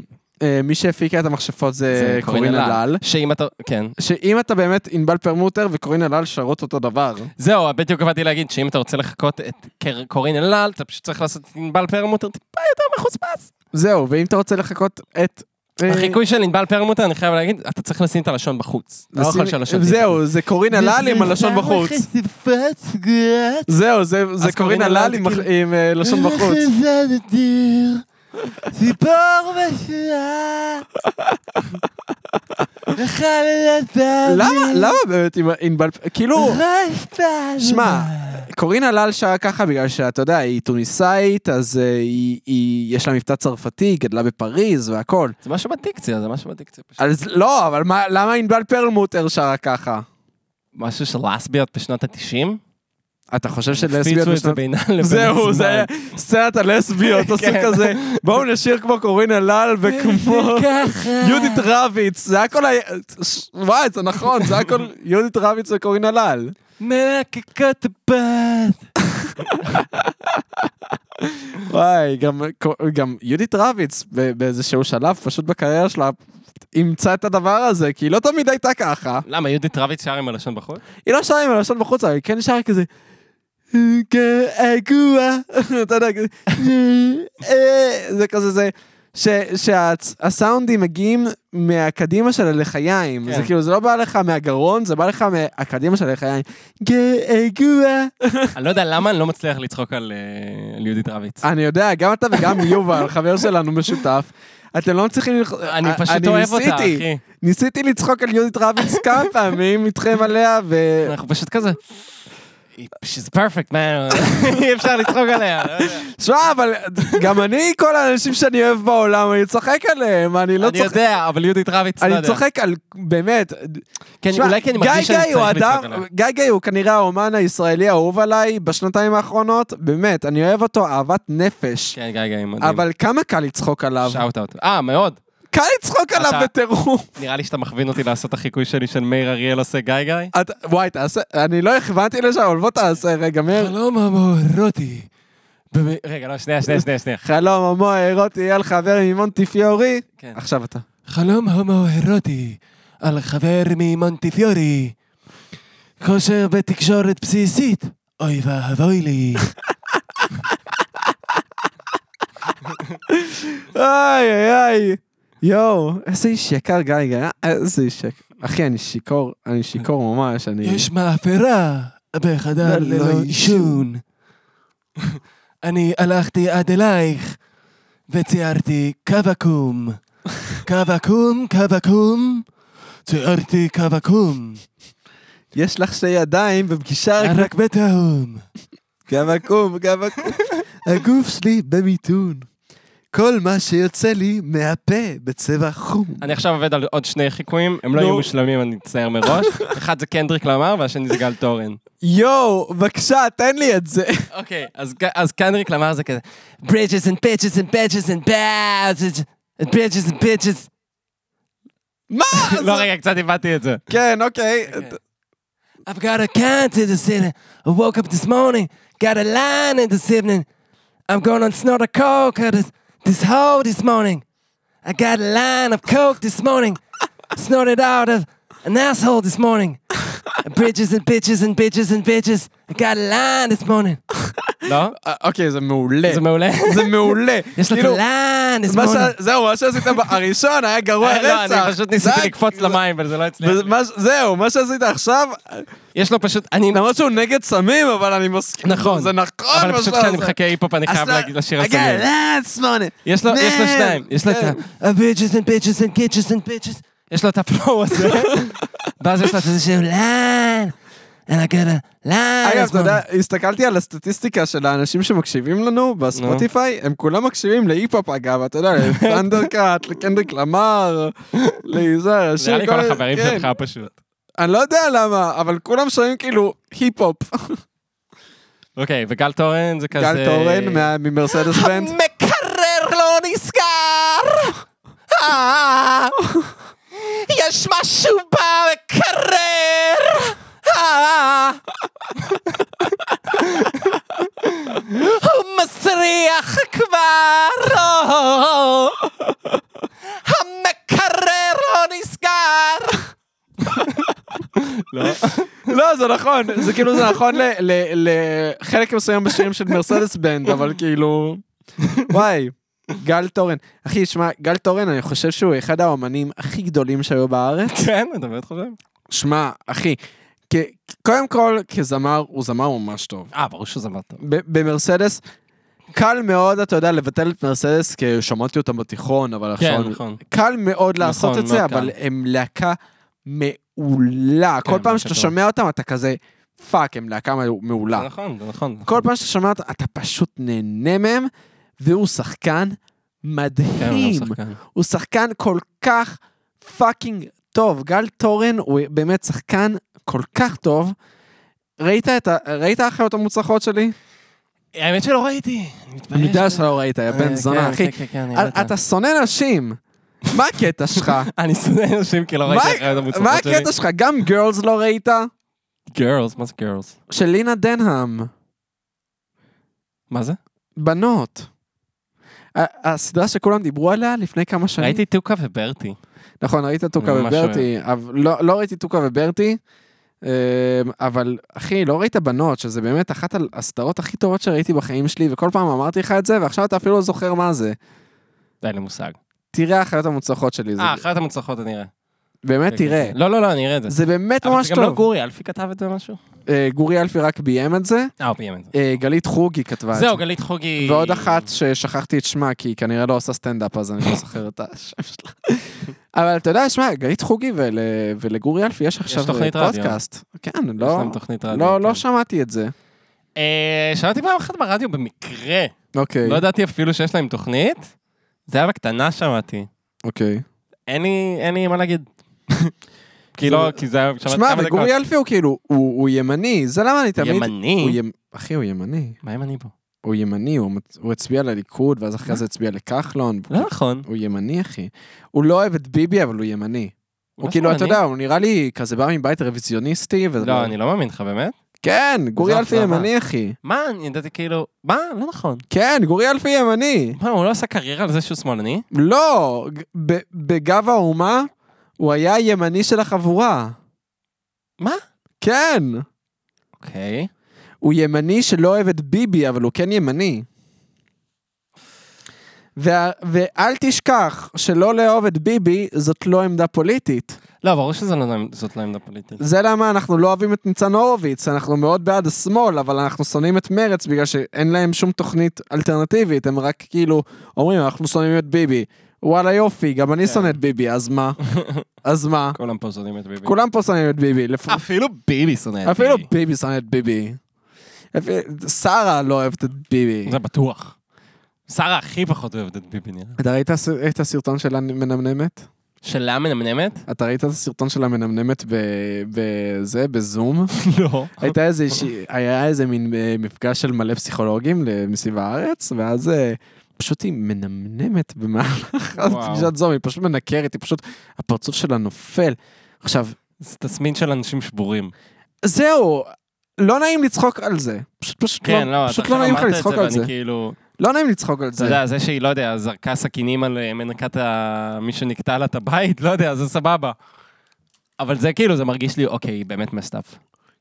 Speaker 2: אה, מי שהפיקה את המכשפות זה קורין אלעל.
Speaker 3: שאם אתה... כן.
Speaker 2: שאם אתה באמת ענבל פרמוטר וקורין אלעל שרות אותו דבר.
Speaker 3: זהו, בדיוק באתי להגיד שאם אתה רוצה לחקות את קר- קורין אלעל, אתה פשוט צריך לעשות את ענבל פרלמוטר טיפה יותר מחוספס.
Speaker 2: זהו, ואם אתה רוצה לחכות את... אה,
Speaker 3: החיקוי של ענבל פרלמוטר, אני חייב להגיד, אתה צריך לשים את הלשון בחוץ. לא
Speaker 2: לשים-
Speaker 3: יכול שהלשון... תהיה
Speaker 2: זהו, זה קורין אלעל עם הלשון בחוץ.
Speaker 4: חשיפת סגולות
Speaker 2: זהו, זה- זה קורין
Speaker 3: קורין
Speaker 2: אלעל
Speaker 3: אלעל
Speaker 2: עם
Speaker 3: זה כאילו-
Speaker 2: מח- עם אה,
Speaker 3: <laughs>
Speaker 2: לשון בחוץ.
Speaker 4: חזן אדיר, ציפור בשעה. חלנת
Speaker 2: למה למה באמת עם ענבל... כאילו,
Speaker 4: רשת.
Speaker 2: שמע, קורין אלאל שרה ככה בגלל שאתה יודע, היא טוניסאית, אז אה, היא- היא- יש לה מבטא צרפתי, היא גדלה בפריז והכל.
Speaker 3: זה משהו בדיקציה, זה משהו בדיקציה. פשוט.
Speaker 2: אז לא, אבל מה- למה ענבל פרלמוטר שרה ככה?
Speaker 3: משהו של לסביות בשנות ה-90?
Speaker 2: אתה חושב שלסביות
Speaker 3: הפיצו את זה
Speaker 2: בשנות...
Speaker 3: בינן לבין
Speaker 2: זהו,
Speaker 3: עצמן.
Speaker 2: זה היה סצנת הלסביות, עשו
Speaker 3: <laughs> כן.
Speaker 2: כזה, בואו נשיר כמו קורין אלאל
Speaker 3: <laughs>
Speaker 2: וכמו יהודית רביץ, זה הכל היה... ש- וואי, זה נכון, זה הכל יהודית רביץ וקורין אלאל.
Speaker 4: מלקקת בת.
Speaker 2: וואי, גם, גם יהודית רביץ ב- באיזשהו שלב, פשוט בקריירה שלה, אימצה את הדבר הזה, כי היא לא תמיד הייתה ככה.
Speaker 3: למה, יהודית רביץ שר עם הלשון
Speaker 2: <laughs>
Speaker 3: בחוץ?
Speaker 2: היא לא שרה עם הלשון בחוץ, אבל היא כן שרה כזה... געגוע, <laughs> אתה יודע, כזה, אה, זה כזה, זה, ש- שהסאונדים מגיעים מהקדימה של הלחיים,
Speaker 3: כן.
Speaker 2: זה כאילו, זה לא בא לך מהגרון, זה בא לך מהקדימה של הלחיים, געגוע.
Speaker 3: אני לא יודע למה אני לא מצליח לצחוק על אה, על יהודית רביץ.
Speaker 2: אני יודע, גם אתה וגם <laughs> יובל, חבר שלנו משותף. אתם לא מצליחים... לח-
Speaker 3: אני
Speaker 2: א-
Speaker 3: פשוט אוהב אותה,
Speaker 2: ניסיתי.
Speaker 3: אחי.
Speaker 2: ניסיתי לצחוק על יהודית רביץ כמה פעמים איתכם עליה, ו...
Speaker 3: אנחנו פשוט כזה... She's perfect, man. <laughs> אי אפשר לצחוק עליה. לא יודע.
Speaker 2: שמע, אבל גם אני, כל האנשים שאני אוהב בעולם, אני צוחק עליהם, אני לא
Speaker 3: אני
Speaker 2: צוחק...
Speaker 3: יודע, אבל יהודית רביץ, לא
Speaker 2: אני
Speaker 3: יודע.
Speaker 2: צוחק על, באמת,
Speaker 3: כן,
Speaker 2: תשמע,
Speaker 3: אולי כי אני
Speaker 2: גיא
Speaker 3: מרגיש שאני
Speaker 2: גיא הוא
Speaker 3: צריך לצחוק
Speaker 2: אדם-
Speaker 3: עליה.
Speaker 2: גיא גיא הוא כנראה האומן הישראלי האהוב עליי בשנתיים האחרונות, באמת, אני אוהב אותו אהבת נפש,
Speaker 3: כן, גיא גיא, מדהים.
Speaker 2: אבל כמה קל לצחוק עליו,
Speaker 3: שאוט אאוט. אה, מאוד.
Speaker 2: קל לצחוק עליו
Speaker 3: אתה-
Speaker 2: בטירוף.
Speaker 3: נראה לי שאתה מכווין אותי לעשות את החיקוי שלי של מאיר אריאל עושה גיא גיא.
Speaker 2: אתה- וואי, תעשה, אני לא הכוונתי לשם, אבל בוא תעשה רגע, מאיר.
Speaker 3: חלום המורותי. רגע, לא, שנייה, שנייה, שנייה, שנייה.
Speaker 2: חלום הומו אירוטי על חבר ממונטי פיורי.
Speaker 3: כן.
Speaker 2: עכשיו אתה.
Speaker 3: חלום הומואירוטי על חבר ממונטיפיורי. כושר בתקשורת בסיסית, אוי ואבוי <laughs> לי.
Speaker 2: איי, איי, איי. יואו, איזה איש יקר גיא גיא, איזה איש יקר. אחי, אני שיכור, אני שיכור ממש, אני... לא,
Speaker 3: יש מאפרה בחדר
Speaker 2: ללא
Speaker 3: ללא עישון. אני הלכתי עד אלייך וציירתי קו עקום. קו עקום, קו עקום, ציירתי קו עקום.
Speaker 2: יש לך שתי ידיים בפגישה רק...
Speaker 3: רק בתהום.
Speaker 2: גב עקום, גב עקום. <laughs> הגוף שלי במיתון. כל מה שיוצא לי מהפה בצבע חום.
Speaker 3: אני עכשיו עובד על עוד שני חיקויים, הם לא
Speaker 2: נו.
Speaker 3: יהיו מושלמים, אני מצטער
Speaker 2: <laughs>
Speaker 3: מראש. אחד זה קנדריק למר והשני זה גל תורן.
Speaker 2: יואו, בבקשה, תן לי את <laughs> זה.
Speaker 3: אוקיי, אז ק- אז קנדריק למר זה כזה, bridges and bitches and bitches and bitches and bitches and bitches.
Speaker 2: מה?
Speaker 3: לא, רגע, קצת איבדתי את זה.
Speaker 2: כן, אוקיי.
Speaker 3: I've got a cat in the city. I woke up this morning, got a line in this evening. I'm going on snort a coke at this, this hole this morning. I got a line of coke this morning, snorted
Speaker 2: לא.
Speaker 3: out of an asshole this morning. Bridges and bitches and bitches and bitches. I got a line this morning. לא?
Speaker 2: אה, אוקיי, זה מעולה.
Speaker 3: זה
Speaker 2: <laughs>
Speaker 3: מעולה.
Speaker 2: זה מעולה.
Speaker 3: יש לו
Speaker 2: כאילו,
Speaker 3: תלן,
Speaker 2: מה ש- זהו, מה שעשית ב- הראשון היה גרוע רצח.
Speaker 3: אה, לא, אני פשוט ניסיתי
Speaker 2: זה-
Speaker 3: לקפוץ למים, אבל זה לא הצליח.
Speaker 2: וזה- מה ש- זהו, מה שעשית עכשיו,
Speaker 3: יש לו פשוט, אני...
Speaker 2: למרות שהוא נגד סמים, אבל אני מסכים.
Speaker 3: נכון.
Speaker 2: זה נכון
Speaker 3: אבל
Speaker 2: מה
Speaker 3: פשוט
Speaker 2: שאתה
Speaker 3: כשאני
Speaker 2: עושה.
Speaker 3: מחכה היפ-הופ אני חייב להגיד לשיר הסמים.
Speaker 2: סמונה.
Speaker 3: יש לו, יש לו
Speaker 2: Man.
Speaker 3: שניים, יש לו את ה... הביצ'ס and Uh, bitches and kitches and bitches. יש לו את הפלואו הזה. <laughs> ואז יש לו את איזה שהוא לאן. And I got a לאן.
Speaker 2: אגב, אתה יודע, הסתכלתי על הסטטיסטיקה של האנשים שמקשיבים לנו בספוטיפיי, הם כולם מקשיבים להיפ-הופ אגב, אתה <laughs> יודע, לפנדרקאט, לקנדריק למר, ליזהר, השיר,
Speaker 3: נראה לי כל
Speaker 2: מיני-
Speaker 3: החברים
Speaker 2: כן.
Speaker 3: שלך פשוט.
Speaker 2: אני לא יודע למה, אבל כולם שומעים כאילו היפ-הופ.
Speaker 3: אוקיי, וגל תורן זה כזה...
Speaker 2: גל תורן מה- ממרסדס בנד.
Speaker 3: המקרר לא נסגר! אה, יש משהו במקרר! אה. הוא מסריח כבר! אה. המקרר לא נסגר!
Speaker 2: לא, זה נכון, זה כאילו זה נכון ל- ל- לחלק מסוים בשירים של מרסדס בנד, אבל כאילו... וואי, גל תורן. אחי, שמע, גל תורן, אני חושב שהוא אחד האומנים הכי גדולים שהיו בארץ.
Speaker 3: כן, אתה באמת חושב?
Speaker 2: שמע, אחי, כ- קודם כל, כזמר, הוא זמר ממש טוב.
Speaker 3: אה, ברור שזה מה טוב.
Speaker 2: ב- במרסדס, קל מאוד, אתה יודע, לבטל את מרסדס, כי שמעתי אותם בתיכון, אבל עכשיו...
Speaker 3: כן, נכון.
Speaker 2: קל מאוד לעשות
Speaker 3: נכון,
Speaker 2: את זה,
Speaker 3: מאוד קל.
Speaker 2: אבל הם להקה מעולה. כל פעם
Speaker 3: להקה
Speaker 2: שאתה
Speaker 3: טובה.
Speaker 2: שומע אותם, אתה כזה, פאק, הם להקה מעולה.
Speaker 3: זה נכון, זה נכון.
Speaker 2: כל פעם שאתה שומע אותם, אתה פשוט נהנה מהם, והוא שחקן
Speaker 3: כן, הוא
Speaker 2: מדהים.
Speaker 3: שחקן.
Speaker 2: הוא שחקן כל כך פאקינג טוב. גל תורן הוא באמת שחקן כל כך טוב. ראית את ה... ראית האחיות המוצלחות שלי?
Speaker 3: האמת שלא ראיתי. אני מתבייש.
Speaker 2: אני יודע שלא ראית, יא בן
Speaker 3: אה,
Speaker 2: זונה,
Speaker 3: כן,
Speaker 2: אחי.
Speaker 3: כן, כן, כן, אני
Speaker 2: אה,
Speaker 3: יודע.
Speaker 2: אתה שונא נשים. מה הקטע
Speaker 3: <laughs>
Speaker 2: שלך?
Speaker 3: אני שונא אנשים כי לא
Speaker 2: מה-
Speaker 3: ראיתי את החיות המוצלחות
Speaker 2: מה
Speaker 3: שלי.
Speaker 2: הקטע שלך? גם גרלס לא ראית?
Speaker 3: גרלס, מה זה גרלס?
Speaker 2: של לינה דנהאם.
Speaker 3: מה זה?
Speaker 2: בנות. ה- הסדרה שכולם דיברו עליה לפני כמה שנים.
Speaker 3: ראיתי טוקה וברטי.
Speaker 2: נכון, ראית טוקה
Speaker 3: ממש
Speaker 2: וברטי, אבל לא, לא ראיתי טוקה וברטי, אמ, אבל אחי, לא ראית בנות, שזה באמת אחת ה- הסדרות הכי טובות שראיתי בחיים שלי, וכל פעם אמרתי לך את זה, ועכשיו אתה אפילו לא זוכר מה זה.
Speaker 3: די, אין לי מושג.
Speaker 2: תראה החיות המוצלחות שלי, זה
Speaker 3: אה, אחת המוצלחות אני אראה.
Speaker 2: באמת
Speaker 3: כן,
Speaker 2: אה, תראה.
Speaker 3: כן. לא, לא, לא, אני אראה את זה.
Speaker 2: זה באמת
Speaker 3: אבל
Speaker 2: ממש
Speaker 3: זה גם לא
Speaker 2: טוב.
Speaker 3: גורי, אלפי כתב את זה או משהו?
Speaker 2: אה, גורי אלפי רק ביים את זה,
Speaker 3: אה, הוא ביים את זה.
Speaker 2: אה, גלית חוגי כתבה את זה.
Speaker 3: זהו, גלית חוגי.
Speaker 2: ועוד אחת ששכחתי את שמה, כי היא כנראה לא עושה סטנדאפ, אז אני לא זוכר את השם שלה. אבל אתה יודע, שמע, גלית חוגי ול- ולגורי אלפי יש עכשיו אה,
Speaker 3: תוכנית רדיו.
Speaker 2: פודקאסט. כן,
Speaker 3: יש
Speaker 2: לא,
Speaker 3: להם תוכנית רדיו.
Speaker 2: לא, לא
Speaker 3: כן.
Speaker 2: שמעתי את זה.
Speaker 3: אה, שמעתי פעם אחת ברדיו במקרה.
Speaker 2: אוקיי,
Speaker 3: לא ידעתי אפילו שיש להם תוכנית. זה היה בקטנה שמעתי.
Speaker 2: אוקיי.
Speaker 3: אין לי, אין לי
Speaker 2: <laughs>
Speaker 3: מה להגיד. כי לא, כי זה היה... שמעתי
Speaker 2: שמע,
Speaker 3: כמה
Speaker 2: וגורי
Speaker 3: דקות.
Speaker 2: אלפי הוא כאילו, הוא הוא ימני, זה למה אני תמיד... הוא
Speaker 3: ימני?
Speaker 2: ימ- אחי, הוא ימני.
Speaker 3: מה ימני פה?
Speaker 2: הוא ימני, הוא מצ- הוא הצביע לליכוד, ואז אחרי זה הצביע לכחלון.
Speaker 3: לא נכון.
Speaker 2: הוא ימני, אחי. הוא לא אוהב את ביבי, אבל הוא ימני. הוא
Speaker 3: לא
Speaker 2: כאילו, אתה
Speaker 3: שמאלני.
Speaker 2: יודע, הוא נראה לי כזה בא מבית רוויזיוניסטי. וזה-
Speaker 3: לא, אה. אני לא מאמין לך, באמת?
Speaker 2: כן, גורי
Speaker 3: זו
Speaker 2: אלפי
Speaker 3: אכזבה.
Speaker 2: ימני, אחי.
Speaker 3: מה, אני ידעתי כאילו... מה? לא נכון.
Speaker 2: כן, גורי אלפי ימני.
Speaker 3: מה, הוא לא עשה קריירה על זה שהוא שמאלני?
Speaker 2: לא, ג- ב- בגב האומה הוא היה הימני של החבורה.
Speaker 3: מה?
Speaker 2: כן.
Speaker 3: אוקיי.
Speaker 2: הוא ימני שלא אוהב את ביבי, אבל הוא כן ימני. וה- ואל תשכח שלא לאהוב את ביבי זאת לא עמדה פוליטית.
Speaker 3: לא, ברור שזאת לא עמדה פוליטית.
Speaker 2: זה למה אנחנו לא אוהבים את ניצן הורוביץ, אנחנו מאוד בעד השמאל, אבל אנחנו שונאים את מרץ בגלל שאין להם שום תוכנית אלטרנטיבית, הם רק כאילו אומרים, אנחנו שונאים את ביבי. וואלה יופי, גם אני
Speaker 3: כן.
Speaker 2: שונא את ביבי, אז
Speaker 3: <laughs>
Speaker 2: מה? אז מה?
Speaker 3: כולם פה שונאים את ביבי.
Speaker 2: כולם פה שונאים את ביבי, לפ-
Speaker 3: אפילו ביבי שונא את
Speaker 2: אפילו
Speaker 3: אה, ביבי.
Speaker 2: ביבי שונא את ביבי. אפילו- שרה לא אוהבת את ביבי.
Speaker 3: זה בטוח. שרה הכי פחות אוהבת את ביבי נראה.
Speaker 2: אתה ראית הס- את הסרטון שלה מנמנמת?
Speaker 3: שלה מנמנמת?
Speaker 2: אתה ראית את הסרטון שלה מנמנמת ב- בזה,
Speaker 3: <laughs>
Speaker 2: בזום?
Speaker 3: לא.
Speaker 2: הייתה איזה, אישי- היה איזה מין אה, מפגש של מלא פסיכולוגים ל- מסביב הארץ, ואז אה, פשוט היא מנמנמת במהלך
Speaker 3: וואו.
Speaker 2: פגישת זום, היא פשוט מנקרת, היא פשוט, הפרצוף שלה נופל. עכשיו,
Speaker 3: זה תסמין של אנשים שבורים.
Speaker 2: זהו, לא נעים לצחוק על זה. פשוט, פשוט,
Speaker 3: כן,
Speaker 2: לא,
Speaker 3: לא, אתה
Speaker 2: פשוט
Speaker 3: עכשיו
Speaker 2: לא נעים לך
Speaker 3: אמרת את
Speaker 2: לצחוק
Speaker 3: זה
Speaker 2: על זה.
Speaker 3: ואני כאילו...
Speaker 2: לא נעים לצחוק על
Speaker 3: אתה
Speaker 2: זה.
Speaker 3: יודע, זה שהיא, לא יודע, זרקה סכינים על אה, מנקת ה- מי שנקטע לה את הבית, לא יודע, זה סבבה. אבל זה כאילו, זה מרגיש לי, אוקיי, היא באמת מסטאפ.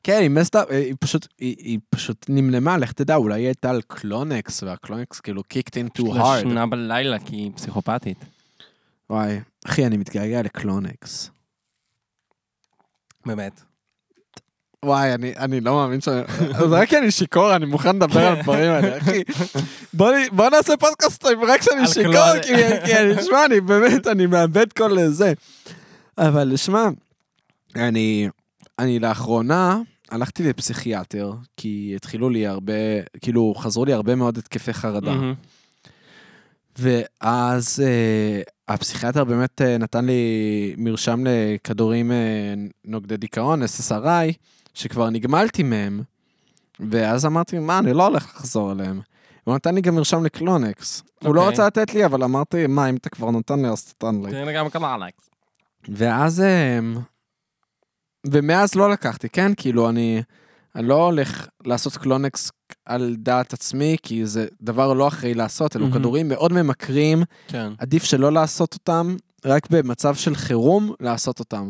Speaker 2: כן, היא מסת אפ, היא פשוט, היא היא פשוט נמנמה, לך תדע, אולי היא הייתה על קלונקס, והקלונקס כאילו kicked in too
Speaker 3: היא
Speaker 2: hard.
Speaker 3: ישנה בלילה כי היא פסיכופתית.
Speaker 2: וואי, אחי, אני מתגעגע לקלונקס.
Speaker 3: באמת.
Speaker 2: וואי, אני, אני לא מאמין ש... אז רק כי אני שיכור, אני מוכן לדבר על הדברים האלה, אחי. בוא, נ- בוא נעשה פודקאסט עם רק
Speaker 3: על
Speaker 2: שאני שיכור,
Speaker 3: כלום.
Speaker 2: כי, כי אני, שמע, אני באמת, אני מאבד כל זה. אבל שמע, אני, אני לאחרונה הלכתי לפסיכיאטר, כי התחילו לי הרבה, כאילו, חזרו לי הרבה מאוד התקפי חרדה.
Speaker 3: מהמם.
Speaker 2: ואז אה, הפסיכיאטר באמת אה, נתן לי מרשם לכדורים אה, נוגדי דיכאון, SSRI, שכבר נגמלתי מהם, ואז אמרתי, מה, אני לא הולך לחזור אליהם. הוא נתן לי גם מרשם לקלונקס. הוא לא
Speaker 3: אוקיי.
Speaker 2: רצה לתת לי, אבל אמרתי, מה, אם אתה כבר נותן לי, אז תתן לי.
Speaker 3: תראה גם כמה עלקס.
Speaker 2: ואז... אמ, ומאז לא לקחתי, כן? כאילו, אני, אני לא הולך לעשות קלונקס על דעת עצמי, כי זה דבר לא אחראי לעשות, אלו
Speaker 3: מהמם.
Speaker 2: כדורים מאוד ממכרים,
Speaker 3: כן.
Speaker 2: עדיף שלא לעשות אותם, רק במצב של חירום לעשות אותם.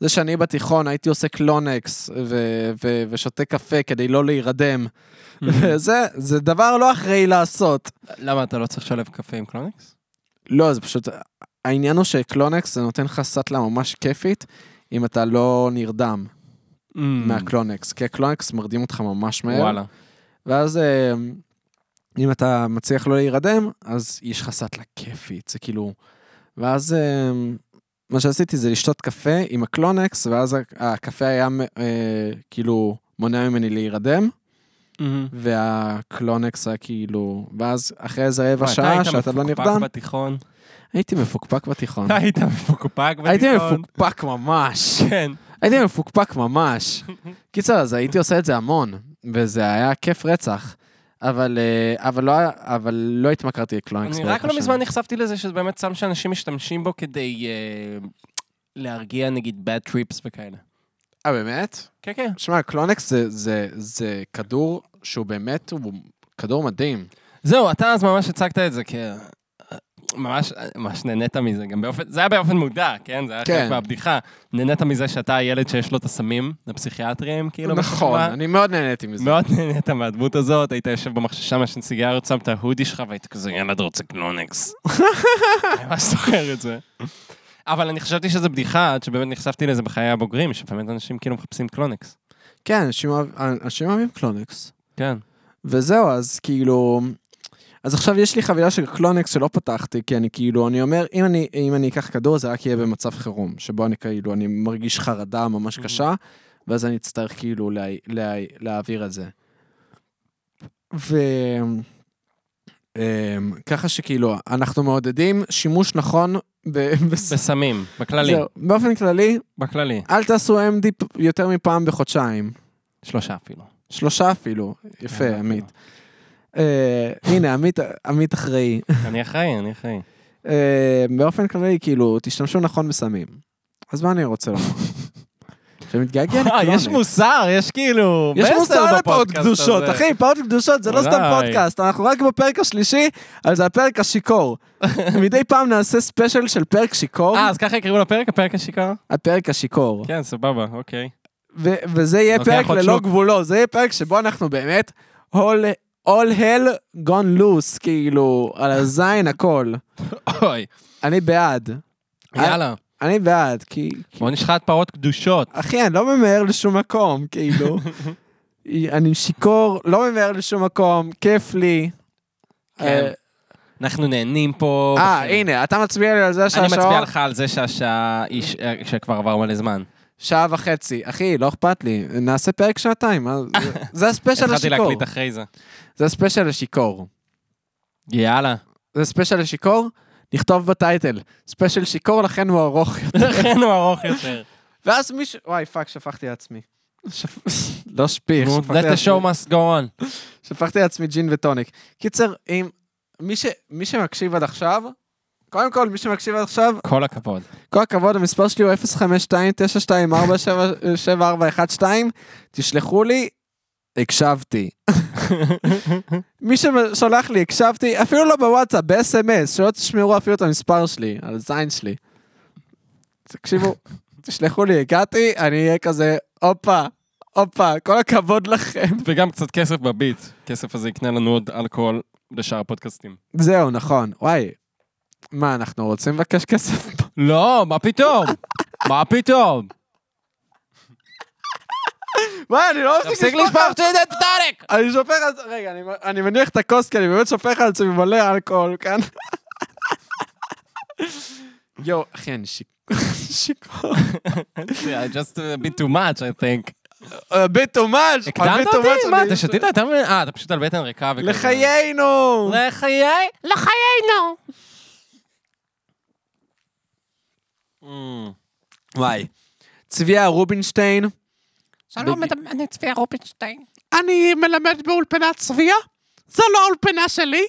Speaker 2: זה שאני בתיכון הייתי עושה קלונקס ו- ו- ושותה קפה כדי לא להירדם, <laughs> זה, זה דבר לא אחראי לעשות.
Speaker 3: Mm-hmm. למה אתה לא צריך לשלב קפה עם קלוניקס?
Speaker 2: לא, זה פשוט... העניין הוא שקלונקס זה נותן לך סטלה ממש כיפית, אם אתה לא נרדם Mm.
Speaker 3: Mm.
Speaker 2: מהקלונקס, כי הקלונקס מרדים אותך ממש מהר.
Speaker 3: וואלה.
Speaker 2: ואז אה, אם אתה מצליח לא להירדם, אז יש לך סטלה כיפית, זה כאילו... ואז אה, מה שעשיתי זה לשתות קפה עם הקלונקס, ואז ה- הקפה היה אה, כאילו מונע ממני להירדם, Mm-hmm. והקלונקס היה כאילו... ואז אחרי איזה רבע
Speaker 3: וואי, אתה
Speaker 2: שעה
Speaker 3: היית
Speaker 2: שאתה לא
Speaker 3: מפוקפק
Speaker 2: נרדם,
Speaker 3: בתיכון.
Speaker 2: הייתי מפוקפק בתיכון.
Speaker 3: אתה <laughs> היית מפוקפק בתיכון.
Speaker 2: הייתי מפוקפק ממש.
Speaker 3: כן.
Speaker 2: הייתי מפוקפק
Speaker 3: <laughs>
Speaker 2: ממש. קיצר, אז הייתי עושה את זה המון, וזה היה כיף רצח. אבל, אה, אבל, לא, אבל לא התמכרתי לקלונקס.
Speaker 3: אני
Speaker 2: ברוך
Speaker 3: רק לא
Speaker 2: השם.
Speaker 3: מזמן נחשפתי לזה שזה באמת סם שאנשים משתמשים בו כדי אה, להרגיע נגיד bad trips וכאלה.
Speaker 2: אה, באמת?
Speaker 3: כן, כן.
Speaker 2: שמע, קלונקס זה, זה, זה כדור שהוא באמת, הוא כדור מדהים.
Speaker 3: זהו, אתה אז ממש הצגת את זה כ... ממש, ממש נהנית מזה, גם באופן, זה היה באופן מודע, כן? זה היה
Speaker 2: כן.
Speaker 3: חלק מהבדיחה. נהנית מזה שאתה הילד שיש לו את הסמים הפסיכיאטריים, כאילו,
Speaker 2: נכון,
Speaker 3: בחברה.
Speaker 2: אני מאוד נהניתי מזה.
Speaker 3: מאוד נהנית מהדמות הזאת, היית יושב במחששה מעשן סיגריות, שם את ההודי שלך והיית כזה, ילד רוצה
Speaker 2: <laughs>
Speaker 3: קלונקס. אני ממש זוכר את זה. אבל אני חשבתי שזה בדיחה, עד שבאמת נחשפתי לזה בחיי הבוגרים, שבאמת אנשים כאילו מחפשים קלונקס.
Speaker 2: כן, אנשים, אוהב- אנשים אוהבים קלונקס.
Speaker 3: כן.
Speaker 2: וזהו, אז כאילו... אז עכשיו יש לי חבילה של קלונקס שלא פתחתי, כי אני כאילו, אני אומר, אם אני, אם אני אקח כדור, זה רק יהיה במצב חירום, שבו אני כאילו, אני מרגיש חרדה ממש קשה, ואז אני אצטרך כאילו לה, לה, להעביר את זה. ו... אמ, ככה שכאילו, אנחנו מעודדים שימוש נכון ב... <laughs> בס-
Speaker 3: בסמים, בכללי.
Speaker 2: זהו, באופן כללי,
Speaker 3: בכללי.
Speaker 2: אל תעשו MD פ- יותר מפעם בחודשיים.
Speaker 3: שלושה
Speaker 2: <laughs>
Speaker 3: אפילו.
Speaker 2: שלושה אפילו. יפה,
Speaker 3: אה,
Speaker 2: עמית. אה, הנה, עמית- עמית אחראי.
Speaker 3: אני אחראי, אני אחראי.
Speaker 2: אה, באופן כללי, כאילו, תשתמשו נכון בסמים. אז מה אני רוצה לומר? שמתגעגע
Speaker 3: אה,
Speaker 2: לקלונקס.
Speaker 3: יש מוסר, יש כאילו...
Speaker 2: יש
Speaker 3: מסר
Speaker 2: מוסר לפעות
Speaker 3: בפודקאסט
Speaker 2: קדושות,
Speaker 3: הזה.
Speaker 2: אחי, פעות קדושות זה לא סתם
Speaker 3: אולי.
Speaker 2: פודקאסט, אנחנו רק בפרק השלישי, אבל זה הפרק השיכור. מדי פעם נעשה ספיישל של פרק שיכור,
Speaker 3: אה, אז ככה יקראו לפרק, הפרק השיכר?
Speaker 2: הפרק השיכור.
Speaker 3: כן, סבבה, אוקיי.
Speaker 2: ו- וזה יהיה
Speaker 3: לוקח
Speaker 2: פרק
Speaker 3: עוד
Speaker 2: ללא
Speaker 3: שוק.
Speaker 2: גבולו, זה יהיה פרק שבו אנחנו באמת all, all hell gone loose, כאילו, על הזין הכל.
Speaker 3: אוי,
Speaker 2: אני בעד.
Speaker 3: יאללה.
Speaker 2: אני בעד, כי...
Speaker 3: בוא נשחט פרות קדושות.
Speaker 2: אחי, אני לא ממהר לשום מקום,
Speaker 3: <laughs>
Speaker 2: כאילו. אני שיכור, לא ממהר לשום מקום, כיף לי.
Speaker 3: כן.
Speaker 2: אה,
Speaker 3: אנחנו נהנים פה.
Speaker 2: אה,
Speaker 3: בחיים.
Speaker 2: הנה, אתה מצביע לי על זה
Speaker 3: אני
Speaker 2: שהשעון...
Speaker 3: מצביע לך על זה שהשעה היא ש- אה, שכבר עבר מלא זמן.
Speaker 2: שעה וחצי. אחי, לא אכפת לי, נעשה פרק שעתיים.
Speaker 3: <laughs>
Speaker 2: מה- זה- זה הספיישל
Speaker 3: התחלתי
Speaker 2: השיכור.
Speaker 3: להקליט אחרי זה.
Speaker 2: זה הספיישל השיכור.
Speaker 3: יאללה. <laughs>
Speaker 2: זה ספיישל לשיכור, נכתוב בטייטל, ספיישל שיכור, לכן הוא ארוך <laughs> יותר.
Speaker 3: לכן הוא ארוך <laughs> יותר.
Speaker 2: ואז מישהו, וואי, פאק, שפכתי לעצמי. שפ- <laughs> לא שפיך,
Speaker 3: נו,
Speaker 2: שפכתי
Speaker 3: let the show
Speaker 2: לעצמי-
Speaker 3: must go on.
Speaker 2: שפכתי לעצמי ג'ין וטוניק. קיצר, אם... מי ש- מי שמקשיב עד עכשיו, קודם כל, מי שמקשיב עד עכשיו,
Speaker 3: כל הכבוד.
Speaker 2: כל הכבוד, המספר שלי הוא 052-924-7412, תשלחו לי, הקשבתי. מי ששולח לי, הקשבתי, אפילו לא בוואטסאפ, ב-SMS, שלא תשמרו אפילו את המספר שלי, על הזין שלי. תקשיבו, תשלחו לי, הגעתי, אני אהיה כזה, הופה, הופה, כל הכבוד לכם.
Speaker 3: וגם קצת כסף בביט. הכסף הזה יקנה לנו עוד אלכוהול לשאר הפודקאסטים.
Speaker 2: זהו, נכון. וואי. מה, אנחנו רוצים לבקש כסף? <laughs>
Speaker 3: לא, מה פתאום? מה פתאום?
Speaker 2: וואי, אני לא מפסיק
Speaker 3: תפסיק
Speaker 2: לשפוך
Speaker 3: לשפוך שטויות פטארק!
Speaker 2: אני שופך על זה, רגע, אני, אני מניח את הכוס כי אני באמת שופך על עצמי מלא אלכוהול כן? כאן. יואו, אחי, אני שיק- <laughs> שיכור.
Speaker 3: just a bit too much, I think.
Speaker 2: A bit too much.
Speaker 3: הקדמת אותי? מה, אתה שתית? אתה מבין? אה, אתה פשוט על בטן ריקה וכזה.
Speaker 2: לחיינו!
Speaker 3: לחיי? לחיינו!
Speaker 2: וואי. צביה רובינשטיין.
Speaker 5: שלום, אני צביה רובינשטיין.
Speaker 2: אני מלמד באולפנת צביה. זו לא האולפנה שלי.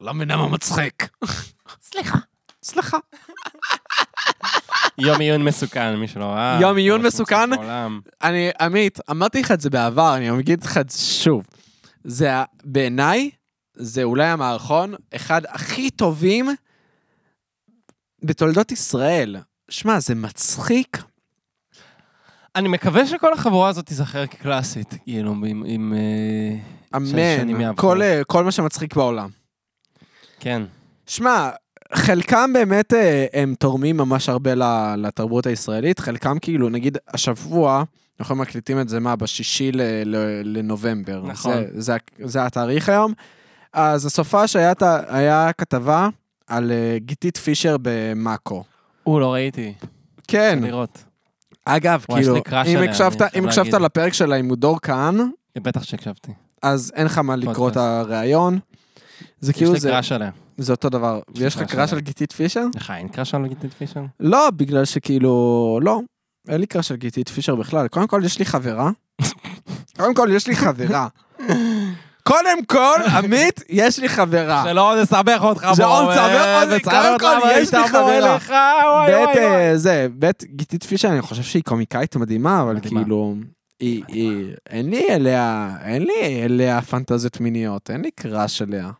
Speaker 2: לא מבינה מה מצחיק.
Speaker 5: סליחה.
Speaker 2: סליחה.
Speaker 3: יום עיון מסוכן, מי שלא ראה. לא
Speaker 2: יום עיון
Speaker 3: משהו
Speaker 2: מסוכן.
Speaker 3: בעולם.
Speaker 2: אני, עמית, אמרתי לך את זה בעבר, אני אגיד לך את זה שוב. זה, ה- בעיניי, זה אולי המערכון אחד הכי טובים בתולדות ישראל. שמע, זה מצחיק.
Speaker 3: אני מקווה שכל החבורה הזאת תיזכר כקלאסית, כאילו, עם- עם... אה, שהשנים
Speaker 2: אמן.
Speaker 3: יעברו.
Speaker 2: כל, אה, כל מה שמצחיק בעולם.
Speaker 3: כן.
Speaker 2: שמע, חלקם באמת אה, הם תורמים ממש הרבה ל- לתרבות הישראלית, חלקם כאילו, נגיד, השבוע, אנחנו מקליטים את זה, מה, בשישי ל- ל- לנובמבר.
Speaker 3: נכון.
Speaker 2: זה, זה, ה- זה התאריך היום. אז הסופה שהיה ת- היה כתבה על אה, גיתית פישר במאקו.
Speaker 3: או, לא ראיתי.
Speaker 2: כן,
Speaker 3: לראות.
Speaker 2: אגב,
Speaker 3: וואי, יש
Speaker 2: כאילו,
Speaker 3: לי קראש
Speaker 2: אם
Speaker 3: עליה,
Speaker 2: הקשבת,
Speaker 3: אני חייב
Speaker 2: אם הקשבת
Speaker 3: להגיד.
Speaker 2: לפרק שלה עם דור כהן,
Speaker 3: בטח שהקשבתי.
Speaker 2: אז אין לך מה לקרוא את הראיון. זה
Speaker 3: יש
Speaker 2: כאילו,
Speaker 3: לי
Speaker 2: זה,
Speaker 3: קראש עליה.
Speaker 2: זה אותו דבר.
Speaker 3: לי
Speaker 2: יש לך
Speaker 3: קראש
Speaker 2: קראש
Speaker 3: עליה.
Speaker 2: על גיתית פישר?
Speaker 3: לך אין קראש על גיטית פישר?
Speaker 2: לא, בגלל שכאילו, לא, אין לי קראש על גיתית פישר בכלל. קודם כל, יש לי חברה. קודם כל, יש לי חברה. קודם כל, עמית, יש לי חברה.
Speaker 3: שלא נסבך לא, אותך,
Speaker 2: אה. זה
Speaker 3: בוא,
Speaker 2: עוד מסבך אותי,
Speaker 3: וצריך
Speaker 2: קודם כל,
Speaker 3: למה
Speaker 2: יש לי
Speaker 3: השתחווה
Speaker 2: חברה.
Speaker 3: לך, וואי, וואי,
Speaker 2: בית,
Speaker 3: וואי.
Speaker 2: אה, זה, בית גיתית פישר, אני חושב שהיא קומיקאית מדהימה, אבל
Speaker 3: מדהימה.
Speaker 2: כאילו, היא, היא, אין לי אליה, אין לי אליה פנטזיות מיניות, אין לי קראש אליה.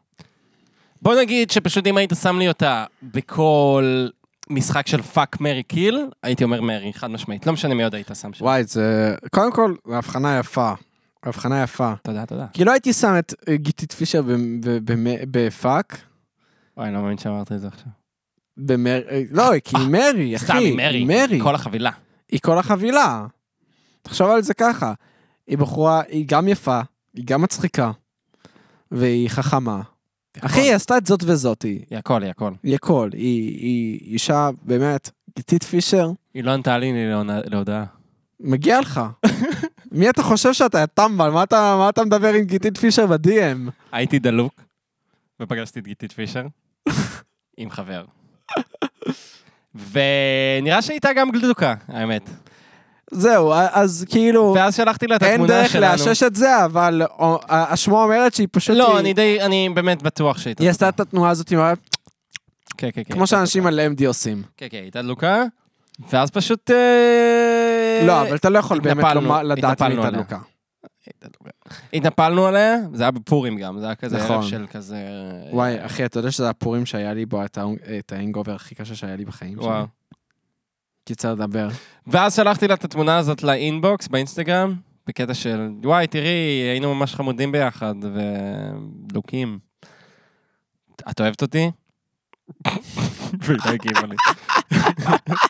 Speaker 3: בוא נגיד שפשוט אם היית שם לי אותה בכל משחק של פאק מרי קיל, הייתי אומר מרי, חד משמעית. לא משנה מי עוד היית שם שם.
Speaker 2: וואי, זה, קודם כל, זו הבחנה יפה. הבחנה יפה.
Speaker 3: תודה, תודה.
Speaker 2: כי לא הייתי שם את אה, גיתית פישר במ- ב- במ- בפאק.
Speaker 3: וואי, לא מאמין שאמרת את זה עכשיו.
Speaker 2: במר... אה, לא, כי היא מרי, אחי.
Speaker 3: סתם, היא מרי.
Speaker 2: היא מרי.
Speaker 3: כל החבילה.
Speaker 2: היא כל החבילה. תחשוב על זה ככה. היא בחורה, היא גם יפה, היא גם מצחיקה, והיא חכמה. אחי, היא עשתה את זאת וזאתי.
Speaker 3: היא הכל, היא הכל.
Speaker 2: היא הכל. היא היא אישה, באמת, גיתית פישר,
Speaker 3: היא לא ענתה לי להונ- להודעה.
Speaker 2: מגיע
Speaker 3: <laughs>
Speaker 2: לך. מי אתה חושב שאתה יא טמבל? מה אתה מה אתה מדבר עם גיתית פישר ב-DM?
Speaker 3: הייתי דלוק, ופגשתי את גיטית פישר, עם חבר. ונראה שהייתה גם גלדוקה, האמת.
Speaker 2: זהו, אז כאילו...
Speaker 3: ואז שלחתי לה את
Speaker 2: אין
Speaker 3: התמונה
Speaker 2: דרך
Speaker 3: שלנו.
Speaker 2: לאשש את זה, אבל או, ה- השמועה אומרת שהיא פשוט...
Speaker 3: לא,
Speaker 2: היא-
Speaker 3: אני די, אני באמת בטוח שהייתה.
Speaker 2: היא עשתה את התנועה הזאת עם ה-
Speaker 3: כן, כן, כן.
Speaker 2: כמו שאנשים על MD עושים.
Speaker 3: כן, כן, הייתה דלוקה, ואז פשוט... אה,
Speaker 2: לא, אבל אתה לא יכול באמת
Speaker 3: התנפלנו,
Speaker 2: לומר- לדעת אם
Speaker 3: התנפלנו
Speaker 2: היא
Speaker 3: עליה.
Speaker 2: תדלוקה.
Speaker 3: הייתה דלוקה. התנפלנו עליה, זה היה בפורים גם, זה היה כזה ערב
Speaker 2: נכון.
Speaker 3: של כזה...
Speaker 2: וואי, אחי, אתה יודע שזה הפורים שהיה לי בו את ה- את ההנגובר הכי קשה שהיה לי בחיים שלי?
Speaker 3: וואו.
Speaker 2: קיצר לדבר.
Speaker 3: ואז שלחתי לה את התמונה הזאת לאינבוקס באינסטגרם, בקטע של, וואי, תראי, היינו ממש חמודים ביחד ובדוקים. את אוהבת אותי? והיא לא הגיבה לי.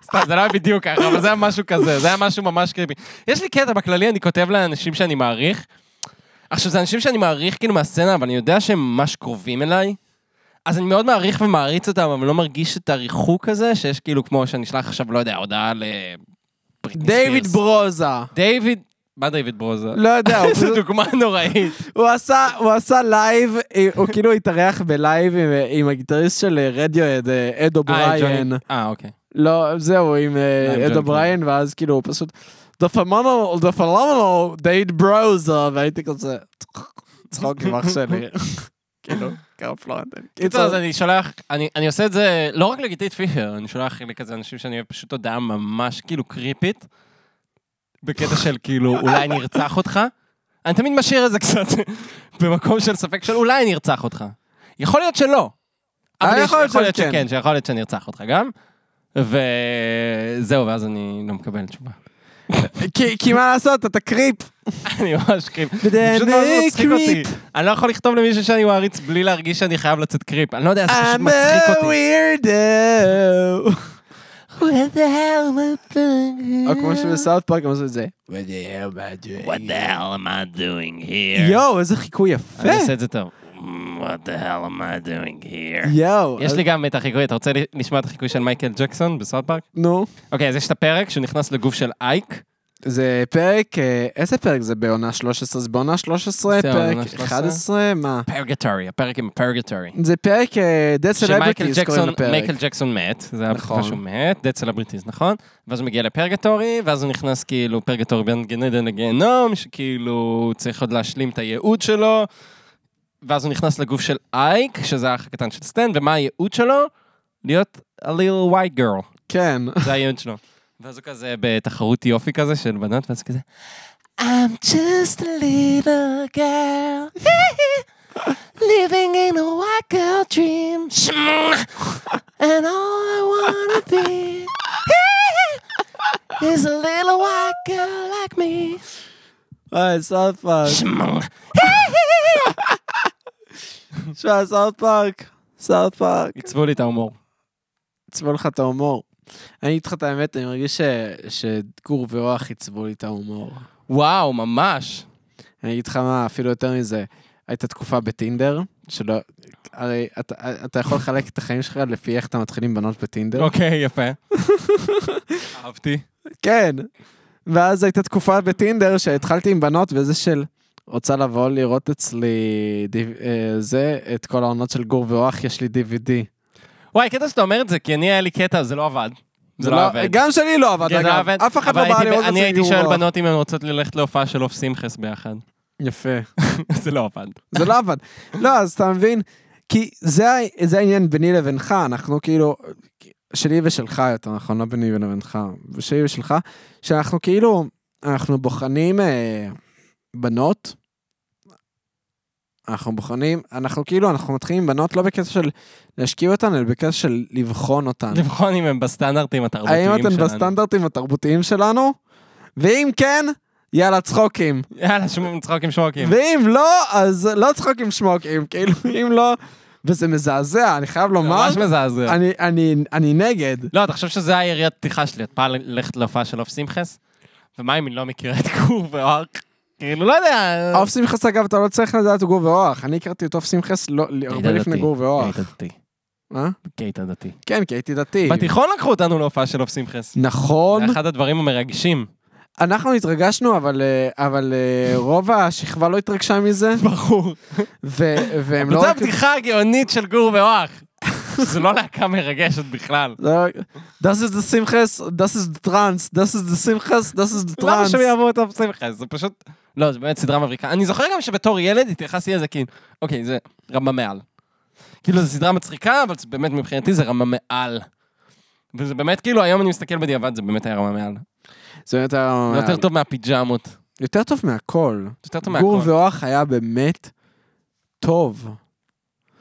Speaker 3: סתם, זה לא היה בדיוק ככה, אבל זה היה משהו כזה, זה היה משהו ממש קריפי. יש לי קטע, בכללי אני כותב לאנשים שאני מעריך. עכשיו, זה אנשים שאני מעריך כאילו מהסצנה, אבל אני יודע שהם ממש קרובים אליי. אז אני מאוד מעריך ומעריץ אותם, אבל לא מרגיש את הריחוק הזה, שיש כאילו כמו שאני אשלח עכשיו, לא יודע, הודעה ל... בריטני
Speaker 2: דיוויד
Speaker 3: ספירס.
Speaker 2: ברוזה.
Speaker 3: דיוויד... מה דיוויד ברוזה? <laughs>
Speaker 2: לא יודע, הוא
Speaker 3: איזו
Speaker 2: פשוט-
Speaker 3: דוגמה
Speaker 2: <laughs>
Speaker 3: נוראית.
Speaker 2: הוא עשה- הוא עשה לייב, אה, הוא כאילו התארח בלייב עם- אה, עם הגיטריסט של רדיואד, אד
Speaker 3: אה,
Speaker 2: אובריין.
Speaker 3: ג'וני- אה, אוקיי.
Speaker 2: לא, זהו, עם אה,
Speaker 3: עם
Speaker 2: אד
Speaker 3: ג'ון
Speaker 2: אובריין, ואז כאילו הוא פשוט, The phenomenal, the phenomenal, דייד ברוזה, והייתי כזה, צחוק עם אח
Speaker 3: <laughs>
Speaker 2: שלי. כאילו, קרפלונדן.
Speaker 3: קיצור, אז אני שולח, אני אני עושה את זה לא רק לגיטית פישר, אני שולח לכזה אנשים שאני אוהב פשוט הודעה ממש כאילו קריפית, בקטע של
Speaker 2: <laughs>
Speaker 3: כאילו, אולי אני ארצח אותך. אני תמיד משאיר את זה קצת <laughs> במקום של ספק של אולי אני ארצח אותך. יכול להיות שלא.
Speaker 2: אה,
Speaker 3: אבל יש-
Speaker 2: יכול להיות
Speaker 3: יכול להיות
Speaker 2: שכן.
Speaker 3: שכן, שיכול להיות שאני ארצח אותך גם. וזהו, ואז אני לא מקבל תשובה.
Speaker 2: כי- כי מה לעשות, אתה קריפ.
Speaker 3: אני ממש קריפ. זה פשוט מאוד מצחיק אותי. אני לא יכול לכתוב למישהו שאני מעריץ בלי להרגיש שאני חייב לצאת קריפ. אני לא יודע, זה פשוט
Speaker 2: I'm
Speaker 3: מצחיק
Speaker 2: a
Speaker 3: אותי.
Speaker 2: weirdo. או כמו שבסאוט פארק הם עשו את זה.
Speaker 3: What the hell am I doing here?
Speaker 2: יואו, איזה חיקוי יפה.
Speaker 3: אני אעשה את זה טוב. Mm, What the hell am I doing here?
Speaker 2: יואו.
Speaker 3: יש
Speaker 2: אז-
Speaker 3: לי גם את החיקוי, אתה רוצה לשמוע את החיקוי של מייקל ג'קסון בסאוט פארק?
Speaker 2: נו.
Speaker 3: אוקיי, אז יש את הפרק שהוא נכנס לגוף של אייק.
Speaker 2: זה פרק, אה, איזה פרק זה בעונה 13? זה בעונה 13?
Speaker 3: זה
Speaker 2: פרק
Speaker 3: העונה 13?
Speaker 2: 11? מה?
Speaker 3: פרגטורי, הפרק עם פרגטורי.
Speaker 2: זה פרק אה, Dead
Speaker 3: שמייקל
Speaker 2: Celebrities קוראים
Speaker 3: ג'קסון,
Speaker 2: לפרק.
Speaker 3: מייקל ג'קסון מת, זה היה
Speaker 2: נכון.
Speaker 3: בתקופה שהוא מת, דד סלבריטיז, נכון? ואז הוא מגיע לפרגטורי, ואז הוא נכנס כאילו פרגטורי בין גן עדן לגיהנום, שכאילו הוא צריך עוד להשלים את הייעוד שלו, ואז הוא נכנס לגוף של אייק, שזה האח הקטן של סטן, ומה הייעוד שלו? להיות a little white girl,
Speaker 2: כן.
Speaker 3: זה הייעוד שלו. ואז הוא כזה בתחרות יופי כזה של בנות, ואז הוא כזה...
Speaker 5: I'm just a little girl living in a white girl dream. And all I wanna be is a little white girl like me.
Speaker 2: וואי, סאוט פארק. שמע, סאוט פארק. סאוט פארק.
Speaker 3: עיצבו לי את ההומור.
Speaker 2: עיצבו לך את ההומור. אני אגיד לך את האמת, אני מרגיש ש- שגור ואורח עיצבו לי את ההומור.
Speaker 3: וואו, ממש.
Speaker 2: אני אגיד לך מה, אפילו יותר מזה, הייתה תקופה בטינדר, שלא... הרי אתה, אתה יכול לחלק את החיים שלך לפי איך אתה מתחיל עם בנות בטינדר.
Speaker 3: אוקיי, יפה. אהבתי.
Speaker 2: כן. ואז הייתה תקופה בטינדר שהתחלתי עם בנות וזה של רוצה לבוא לראות אצלי דיו, אה, זה, את כל העונות של גור ואורח, יש לי DVD.
Speaker 3: וואי, קטע שאתה אומר את זה, כי אני היה לי קטע, זה לא עבד. זה לא עבד.
Speaker 2: גם שלי לא עבד,
Speaker 3: כן, זה לא
Speaker 2: אגב.
Speaker 3: עבד.
Speaker 2: אף אחד
Speaker 3: אבל
Speaker 2: לא בא
Speaker 3: הייתי-
Speaker 2: לראות אצלי
Speaker 3: אני הייתי
Speaker 2: גור
Speaker 3: שואל
Speaker 2: ואורח.
Speaker 3: בנות אם הן רוצות ללכת להופעה של עוף שמחס ביחד. <laughs>
Speaker 2: יפה.
Speaker 3: זה לא עבד.
Speaker 2: זה לא עבד. לא, אז אתה מבין? כי זה, ה- זה העניין ביני לבינך, אנחנו כאילו, שלי ושלך יותר נכון, לא ביני ולבינך, שלי ושלך, שאנחנו כאילו, אנחנו בוחנים אה, בנות, אנחנו בוחנים, אנחנו כאילו, אנחנו מתחילים עם בנות לא בקטע של להשקיע אותן, אלא בקטע של לבחון אותן.
Speaker 3: לבחון אם הם בסטנדרטים התרבותיים
Speaker 2: אה. האם
Speaker 3: שלנו.
Speaker 2: אתן בסטנדרטים התרבותיים שלנו? ואם כן, יאללה צחוקים.
Speaker 3: <laughs> יאללה, שומעים צחוקים שמוקים.
Speaker 2: ואם לא, אז לא צחוקים שמוקים, כאילו, אם לא... וזה מזעזע, אני חייב
Speaker 3: זה
Speaker 2: לומר,
Speaker 3: ממש מזעזע.
Speaker 2: אני, אני, אני נגד.
Speaker 3: לא, אתה חושב שזה היריית פתיחה שלי, את באה ללכת להופעה של עוף שמחס? ומה אם היא לא מכירה את גור ואורק? כאילו, לא יודע.
Speaker 2: עוף שמחס, אגב, אתה לא צריך לדעת גור ואורח. אני הכרתי את עוף שמחס לא- הרבה
Speaker 3: דתי.
Speaker 2: לפני גור ואורח.
Speaker 3: קייט הדתי.
Speaker 2: מה?
Speaker 3: קייט הדתי.
Speaker 2: כן, כי הייתי דתי.
Speaker 3: בתיכון לקחו אותנו להופעה של עוף שמחס.
Speaker 2: נכון,
Speaker 3: זה אחד הדברים המרגשים.
Speaker 2: אנחנו התרגשנו, אבל, אה, אבל אה, רוב השכבה לא התרגשה מזה,
Speaker 3: ברור.
Speaker 2: ו- והם לא...
Speaker 3: זו
Speaker 2: רק-
Speaker 3: הבדיחה הגאונית של גור ואורח. זו לא להקה מרגשת בכלל.
Speaker 2: לא- This is the שמחס, this is the trans, this is the שמחס, this is the
Speaker 3: למה שהם
Speaker 2: trans.
Speaker 3: יאהבו את הפסים לך? זה פשוט... לא, זה באמת סדרה מבריקה. אני זוכר גם שבתור ילד התייחסתי לזה כאילו, אוקיי, זה רמה מעל. כאילו, זו סדרה מצחיקה, אבל זה באמת מבחינתי זה רמה מעל. וזה באמת, כאילו, היום אני מסתכל בדיעבד, זה באמת היה רמה מעל.
Speaker 2: זה באמת היה...
Speaker 3: זה יותר טוב מהפיג'מות. זה
Speaker 2: יותר טוב מהכל.
Speaker 3: יותר טוב
Speaker 2: גור
Speaker 3: מהכל.
Speaker 2: ואורח היה באמת טוב.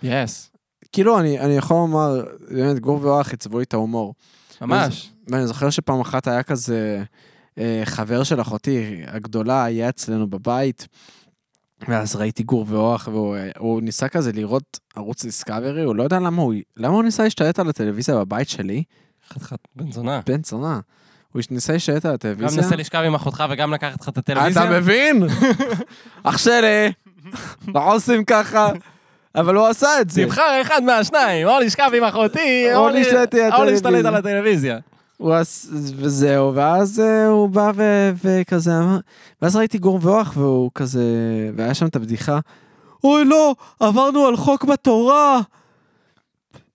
Speaker 3: יס,
Speaker 2: כאילו, אני, אני יכול לומר, באמת, גור ואורח עיצבו לי את ההומור.
Speaker 3: ממש.
Speaker 2: ואני זוכר שפעם אחת היה כזה אה, חבר של אחותי הגדולה, היה אצלנו בבית, ואז ראיתי גור ואורח, והוא אה, הוא ניסה כזה לראות ערוץ דיסקאברי, הוא לא יודע למה הוא, למה הוא ניסה להשתלט על הטלוויזיה בבית שלי?
Speaker 3: חתיכת בן זונה.
Speaker 2: בן זונה. הוא ניסה להשתלט על
Speaker 3: גם
Speaker 2: הטלוויזיה. אה,
Speaker 3: מנסה לשכב עם אחותך וגם לקחת לך את הטלוויזיה.
Speaker 2: אתה מבין? אח שלי, לא עושים ככה, אבל הוא עשה את זה.
Speaker 3: תבחר אחד מהשניים, או לשכב עם אחותי,
Speaker 2: כן. או
Speaker 3: או ל-
Speaker 2: להשתלט על
Speaker 3: או
Speaker 2: הטלוויזיה.
Speaker 3: להשתלט על הטלוויזיה.
Speaker 2: הוא עש... וזהו, ואז אה, הוא בא ו... וכזה אמר, ואז ראיתי גור ואורח והוא כזה, והיה שם את הבדיחה, אוי לא, עברנו על חוק בתורה!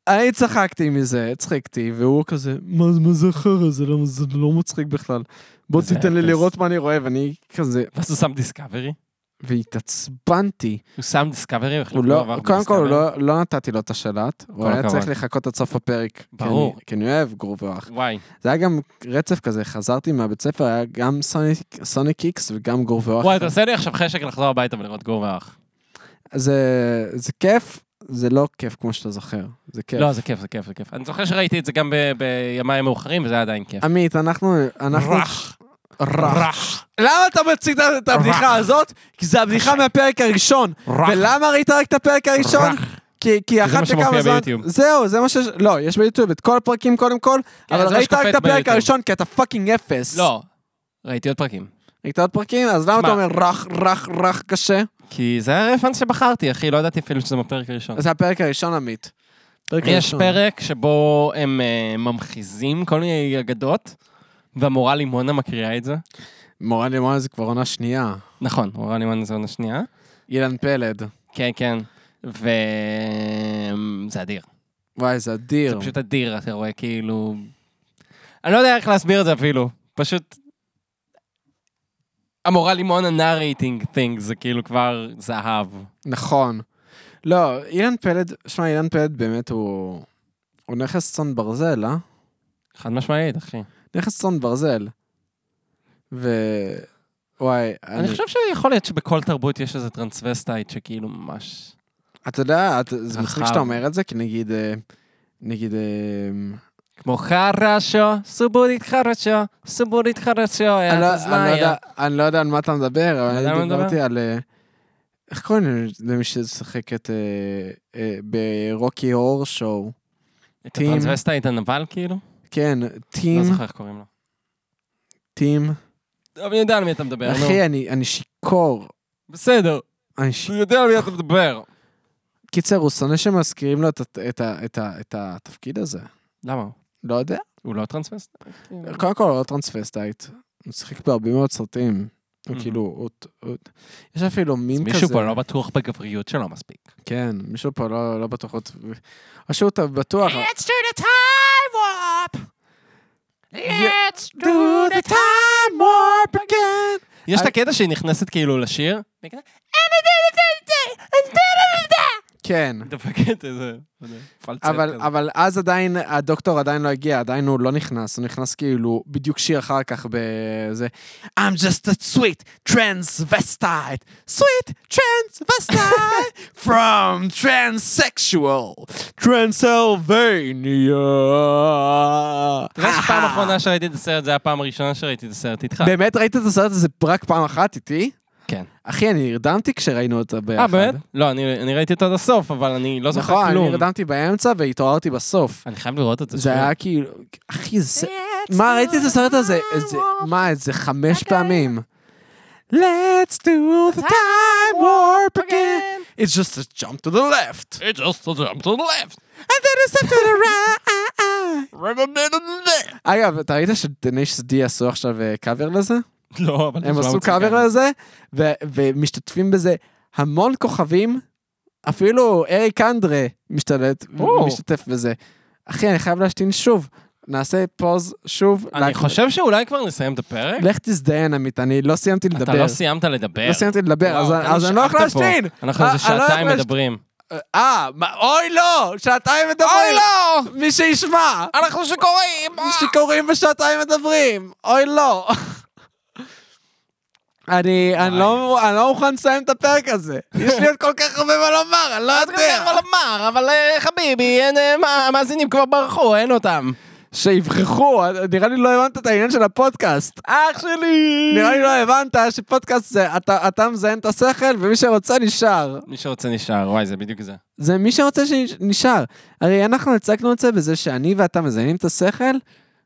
Speaker 2: אני צחקתי מזה, הצחקתי, והוא כזה, מה, מה זה החרא הזה, למה זה לא מצחיק בכלל. בוא
Speaker 3: זה
Speaker 2: תיתן לי
Speaker 3: אפס.
Speaker 2: לראות מה אני רואה, ואני כזה,
Speaker 3: ואז הוא שם דיסקאברי.
Speaker 2: והתעצבנתי.
Speaker 3: הוא שם דיסקאברי, הוא החליט
Speaker 2: הוא
Speaker 3: לא
Speaker 2: לא,
Speaker 3: עבר
Speaker 2: קודם כל, הוא
Speaker 3: בדיסקאברי.
Speaker 2: לא, לא נתתי לו את השלט, הוא היה
Speaker 3: הכבוד.
Speaker 2: צריך לחכות עד סוף הפרק. כי
Speaker 3: ברור.
Speaker 2: אני- כי אני אוהב גור ואורח.
Speaker 3: וואי,
Speaker 2: זה היה גם רצף כזה, חזרתי מהבית ספר, היה גם סוניק, סוניק איקס וגם גור ואורח.
Speaker 3: וואי, אתה עושה לי עכשיו חשק לחזור הביתה ולראות גור ואח.
Speaker 2: זה, זה כיף, זה לא כיף כמו שאתה זוכר, זה כיף.
Speaker 3: לא, זה כיף, זה כיף, זה כיף. אני זוכר שראיתי את זה גם ב- בימיי המאוחרים, וזה היה עדיין כיף.
Speaker 2: עמית, אנחנו, אנחנו,
Speaker 3: רך.
Speaker 2: רך. למה אתה מציג את הבדיחה הזאת? כי זו הבדיחה מהפרק הראשון. ולמה ראית רק את הפרק הראשון? כי, כי אחת
Speaker 3: שמופיע
Speaker 2: לכמה זמן,
Speaker 3: ביוטיוב.
Speaker 2: זהו, זה מה שיש, לא, יש ביוטיוב את כל הפרקים קודם כל,
Speaker 3: כן,
Speaker 2: אבל
Speaker 3: זה מה
Speaker 2: ראית רק
Speaker 3: שקופץ
Speaker 2: את הפרק
Speaker 3: ביוטיוב.
Speaker 2: הראשון כי אתה פאקינג אפס.
Speaker 3: לא. ראיתי עוד פרקים.
Speaker 2: ראית עוד פרקים? אז למה אתה
Speaker 3: שמע.
Speaker 2: אומר רך, רך, רך קשה?
Speaker 3: כי זה היה רפרנס שבחרתי, אחי, לא ידעתי אפילו שזה מהפרק הראשון.
Speaker 2: זה הפרק הראשון, עמית. פרק
Speaker 3: יש
Speaker 2: הראשון.
Speaker 3: פרק שבו הם אה, ממחיזים כל מיני אגדות, והמורה לימונה מקריאה את זה.
Speaker 2: מורה לימון זה כבר עונה שנייה.
Speaker 3: נכון, מורה לימונה זו עונה שנייה.
Speaker 2: אילן פלד.
Speaker 3: כן, כן. וזה אדיר.
Speaker 2: וואי, זה אדיר.
Speaker 3: זה פשוט אדיר, אתה רואה, כאילו... אני לא יודע איך להסביר את זה אפילו. פשוט... המורה לימונה נארייטינג things, זה כאילו כבר זהב.
Speaker 2: נכון. לא, אילן פלד, שמע, אילן פלד באמת הוא... הוא נכס צאן ברזל, אה?
Speaker 3: חד משמעית, אחי.
Speaker 2: נכס צאן ברזל. ו... וואי,
Speaker 3: אני חושב שיכול להיות שבכל תרבות יש איזה טרנסווסטייט שכאילו ממש...
Speaker 2: אתה יודע, את- זה מצחיק
Speaker 3: רחב.
Speaker 2: שאתה אומר את זה, כי נגיד... אה, נגיד... אה,
Speaker 3: כמו חרשו, סובורית חרשו, סובורית חרשו,
Speaker 2: אני
Speaker 3: אתה
Speaker 2: לא- אני לא
Speaker 3: זנאיה.
Speaker 2: יודע- אני לא יודע על מה אתה מדבר, אבל
Speaker 3: יודע על
Speaker 2: אני
Speaker 3: מה אתה
Speaker 2: דיברתי על... אה, איך קוראים למי אה, ששחקת ברוקי הור שואו?
Speaker 3: את
Speaker 2: טים.
Speaker 3: הטרנסווסטייט הנבל כאילו?
Speaker 2: כן,
Speaker 3: לא
Speaker 2: טים,
Speaker 3: זוכר איך קוראים לו.
Speaker 2: טים.
Speaker 3: טוב, אני יודע על מי אתה מדבר, נו.
Speaker 2: אחי, אני אני שיכור.
Speaker 3: בסדר,
Speaker 2: אני שיכור.
Speaker 3: אני יודע על מי אתה מדבר.
Speaker 2: קיצר, הוא שונא שמזכירים לו את ה- את ה- את ה- את התפקיד הזה.
Speaker 3: למה?
Speaker 2: לא יודע.
Speaker 3: הוא לא טרנסווסטייט?
Speaker 2: קודם כל, הוא לא טרנספסטייט. הוא שיחק בהרבה מאוד סרטים. הוא
Speaker 3: Mhm.
Speaker 2: כאילו, הוא- הוא- יש אפילו
Speaker 3: אז
Speaker 2: מין כזה.
Speaker 3: מישהו פה לא בטוח בגבריות שלו מספיק.
Speaker 2: כן, מישהו פה לא לא בטוח. הוא- או שהוא ת- בטוח. אבל-
Speaker 5: Let's do the time warp. Let's do the time warp again.
Speaker 3: יש את הקטע שהיא נכנסת כאילו לשיר?
Speaker 2: כן.
Speaker 3: דופקת איזה... לא יודע, פלצט
Speaker 2: אבל,
Speaker 3: כזה.
Speaker 2: אבל אז עדיין, הדוקטור עדיין לא הגיע, עדיין הוא לא נכנס, הוא נכנס כאילו בדיוק שיר אחר כך בזה. I'm just a sweet transvestite, sweet transvestite from transsexual Transylvania.
Speaker 3: אתה יודע
Speaker 2: <laughs>
Speaker 3: שפעם אחרונה שראיתי את הסרט, זה היה הפעם הראשונה שראיתי את הסרט איתך.
Speaker 2: באמת ראית את הסרט הזה רק פעם אחת איתי?
Speaker 3: כן.
Speaker 2: אחי, אני נרדמתי כשראינו אותו ביחד.
Speaker 3: אה, באמת? לא, אני אני ראיתי אותו עד הסוף, אבל אני לא זוכר
Speaker 2: נכון, אני
Speaker 3: כלום. אוקיי.
Speaker 2: נרדמתי באמצע והתעוררתי בסוף.
Speaker 3: אני חייב לראות אותו.
Speaker 2: זה היה כאילו, אחי, זה...
Speaker 3: לא,
Speaker 2: מה, ראיתי את הסרט הזה? איזה... מה, איזה חמש
Speaker 3: אוקיי.
Speaker 2: פעמים. Let's do
Speaker 3: אה,
Speaker 2: the time warp
Speaker 3: אוקיי.
Speaker 2: again. It's just a jump to the left.
Speaker 3: It just jumped to the left.
Speaker 2: And then it's up to the right. אגב, אתה ראית שדניש די עשו עכשיו אה, קאבר לזה?
Speaker 3: לא, אבל
Speaker 2: הם עשו קאבר לזה, ו- ומשתתפים בזה המון כוכבים, אפילו אריק אנדרה משתלט,
Speaker 3: או.
Speaker 2: משתתף בזה. אחי, אני חייב להשתין שוב. נעשה פוז שוב.
Speaker 3: אני
Speaker 2: לק-
Speaker 3: חושב שאולי כבר נסיים את הפרק.
Speaker 2: לך תזדיין, עמית, אני לא סיימתי לדבר.
Speaker 3: אתה לא סיימת לדבר.
Speaker 2: לא סיימתי לדבר,
Speaker 3: וואו,
Speaker 2: אז-
Speaker 3: כמה
Speaker 2: אז אני לא
Speaker 3: שאפת
Speaker 2: יכול
Speaker 3: פה.
Speaker 2: להשתין.
Speaker 3: אנחנו
Speaker 2: אה,
Speaker 3: איזה
Speaker 2: אני לא יכול
Speaker 3: שעתיים
Speaker 2: להשתין.
Speaker 3: מדברים.
Speaker 2: אה, מה- אוי לא, שעתיים מדברים. אוי לא! מי שישמע.
Speaker 3: אנחנו שקוראים!
Speaker 2: שיכורים בשעתיים מדברים, אוי לא. אני, אני, לא, אני לא מוכן לסיים את הפרק הזה.
Speaker 3: <laughs>
Speaker 2: יש לי עוד כל כך הרבה מה לומר, אני לא יודע.
Speaker 3: אמר, אבל אה, חביבי, אין, אה, מה- המאזינים כבר ברחו, אין אותם.
Speaker 2: שיברחו, נראה לי לא הבנת את העניין של הפודקאסט.
Speaker 3: אח שלי!
Speaker 2: נראה לי לא הבנת שפודקאסט זה, אתה, אתה מזיין את השכל ומי שרוצה נשאר.
Speaker 3: מי שרוצה נשאר, וואי, זה בדיוק זה.
Speaker 2: זה מי שרוצה שנשאר. הרי אנחנו הצגנו את זה בזה שאני ואתה מזיינים את השכל,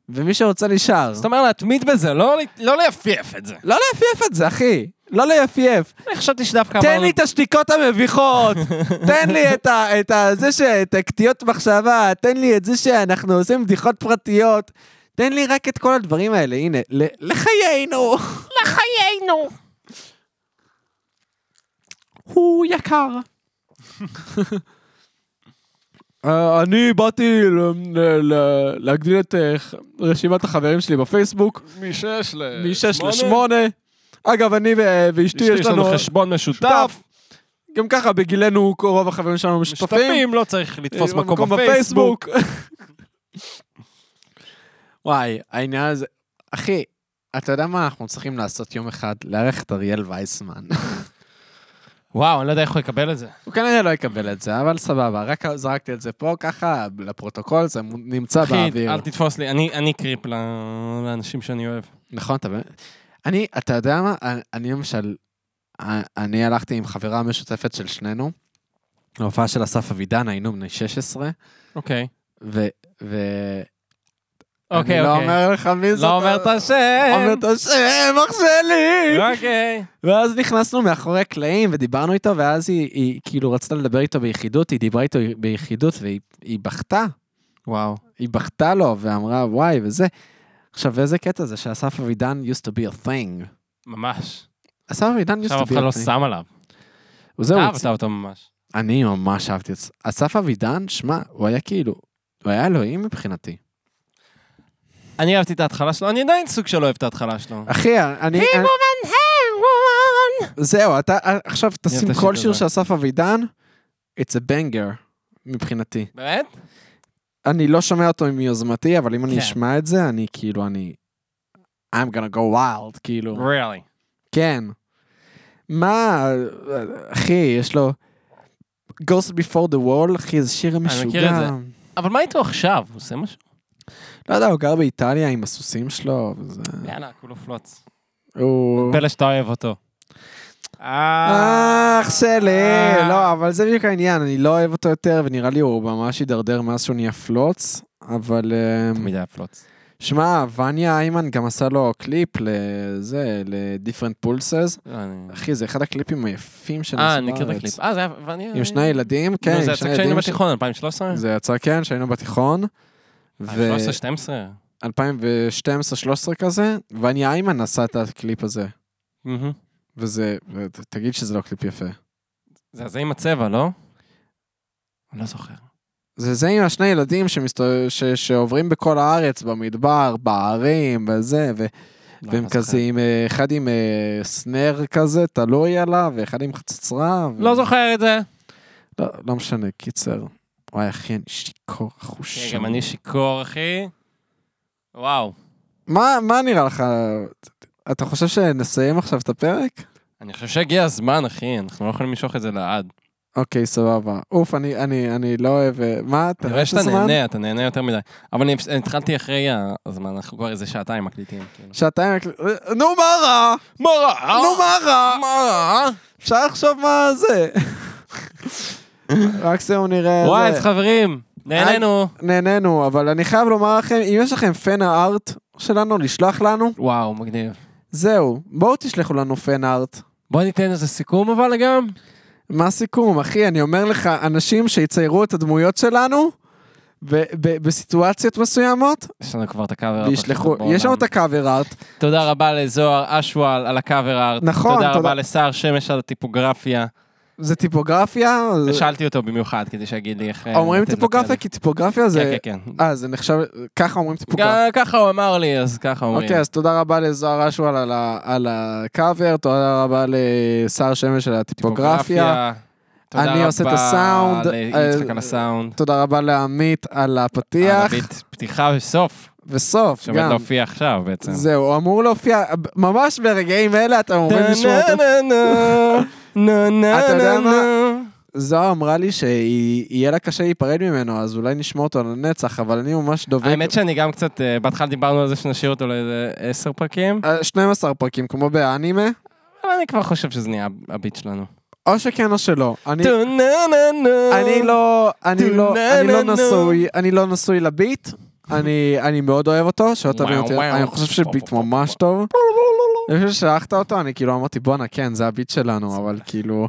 Speaker 2: ומי שרוצה נשאר.
Speaker 3: זאת אומרת, להתמיד בזה, לא ל- לא ליפייף את זה.
Speaker 2: לא ליפייף את זה, אחי. לא ליפייף.
Speaker 3: אני חשבתי שדווקא
Speaker 2: תן לי את השתיקות
Speaker 3: <laughs>
Speaker 2: המביכות, תן לי את ה... את ה... זה ש... את הקטיעות מחשבה, תן לי את זה שאנחנו עושים בדיחות פרטיות. תן לי רק את כל הדברים האלה, הנה, ל- לחיינו.
Speaker 5: לחיינו.
Speaker 2: הוא יקר. אה, אני באתי ל- ל- ל- להגדיל את אה, ח- רשימת החברים שלי בפייסבוק,
Speaker 3: משש ל...
Speaker 2: מ-6 ל-8. אגב, אני ו- אה, ואשתי אה, יש לנו
Speaker 3: חשבון משותף.
Speaker 2: שותף. גם ככה בגילנו רוב החברים שלנו משותפים.
Speaker 3: משותפים, לא צריך לתפוס
Speaker 2: אה,
Speaker 3: מקום
Speaker 2: <laughs>
Speaker 3: בפייסבוק.
Speaker 2: וואי, העניין הזה... אחי, אתה יודע מה אנחנו צריכים לעשות יום אחד? לארח את אריאל וייסמן.
Speaker 3: וואו, אני לא יודע איך הוא יקבל את זה.
Speaker 2: הוא כנראה לא יקבל את זה, אבל סבבה, רק זרקתי את זה פה, ככה, לפרוטוקול, זה נמצא
Speaker 3: אחי,
Speaker 2: באוויר.
Speaker 3: אל תתפוס לי, אני אני קריפ ל- לאנשים שאני אוהב.
Speaker 2: נכון, אתה באמת... אני, אתה יודע מה? אני- אני למשל, אני הלכתי עם חברה משותפת של שנינו, להופעה של אסף אבידן, היינו בני 16,
Speaker 3: אוקיי.
Speaker 2: ו... ו...
Speaker 3: אוקיי,
Speaker 2: אני לא
Speaker 3: אוקיי.
Speaker 2: אומר לך מי זאת.
Speaker 3: לא אומר את
Speaker 2: אומר
Speaker 3: השם.
Speaker 2: את השם, אח שלי!
Speaker 3: אוקיי.
Speaker 2: ואז נכנסנו מאחורי הקלעים ודיברנו איתו, ואז היא, היא כאילו רצתה לדבר איתו ביחידות, היא דיברה איתו ביחידות והיא היא בכתה. וואו. היא בכתה לו ואמרה וואי וזה. עכשיו איזה קטע זה שאסף אבידן used to be a thing.
Speaker 3: ממש.
Speaker 2: אסף אבידן used
Speaker 3: עכשיו
Speaker 2: to
Speaker 3: אף
Speaker 2: be a
Speaker 3: אחד לא
Speaker 2: thing.
Speaker 3: שם עליו.
Speaker 2: וזהו, הוא
Speaker 3: אהבת אותו ממש.
Speaker 2: אני ממש אהבתי את אסף אבידן, שמע, הוא היה כאילו, הוא היה אלוהים מבחינתי.
Speaker 3: אני אהבתי את ההתחלה שלו, אני עדיין סוג של אוהב את ההתחלה שלו.
Speaker 2: אחי, אני... Hey woman, hey woman! זהו, אתה אה, עכשיו
Speaker 3: את
Speaker 2: תשים
Speaker 3: השיר
Speaker 2: כל שיר
Speaker 3: הזה.
Speaker 2: של אסף אבידן, it's a banger מבחינתי.
Speaker 3: באמת?
Speaker 2: אני לא שומע אותו מיוזמתי, אבל אם
Speaker 3: כן.
Speaker 2: אני אשמע את זה, אני כאילו, אני... I'm gonna go wild, כאילו.
Speaker 3: really.
Speaker 2: כן. מה, אחי, יש לו... Ghost Before the Wall, אחי, זה שיר משוגע.
Speaker 3: מכיר את זה. אבל מה איתו עכשיו? הוא עושה משהו?
Speaker 2: לא יודע, הוא גר באיטליה עם הסוסים שלו, וזה...
Speaker 3: יאללה, כולו פלוץ.
Speaker 2: הוא...
Speaker 3: פלא שאתה אוהב אותו.
Speaker 2: אה, אח
Speaker 3: אה.
Speaker 2: שלי, לא, אבל זה בדיוק העניין, אני לא אוהב אותו יותר, ונראה לי הוא ממש הידרדר מאז שהוא נהיה פלוץ, אבל... אמ,
Speaker 3: תמיד היה פלוץ.
Speaker 2: שמע, וניה איימן גם עשה לו קליפ לזה, ל-Different Pulses. לא, אחי, זה אחד הקליפים היפים שנעשו בארץ.
Speaker 3: אה, אני מכיר את הקליפ. אה, זה היה... ואני-
Speaker 2: עם שני ילדים, כן,
Speaker 3: נו,
Speaker 2: עם
Speaker 3: זה
Speaker 2: שני
Speaker 3: יצא כשהיינו
Speaker 2: ילדים. ש-
Speaker 3: בתיכון, 2013?
Speaker 2: זה יצא, כן, שהיינו בתיכון. ו...
Speaker 3: 2013-2012?
Speaker 2: 2012-2013 כזה, וניה איימן עשה את הקליפ הזה.
Speaker 3: מהמם.
Speaker 2: וזה, ת- תגיד שזה לא קליפ יפה.
Speaker 3: זה הזה עם הצבע, לא? אני לא זוכר.
Speaker 2: זה זה עם השני ילדים שמסתו- ש... שעוברים בכל הארץ, במדבר, בערים, וזה, ו...
Speaker 3: לא,
Speaker 2: והם
Speaker 3: לא זוכר.
Speaker 2: כזה עם, אה, אחד עם אה, סנר כזה, תלוי עליו, ואחד עם חצוצרה. ו...
Speaker 3: לא זוכר את זה.
Speaker 2: לא, לא משנה, קיצר. וואי, אחי, אני שיכור
Speaker 3: כן,
Speaker 2: חושה.
Speaker 3: גם אני שיכור, אחי. וואו.
Speaker 2: מה, מה נראה לך? אתה חושב שנסיים עכשיו את הפרק?
Speaker 3: אני חושב שהגיע הזמן, אחי, אנחנו לא יכולים למשוך את זה לעד.
Speaker 2: אוקיי, סבבה. אוף, אני, אני, אני לא אוהב... אה, מה, אתה
Speaker 3: אני רואה
Speaker 2: את
Speaker 3: שאתה
Speaker 2: הזמן?
Speaker 3: נהנה, אתה נהנה יותר מדי. אבל אני אני התחלתי אחרי הזמן, אנחנו כבר איזה שעתיים מקליטים. כאילו.
Speaker 2: שעתיים... נו, מה רע?
Speaker 3: מה רע?
Speaker 2: נו, מה רע?
Speaker 3: מה רע?
Speaker 2: אפשר לחשוב מה זה. מקסימום נראה...
Speaker 3: וואי,
Speaker 2: אה, זה.
Speaker 3: אז חברים, נהנינו.
Speaker 2: נהנינו, אבל אני חייב לומר לכם, אם יש לכם פן הארט שלנו, לשלוח לנו,
Speaker 3: וואו, מגניב.
Speaker 2: זהו. בואו תשלחו לנו פן הארט.
Speaker 3: בוא ניתן איזה סיכום אבל גם.
Speaker 2: מה הסיכום, אחי? אני אומר לך, אנשים שיציירו את הדמויות שלנו, ב- ב- בסיטואציות מסוימות,
Speaker 3: יש לנו כבר את הקאבר הארט.
Speaker 2: וישלחו,
Speaker 3: בעולם.
Speaker 2: יש לנו את הקאבר הארט,
Speaker 3: תודה רבה לזוהר אשוואל על הקאבר הארט.
Speaker 2: נכון,
Speaker 3: תודה
Speaker 2: תודה.
Speaker 3: רבה לסער שמש על הטיפוגרפיה.
Speaker 2: זה טיפוגרפיה, זה-
Speaker 3: שאלתי אותו במיוחד כדי שיגיד לי איך... אה,
Speaker 2: אומרים
Speaker 3: לתת לו
Speaker 2: טיפוגרפיה
Speaker 3: קרדיט.
Speaker 2: כי טיפוגרפיה זה...
Speaker 3: כן, כן, כן.
Speaker 2: אה, זה נחשב, ככה אומרים טיפוגרפיה.
Speaker 3: גם ככה הוא אמר לי, אז ככה אומרים.
Speaker 2: אוקיי, אז תודה רבה לזוהר אשואל על ה- על הקאבר, תודה רבה לשר שמש על הטיפוגרפיה.
Speaker 3: תודה
Speaker 2: אני עושה את
Speaker 3: רבה
Speaker 2: הסאונד,
Speaker 3: ליצחק
Speaker 2: אה,
Speaker 3: על הסאונד.
Speaker 2: תודה רבה לעמית על הפתיח,
Speaker 3: ערבית פתיחה וסוף,
Speaker 2: וסוף
Speaker 3: שעומד
Speaker 2: גם.
Speaker 3: להופיע עכשיו בעצם.
Speaker 2: זהו, הוא אמור להופיע ממש ברגעים אלה, אתם אמורים לשמוע אותו. <laughs> אתה יודע מה? זוהר אמרה לי שיהיה לה קשה להיפרד ממנו, אז אולי נשמע אותו לנצח, אבל אני ממש דובק.
Speaker 3: האמת שאני גם קצת, אה, בהתחלה דיברנו על זה שנשאיר אותו לאיזה עשר פרקים,
Speaker 2: אה, 12 פרקים, כמו באנימה,
Speaker 3: אבל אני כבר חושב שזה נהיה הביט שלנו.
Speaker 2: או שכן או שלא. אני-
Speaker 3: טו-נה-נה-נה.
Speaker 2: אני לא, אני לא,
Speaker 3: נה,
Speaker 2: אני
Speaker 3: נה,
Speaker 2: לא
Speaker 3: נה.
Speaker 2: נשוי, אני לא נשוי לביט. אני, אני מאוד אוהב אותו, שלא תבין
Speaker 3: וואו,
Speaker 2: אותי,
Speaker 3: וואו.
Speaker 2: אני חושב שביט ממש טוב. אני חושב ששלחת אותו, אני כאילו אמרתי בואנה, כן, זה הביט שלנו, אבל כאילו...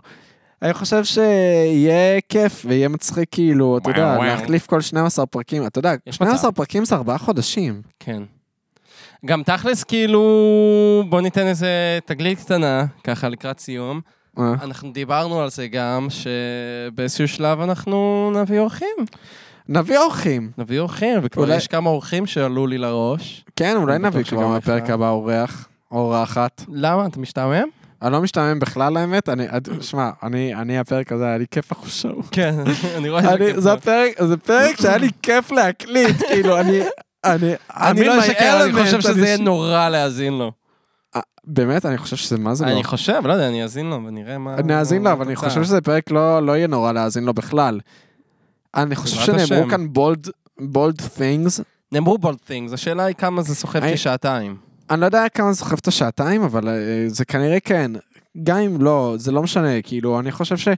Speaker 2: אני חושב שיהיה כיף ויהיה מצחיק כאילו, אתה יודע,
Speaker 3: וואו, וואו.
Speaker 2: להחליף כל 12 פרקים, אתה יודע,
Speaker 3: יש מצב.
Speaker 2: 12 פרקים זה 4 חודשים.
Speaker 3: כן. גם תכלס, כאילו, בוא ניתן איזה תגלית קטנה, ככה לקראת סיום.
Speaker 2: אה.
Speaker 3: אנחנו דיברנו על זה גם, שבאיזשהו שלב אנחנו נביא אורחים.
Speaker 2: נביא אורחים.
Speaker 3: נביא אורחים, וכבר
Speaker 2: אולי-
Speaker 3: יש כמה אורחים שעלו לי לראש.
Speaker 2: כן, אולי
Speaker 3: אני בטוח
Speaker 2: נביא
Speaker 3: שגם
Speaker 2: כבר מהפרק
Speaker 3: לך.
Speaker 2: הבא אורח, אורחת.
Speaker 3: למה? אתה משתעמם?
Speaker 2: אני לא משתעמם בכלל האמת, אני, שמע, אני, אני הפרק הזה היה לי כיף החושך.
Speaker 3: כן, <laughs> אני לא. רואה את
Speaker 2: אני-
Speaker 3: זה.
Speaker 2: זה הפרק, זה פרק שהיה לי כיף להקליט, כאילו, אני... אני,
Speaker 3: <laughs> אני לא
Speaker 2: my
Speaker 3: אשקר, אני
Speaker 2: element,
Speaker 3: חושב שזה יהיה
Speaker 2: ש-
Speaker 3: נורא להאזין לו.
Speaker 2: באמת, אני חושב שזה מה זה לא.
Speaker 3: אני חושב, לא יודע, אני אאזין לו ונראה מה...
Speaker 2: נאזין לו,
Speaker 3: מה
Speaker 2: אבל אני
Speaker 3: התוצאה.
Speaker 2: חושב שזה פרק לא לא יהיה נורא להאזין לו בכלל. אני חושב
Speaker 3: בעזרת
Speaker 2: שנאמרו
Speaker 3: השם.
Speaker 2: כאן בולד, בולד things.
Speaker 3: נאמרו בולד things, השאלה היא כמה זה סוחב
Speaker 2: אני-
Speaker 3: כשעתיים.
Speaker 2: אני לא יודע כמה זה חייב את השעתיים, אבל אה, זה כנראה כן. גם אם לא, זה לא משנה, כאילו, אני חושב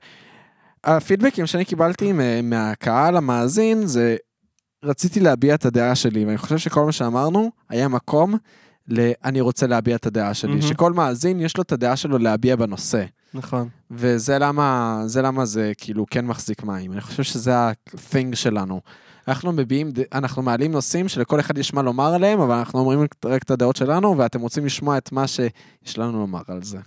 Speaker 2: שהפידבקים שאני קיבלתי מה- מהקהל המאזין, זה רציתי להביע את הדעה שלי, ואני חושב שכל מה שאמרנו היה מקום ל... אני רוצה להביע את הדעה שלי,
Speaker 3: מהמם.
Speaker 2: שכל מאזין יש לו את הדעה שלו להביע בנושא.
Speaker 3: נכון.
Speaker 2: וזה למה זה, למה זה כאילו כן מחזיק מים. אני חושב שזה ה-thing שלנו. אנחנו מביעים, ד- אנחנו מעלים נושאים שלכל אחד יש מה לומר עליהם, אבל אנחנו אומרים רק את הדעות שלנו, ואתם רוצים לשמוע את מה שיש לנו לומר על זה.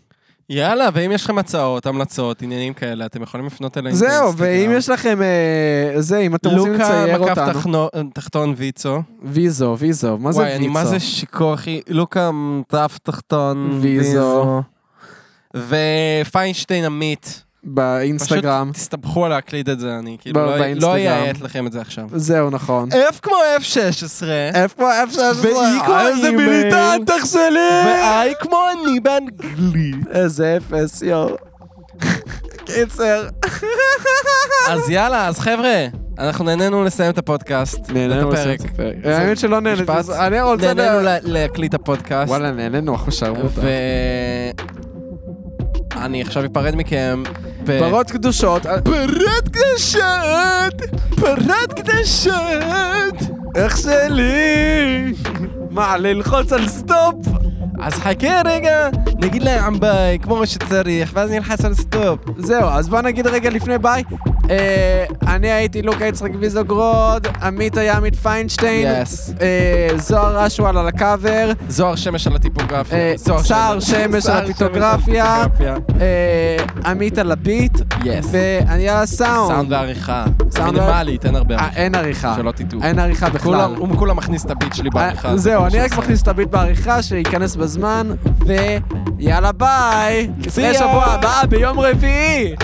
Speaker 3: יאללה, ואם יש לכם הצעות, המלצות, עניינים כאלה, אתם יכולים לפנות אלינו.
Speaker 2: זהו,
Speaker 3: באינסטגרם.
Speaker 2: ואם יש לכם, אה, זה, אם אתם רוצים
Speaker 3: לוקה
Speaker 2: לצייר
Speaker 3: מקף
Speaker 2: אותנו.
Speaker 3: תחנו- תחתון ויצו.
Speaker 2: ויזו, ויזו, מה זה
Speaker 3: וואי, אני מה
Speaker 2: ויזו?
Speaker 3: זה שיכור, אחי? לוקה מקף תחתון
Speaker 2: ויזו.
Speaker 3: ופיינשטיין עמית.
Speaker 2: באינסטגרם.
Speaker 3: פשוט תסתבכו על להקליד את זה, אני כאילו
Speaker 2: ב-
Speaker 3: לא- לא
Speaker 2: באינסטגרם.
Speaker 3: אייעט לכם את זה עכשיו.
Speaker 2: זהו, נכון.
Speaker 3: F כמו F16,
Speaker 2: איפה, איפה,
Speaker 3: ואי כמו
Speaker 2: איזה
Speaker 3: האימייל.
Speaker 2: מיליטנט, אח שלי!
Speaker 3: ו-I כמו אני באנגלית.
Speaker 2: איזה אפס,
Speaker 3: <laughs>
Speaker 2: יואו. <laughs> קיצר.
Speaker 3: אז יאללה, אז חבר'ה, אנחנו נהנינו לסיים את הפודקאסט.
Speaker 2: נהנינו
Speaker 3: את
Speaker 2: לסיים
Speaker 3: הפרק.
Speaker 2: את הפרק. האמת שלא נהניתי.
Speaker 3: משפט?
Speaker 2: אני רוצה...
Speaker 3: נהנינו
Speaker 2: לה-
Speaker 3: לה- להקליט את הפודקאסט.
Speaker 2: וואלה, נהנינו, אנחנו שרמוטה.
Speaker 3: ו- אני עכשיו אפרד מכם. ב-
Speaker 2: פרות קדושות. אה, פרות קדושות! פרות קדושות! איך שלי! מה, ללחוץ על סטופ?
Speaker 3: אז חכה רגע, נגיד להם ביי, כמו שצריך, ואז נלחץ על סטופ.
Speaker 2: זהו, אז בוא נגיד רגע לפני ביי. אה, אני הייתי לוקה יצחק ויזוגרוד, עמית היה עמית פיינשטיין.
Speaker 3: Yes.
Speaker 2: אה, זוהר אשוואל על הקאבר.
Speaker 3: זוהר שמש על
Speaker 2: אה,
Speaker 3: הטיפוגרפיה. זוהר
Speaker 2: סער שמש על
Speaker 3: סער
Speaker 2: הפיטוגרפיה. אה, עמית על הביט.
Speaker 3: Yes.
Speaker 2: ואני על הסאונד.
Speaker 3: סאונד ועריכה.
Speaker 2: סאונד
Speaker 3: מינימלית, אין הרבה.
Speaker 2: אה, אין עריכה.
Speaker 3: שלא תטעו.
Speaker 2: אין עריכה בכלל.
Speaker 3: כולם- הוא כולה מכניס את הביט שלי בעריכה.
Speaker 2: אה, זהו, אני רק
Speaker 3: שעושה.
Speaker 2: מכניס את הביט בעריכה, שייכנס בזמן, ויאללה ביי! לפני
Speaker 3: יא.
Speaker 2: שבוע הבא ביום רביעי!